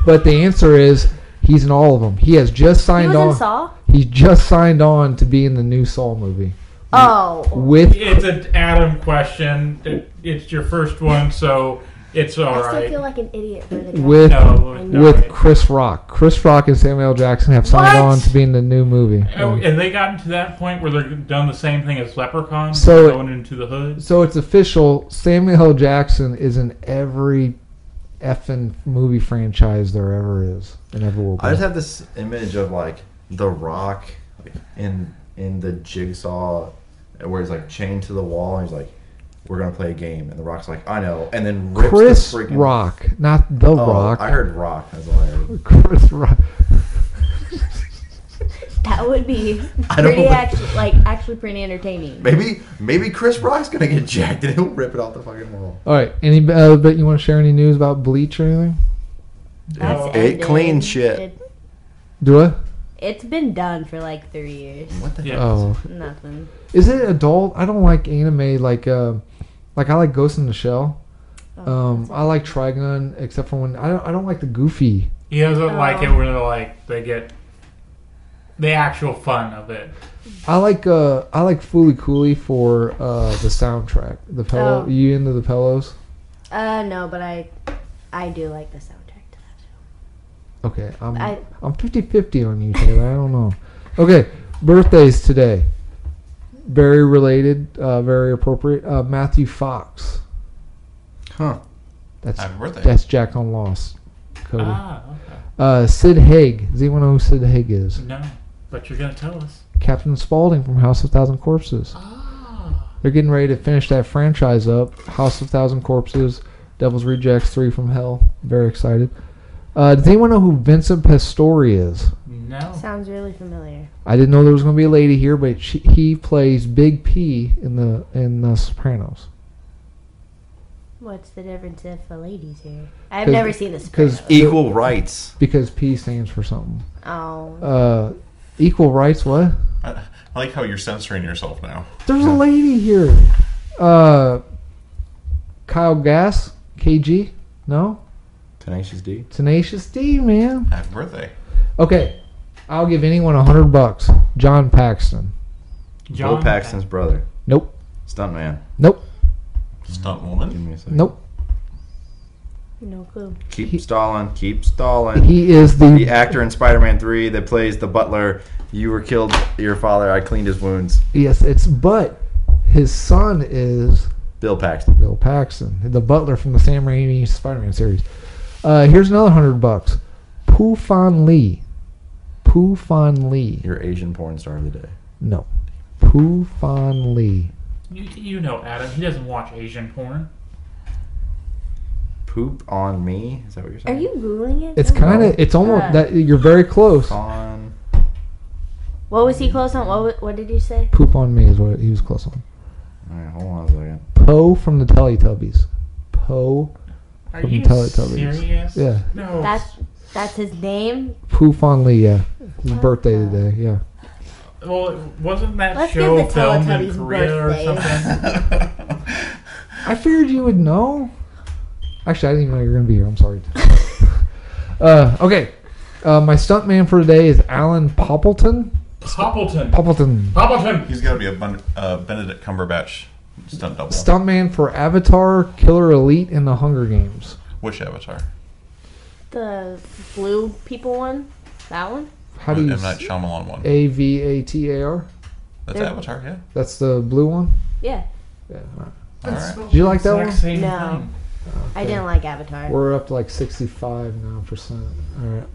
S1: but the answer is he's in all of them. He has just
S5: he
S1: signed
S5: was in
S1: on.
S5: Saw.
S1: He's just signed on to be in the new Saul movie
S5: Oh,
S1: with
S4: It's an Adam question. It- it's your first one, so it's all
S5: I still
S4: right.
S5: feel like an idiot for the
S1: with
S4: No, no.
S1: with Chris Rock. Chris Rock and Samuel L. Jackson have signed
S5: What?
S1: on to be in the new movie.
S4: Oh, and they gotten to that point where they're done the same thing as Leprechaun,
S1: So-
S4: going into the hood.
S1: So it's official. Samuel L. Jackson is in every effing movie franchise there ever is and ever will be.
S3: I just have this image of like The Rock in in the jigsaw where he's like chained to the wall and he's like, "We're gonna play a game," and The Rock's like, "I know," and then rips
S1: Chris
S3: the freaking
S1: Rock, not The
S3: Oh,
S1: Rock.
S3: I heard Rock. That's all I heard.
S1: Chris Rock.
S5: That would be
S3: I don't
S5: pretty
S3: know.
S5: actually, like actually pretty entertaining.
S3: Maybe maybe Chris Rock's gonna get jacked and he'll rip it off the fucking wall.
S1: All right. Any uh, bet you want to share any news about Bleach or anything?
S3: It
S5: That's ended.
S3: clean shit.
S5: It,
S1: Do I?
S5: it's been done for like three years.
S3: What the
S4: Yeah.
S1: Oh,
S5: Nothing.
S1: is it adult? I don't like anime like uh, like I like Ghost in the Shell.
S5: Oh,
S1: Um, I like Trigun except for when I don't I don't like the goofy.
S4: He doesn't like it
S5: Oh.
S4: where they're like they get the actual fun of it.
S1: I like uh I like Foolie Cooley for uh the soundtrack. The pillow.
S5: Oh.
S1: You into the pillows?
S5: uh, no, but I, I do like the soundtrack to that.
S1: Okay, I'm I,
S5: I-
S1: am 50-50 on you, Taylor. I don't know. Okay, birthdays today. Very related, uh, very appropriate. Uh, Matthew Fox.
S3: Huh.
S1: That's
S2: Happy birthday.
S1: that's Jack on Lost. Cody.
S4: Ah, okay.
S1: Uh, Sid Haig. Does anyone know who Sid Haig is?
S4: No, but you're gonna tell us.
S1: Captain Spaulding from House of Thousand Corpses.
S4: Ah,
S1: They're getting ready to finish that franchise up. House of Thousand Corpses, Devil's Rejects, Three from Hell. Very excited. Uh, does anyone know who Vincent Pastore is? Oh.
S4: no.
S5: Sounds really familiar.
S1: I didn't know there was going to be a lady here, but she, he plays Big P in the in the Sopranos.
S5: What's the difference if a lady's here? I've
S1: 'Cause-
S5: never seen the
S1: 'cause-
S5: Sopranos.
S3: Equal rights.
S1: Because P stands for something.
S5: Oh,
S1: Uh, equal rights. What?
S2: I, I like how you're censoring yourself now.
S1: There's a lady here. Uh, Kyle Gass, KG. No,
S3: Tenacious D.
S1: Tenacious D, man.
S2: Happy birthday.
S1: Okay, I'll give anyone a hundred bucks. John Paxton.
S3: Joe Paxton's brother.
S1: Nope.
S3: Stuntman.
S1: Nope.
S2: Stunt
S3: Give
S2: woman.
S3: me a second.
S1: Nope.
S5: no clue.
S3: Keep
S1: He-
S3: stalling. Keep stalling.
S1: He is
S5: Mm.
S3: the
S1: the
S3: actor in Spider-Man 3 that plays the butler. You were killed, your father. I cleaned his wounds.
S1: yes. It's but his son is
S3: Bill Paxton.
S1: Bill Paxton, the butler from the Sam Raimi Spider-Man series. Uh, here's another hundred bucks. Poo Fan Lee. Poo Fan Lee.
S3: Your Asian porn star of the day.
S1: No. Poo Fan Lee.
S4: You, you know Adam. He doesn't watch Asian porn.
S3: Poop on me. Is that what you're
S5: Are
S3: saying?
S5: you googling it?
S1: It's kind of. It's almost
S5: Uh.
S1: that you're very close.
S3: on?
S5: What was he close on? What wa- What did you say?
S1: Poop on me is what he was close on.
S3: All right, hold on a second.
S1: Poe from the Teletubbies. Poe.
S4: Are
S1: From
S4: you
S1: Teletubbies.
S4: serious?
S1: Yeah.
S4: No.
S5: That's that's his name.
S1: Poo Fan Lee. Yeah. His uh,
S5: Oh,
S1: birthday today. Yeah.
S4: well, wasn't that
S5: Let's
S4: show
S5: give the
S4: filmed in
S5: Teletubbies
S4: Korea
S5: birthday.
S4: or something?
S1: I figured you would know. Actually, I didn't even know you were going to be here. I'm sorry. uh, okay. Uh, my stuntman for today is Alan Poppleton.
S4: Poppleton.
S1: Poppleton.
S4: Poppleton.
S2: He's got to be a Bun- uh, Benedict Cumberbatch stunt double.
S1: Stuntman for Avatar, Killer Elite, and The Hunger Games.
S2: Which Avatar?
S5: The blue people one. That one.
S1: How do you.
S2: M. Night Shyamalan one.
S1: A V A T A R?
S2: That's
S5: they're-
S2: Avatar, yeah.
S1: That's the blue one?
S5: Yeah.
S1: Yeah. all right.
S2: All right.
S1: Did you like that
S4: Exact
S1: one?
S4: same
S5: No.
S4: thing.
S5: I didn't like Avatar.
S1: We're up to like 65 now percent. All right.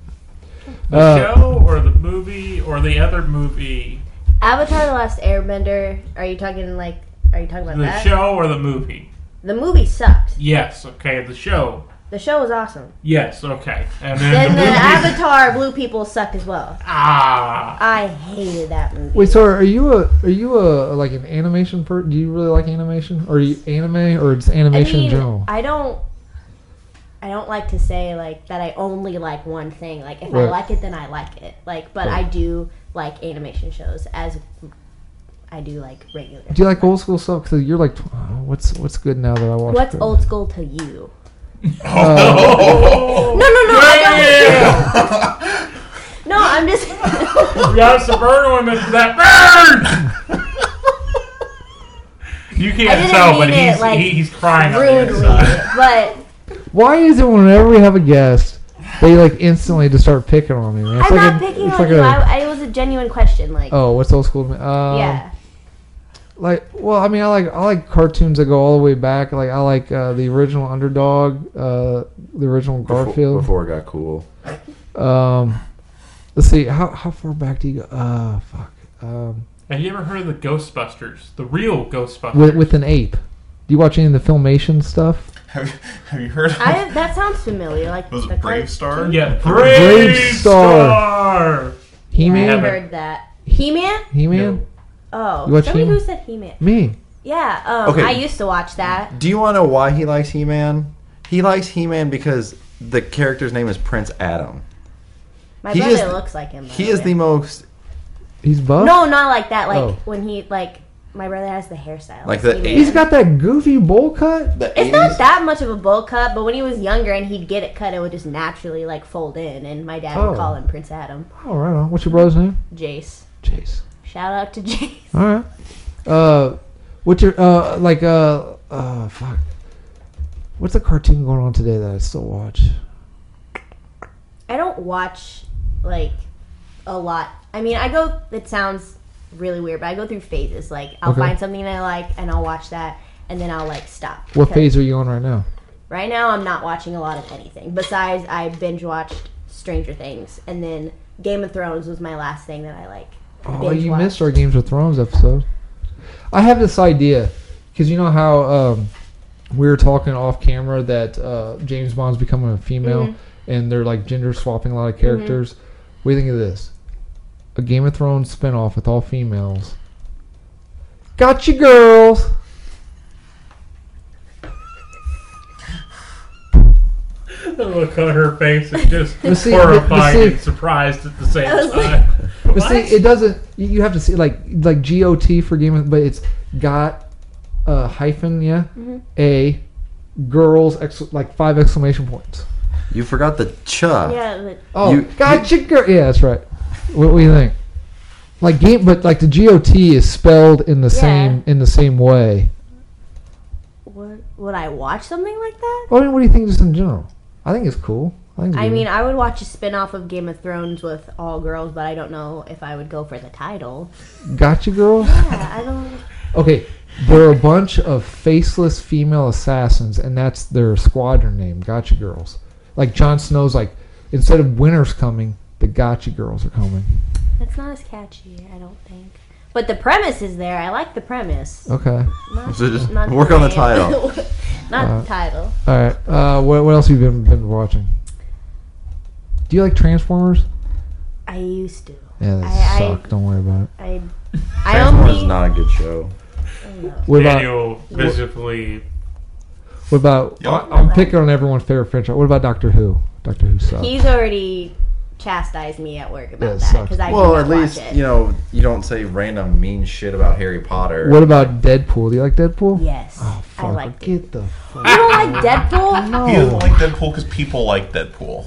S4: The
S1: Uh,
S4: show or the movie or the other movie.
S5: Avatar: The Last Airbender. Are you talking like? Are you talking about
S4: The
S5: that?
S4: show or the movie?
S5: The movie sucked.
S4: Yes. Okay. The show.
S5: The show was awesome.
S4: Yes. Okay. And
S5: Then
S4: then
S5: the
S4: the movie.
S5: Avatar Blue People sucked as well.
S4: ah.
S5: I hated that movie.
S1: Wait, so are you a are you a like an animation per? Do you really like animation? Or are you anime or just
S5: I
S1: animation
S5: mean,
S1: in general?
S5: I don't. I don't like to say like that. I only like one thing. Like if
S1: Right.
S5: I like it, then I like it. Like, but I do like animation shows as I do like regular.
S1: Do you like old school stuff? Because you're like, tw- oh, what's what's good now that I watch?
S5: What's
S1: good? Uh,
S5: old school to you?
S2: Oh,
S4: Oh.
S5: No, no, no. I
S4: Yeah.
S5: don't, no, I'm just.
S4: We got some burn women for that burn. You
S5: I
S4: can't
S5: didn't
S4: tell, but
S5: mean it,
S4: he's
S5: like,
S4: he, he's crying on the
S5: rudely,
S4: inside.
S5: but
S1: Why is it whenever we have a guest, they like instantly just start picking on me? Man? It's
S5: I'm
S1: like
S5: not
S1: a-
S5: picking
S1: it's
S5: on
S1: like
S5: you.
S1: a-
S5: I, I- it was a genuine question. Like,
S1: oh, what's old school? to me? Um,
S5: yeah,
S1: Like, well, I mean, I like I like cartoons that go all the way back. Like, I like uh, the original Underdog, uh, the original
S3: Before-
S1: Garfield.
S3: Before, it got cool.
S1: Um, let's see, how how far back do you go? Uh, fuck. Um,
S4: Have you ever heard of the Ghostbusters? The real Ghostbusters.
S1: with with an ape. Do you watch any of the filmation stuff?
S2: have, you, have you heard of
S5: I that sounds familiar. Like
S2: Was it
S5: the
S2: Brave
S5: cartoon.
S2: Star?
S4: yeah,
S1: Brave
S4: Brave
S1: Star.
S4: Star.
S1: He
S5: Yeah, I
S1: Man.
S4: Haven't.
S5: heard that. He Man?
S1: He Man.
S5: Oh,
S1: You watch
S5: somebody
S1: He-Man?
S5: who said He Man.
S1: Me.
S5: Yeah, um,
S3: Okay.
S5: I used to watch that.
S3: Do you want to know why he likes He Man? He likes He Man because the character's name is Prince Adam.
S5: My
S3: He
S5: brother
S3: is-
S5: looks like him. by
S3: He is
S5: way.
S3: the most
S1: He's buff.
S5: No, not like that. Like
S1: Oh.
S5: when he like my brother has the hairstyle.
S3: Like the
S5: He-Man.
S3: eighties?
S1: He's got that goofy bowl cut.
S3: the
S5: It's not that much of a bowl cut, but when he was younger and he'd get it cut, it would just naturally like fold in, and my dad
S1: Oh.
S5: would call him Prince Adam,
S1: Oh, right on. What's your brother's name?
S5: Jace.
S1: Chase.
S5: Shout out to Jace.
S1: All right. Uh, what's your uh like uh uh fuck? What's the cartoon going on today that I still watch?
S5: I don't watch like a lot. I mean, I go. It sounds really weird, but I go through phases. Like I'll
S1: Okay.
S5: find something that I like, and I'll watch that, and then I'll like stop.
S1: What
S5: 'Cause
S1: phase are you on right now?
S5: Right now, I'm not watching a lot of anything. Besides, I binge watched Stranger Things, and then Game of Thrones was my last thing that I like.
S1: Oh,
S5: binge
S1: you
S5: watched.
S1: missed our Games of Thrones episode. I have this idea because you know how um, we were talking off camera that uh, James Bond's becoming a female and they're like gender swapping a lot of characters. What do you think of this? A Game of Thrones spinoff with all females. Got you, girls.
S4: The look on her face is just
S1: But see, but- but
S4: horrified
S1: see-
S4: and surprised at the same
S5: I was like-
S4: time.
S1: But see, it doesn't. You you have to see like like G O T for Game of, but it's got a hyphen, yeah, a girls ex, like five exclamation points.
S3: You forgot the cha.
S5: Yeah, but
S1: Oh,
S3: You-
S1: gotcha, girl. Yeah, that's right. What, what do you think? Like game, but like the GOT is spelled in the
S5: Yeah.
S1: same in the same way.
S5: would, would I watch something like that?
S1: I mean, what do you think just in general? I think it's cool. I, think it's
S5: I
S1: good.
S5: mean, I would watch a spin off of Game of Thrones with all girls, but I don't know if I would go for the title.
S1: gotcha, girl.
S5: Yeah, I don't.
S1: Okay, there are a bunch of faceless female assassins, and that's their squadron name, Gotcha Girls. Like Jon Snow's, like instead of Winter's coming, the Gotcha Girls are coming.
S5: That's not as catchy, I don't think. But the premise is there. I like the premise.
S1: Okay,
S5: Not,
S3: So just
S5: not
S3: work on the
S5: name.
S3: title.
S5: not
S1: Uh,
S5: the title.
S1: all right. Uh, what, what else have you been been watching? Do you like Transformers?
S5: I used to.
S1: Yeah, they
S5: I- I-
S1: suck. Don't worry about it.
S5: I. I
S3: Transformers is
S5: only.
S3: not a good show.
S1: What about
S4: Daniel visibly.
S1: what about?
S2: Y'all-
S1: I- I'm picking on everyone's favorite franchise. What about Doctor Who? Doctor Who sucks.
S5: He's already chastised me at work
S1: Yeah,
S5: about
S1: it
S5: that
S1: sucks.
S5: because I
S3: well,
S5: did
S3: at
S5: not
S3: least
S5: watch it.
S3: you know you don't say random mean shit about Harry Potter.
S1: what about Deadpool? Do you like Deadpool?
S5: Yes,
S1: Oh, fuck.
S5: I liked it.
S1: Get the fuck.
S5: You don't like Deadpool?
S1: No.
S2: He doesn't like Deadpool because people like Deadpool.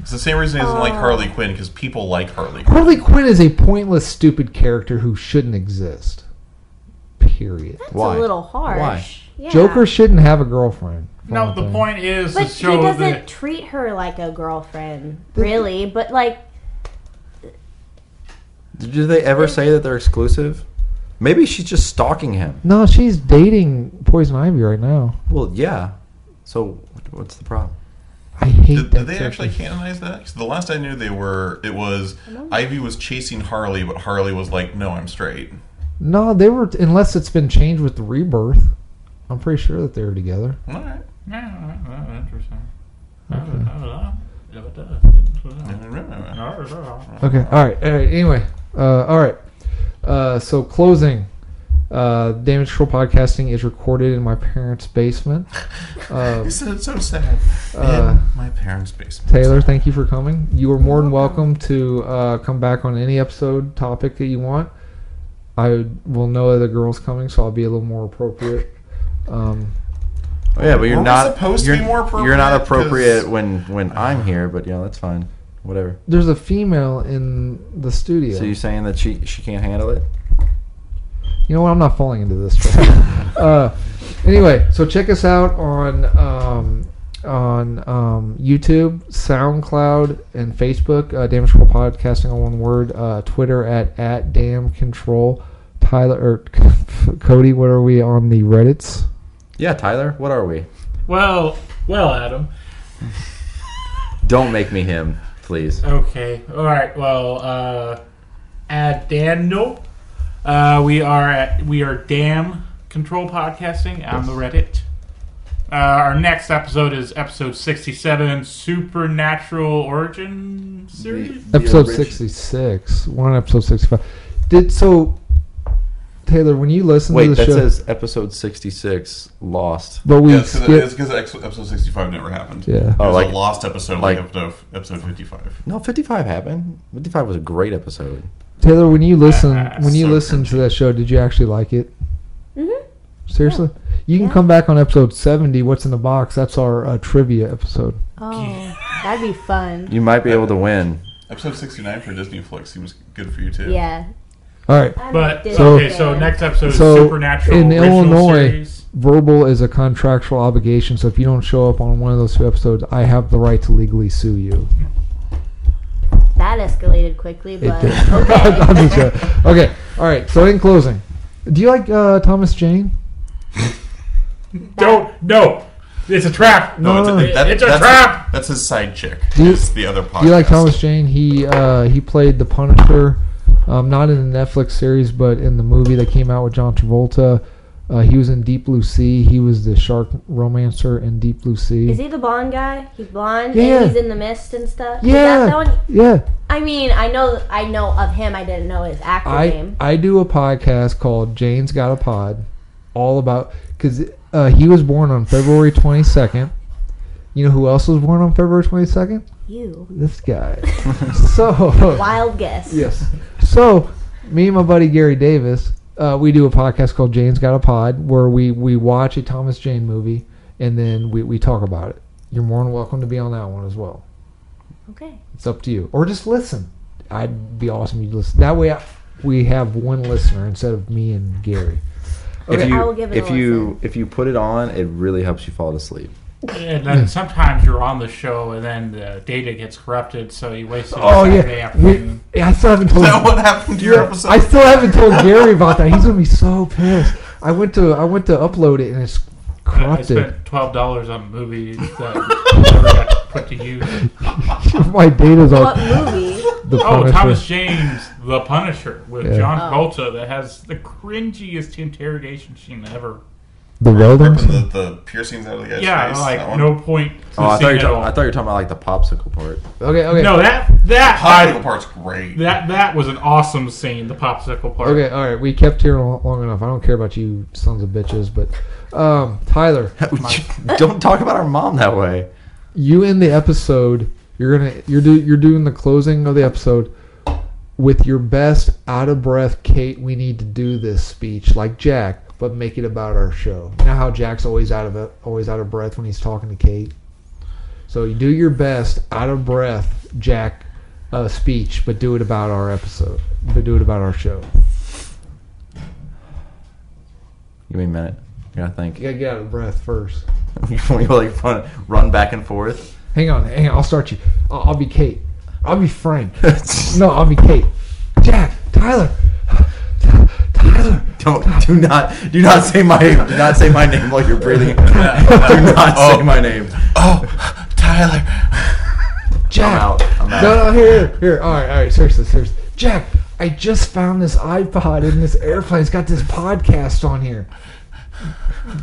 S2: It's the same reason he doesn't
S5: Oh.
S2: like Harley Quinn because people like Harley. Quinn.
S1: Harley Quinn is a pointless, stupid character who shouldn't exist. Period.
S5: That's
S3: Why?
S5: a little harsh.
S3: Why?
S5: Yeah.
S1: Joker shouldn't have a girlfriend. for
S4: No,
S1: one
S4: the
S1: thing.
S4: point is
S5: But
S4: to
S5: he
S4: show
S5: doesn't
S4: that
S5: treat her like a girlfriend, really. But like,
S3: Did they ever say that they're exclusive? Maybe she's just stalking him.
S1: No, she's dating Poison Ivy right now.
S3: Well, yeah. So what's the problem?
S1: I hate
S2: Did,
S1: that.
S2: did they
S1: character.
S2: actually canonize that? 'Cause the last I knew, they were. It was Ivy was chasing Harley, but Harley was like, "No, I'm straight."
S1: No, they were. Unless it's been changed with the rebirth. I'm pretty sure that they were together.
S2: All right.
S4: Yeah, that's interesting.
S1: Oh. Okay. All right. All right. Anyway. Uh, all right. Uh, so closing. Uh, Damage Control Podcasting is recorded in my parents' basement. Uh,
S2: This is so sad.
S1: Uh,
S2: In my parents' basement.
S1: Taylor, thank you for coming. You are more than welcome to uh, come back on any episode topic that you want. I will know that the girl's coming, so I'll be a little more appropriate. Um,
S3: Oh, yeah, but you're
S2: Were we
S3: not
S2: supposed to
S3: you're,
S2: be more
S3: You're not
S2: appropriate? 'Cause-
S3: appropriate when when I'm here, but you know that's fine. Whatever.
S1: there's a female in the studio.
S3: So you saying that she she can't handle it?
S1: You know what? I'm not falling into this. trap. uh, anyway, so check us out on um, on um, YouTube, SoundCloud, and Facebook. Uh, Damage Control Podcasting on one word. Uh, Twitter at at Damn Control. Tyler or Cody, what are we on the Reddit's?
S3: Yeah, Tyler. What are we?
S4: Well, well, Adam.
S3: Don't make me him, please.
S4: Okay. All right. Well, uh, at Daniel, uh, we are at we are Damn Control Podcasting on the Reddit. Uh, our next episode is episode 67 Supernatural Origin Series?
S3: The
S1: episode
S3: orig-
S1: 66. One episode 65. Did so, Taylor, when you listen
S3: Wait,
S1: to the
S3: that
S1: show,
S3: says episode 66 lost.
S1: but we
S2: Yeah, it's
S1: skip.
S2: because episode 65 never happened.
S1: Yeah.
S2: It was
S3: Oh, like-
S2: a lost episode, like,
S3: like-
S2: episode, episode 55.
S3: No, 55 happened. 55 was a great episode.
S1: Taylor, when you listen,
S4: Ah,
S1: when you
S2: so
S1: listen to that show, did you actually like it?
S5: Mhm.
S1: Seriously, you can
S5: Yeah.
S1: come back on episode 70. What's in the box? That's our uh, trivia episode.
S5: Oh, that'd be fun.
S3: You might be able to win.
S2: Episode 69 for Disney Flix seems good for you, too.
S5: Yeah.
S1: All right,
S5: I'm
S4: But,
S5: a
S1: So-
S4: okay, so
S5: fan.
S4: next episode
S1: So,
S4: is Supernatural
S1: in
S4: Ritual
S1: Illinois-
S4: Series.
S1: verbal is a contractual obligation, so if you don't show up on one of those two episodes, I have the right to legally sue you.
S5: that escalated quickly,
S1: It
S5: but
S1: did.
S5: okay.
S1: I'm just joking. okay, all right. So in closing, do you like uh, Thomas Jane?
S4: Don't, no! It's a trap!
S2: No, it's a,
S1: No.
S2: that-
S4: It's a
S2: that's
S4: trap!
S2: that's his side chick.
S1: you-
S2: It's the other podcast.
S1: Do you like Thomas Jane? He uh, he played the Punisher, um, not in the Netflix series, but in the movie that came out with John Travolta. Uh, he was in Deep Blue Sea. He was the shark romancer in Deep Blue Sea.
S5: Is he the blonde guy? He's blonde
S1: Yeah.
S5: and he's in the mist and stuff. Is
S1: yeah,
S5: that the one?
S1: yeah.
S5: I mean, I know, I know of him. I didn't know his actor
S1: I
S5: name.
S1: I do a podcast called Jane's Got a Pod, all about because uh, he was born on February twenty second. You know who else was born on February twenty second?
S5: You
S1: This guy. so
S5: wild guess.
S1: Yes. So, me and my buddy Gary Davis, uh, we do a podcast called Jane's Got a Pod where we, we watch a Thomas Jane movie and then we, we talk about it. You're more than welcome to be on that one as well.
S5: Okay.
S1: It's up to you. Or just listen. I'd be awesome if you listen. That way I, we have one listener instead of me and Gary. Okay.
S3: If you
S5: I will give it a
S3: if you
S5: listen.
S3: if you put it on, it really helps you fall asleep.
S4: And then sometimes you're on the show and then the data gets corrupted, so you waste it
S1: Oh,
S4: Saturday
S1: yeah.
S4: afternoon.
S1: We- yeah, I still haven't
S2: Is
S1: told
S2: that what happened to your episode?
S1: I still haven't told Gary about that. He's going to be so pissed. I went to I went to upload it and it's
S4: I
S1: corrupted.
S4: spent twelve dollars on movies that never got put to use.
S1: My data's all
S5: What movie?
S1: the
S4: Oh,
S1: Punisher.
S4: Thomas James, The Punisher, with
S1: Yeah.
S4: John
S5: Oh.
S4: Travolta, that has the cringiest interrogation scene ever.
S1: The
S2: Ripping
S1: welding?
S2: the, the piercings out of the guy's
S4: Yeah,
S2: face. that
S4: like
S2: one.
S4: no point. To
S3: Oh, I thought,
S4: the scene
S3: you
S4: at
S3: talking,
S4: all.
S3: I thought you were talking about like the popsicle part.
S1: Okay, okay.
S4: no, that that
S2: Popsicle part's great.
S4: that that was an awesome scene. The popsicle part.
S1: Okay, all right. We kept here lo- long enough. I don't care about you sons of bitches, but um, Tyler,
S3: Don't talk about our mom that way.
S1: you in the episode, you're gonna you're do, you're doing the closing of the episode with your best out of breath Kate, we need to do this speech like Jack, but make it about our show. You know how Jack's always out of always out of breath when he's talking to Kate. So you do your best out of breath Jack uh, speech, but do it about our episode, but do it about our show.
S3: Give me a minute. I gotta think.
S1: You gotta get out of breath first.
S3: we like run, run back and forth.
S1: Hang on, hang on. I'll start you. I'll, I'll be Kate. I'll be Frank. No, I'll be Kate. Jack, Tyler, Tyler.
S3: Don't do not do not say my do not say my name while you're breathing. do not say my name.
S2: Oh, Tyler.
S1: Jack.
S3: I'm out. I'm out.
S1: No, no, here, here, here. All right, all right. Seriously, seriously. Jack, I just found this iPod in this airplane. It's got this podcast on here.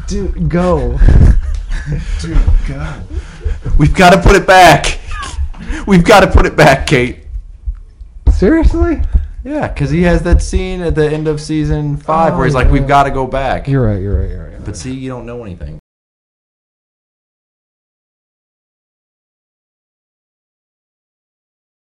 S1: Dude, go.
S2: Dude, go.
S3: We've got to put it back. We've got to put it back, Kate.
S1: Seriously?
S3: Yeah, because he has that scene at the end of season five where he's like,
S1: yeah.
S5: Oh,
S3: "We've got to go back."
S1: You're right. You're right. You're right.
S3: but see, you don't know anything.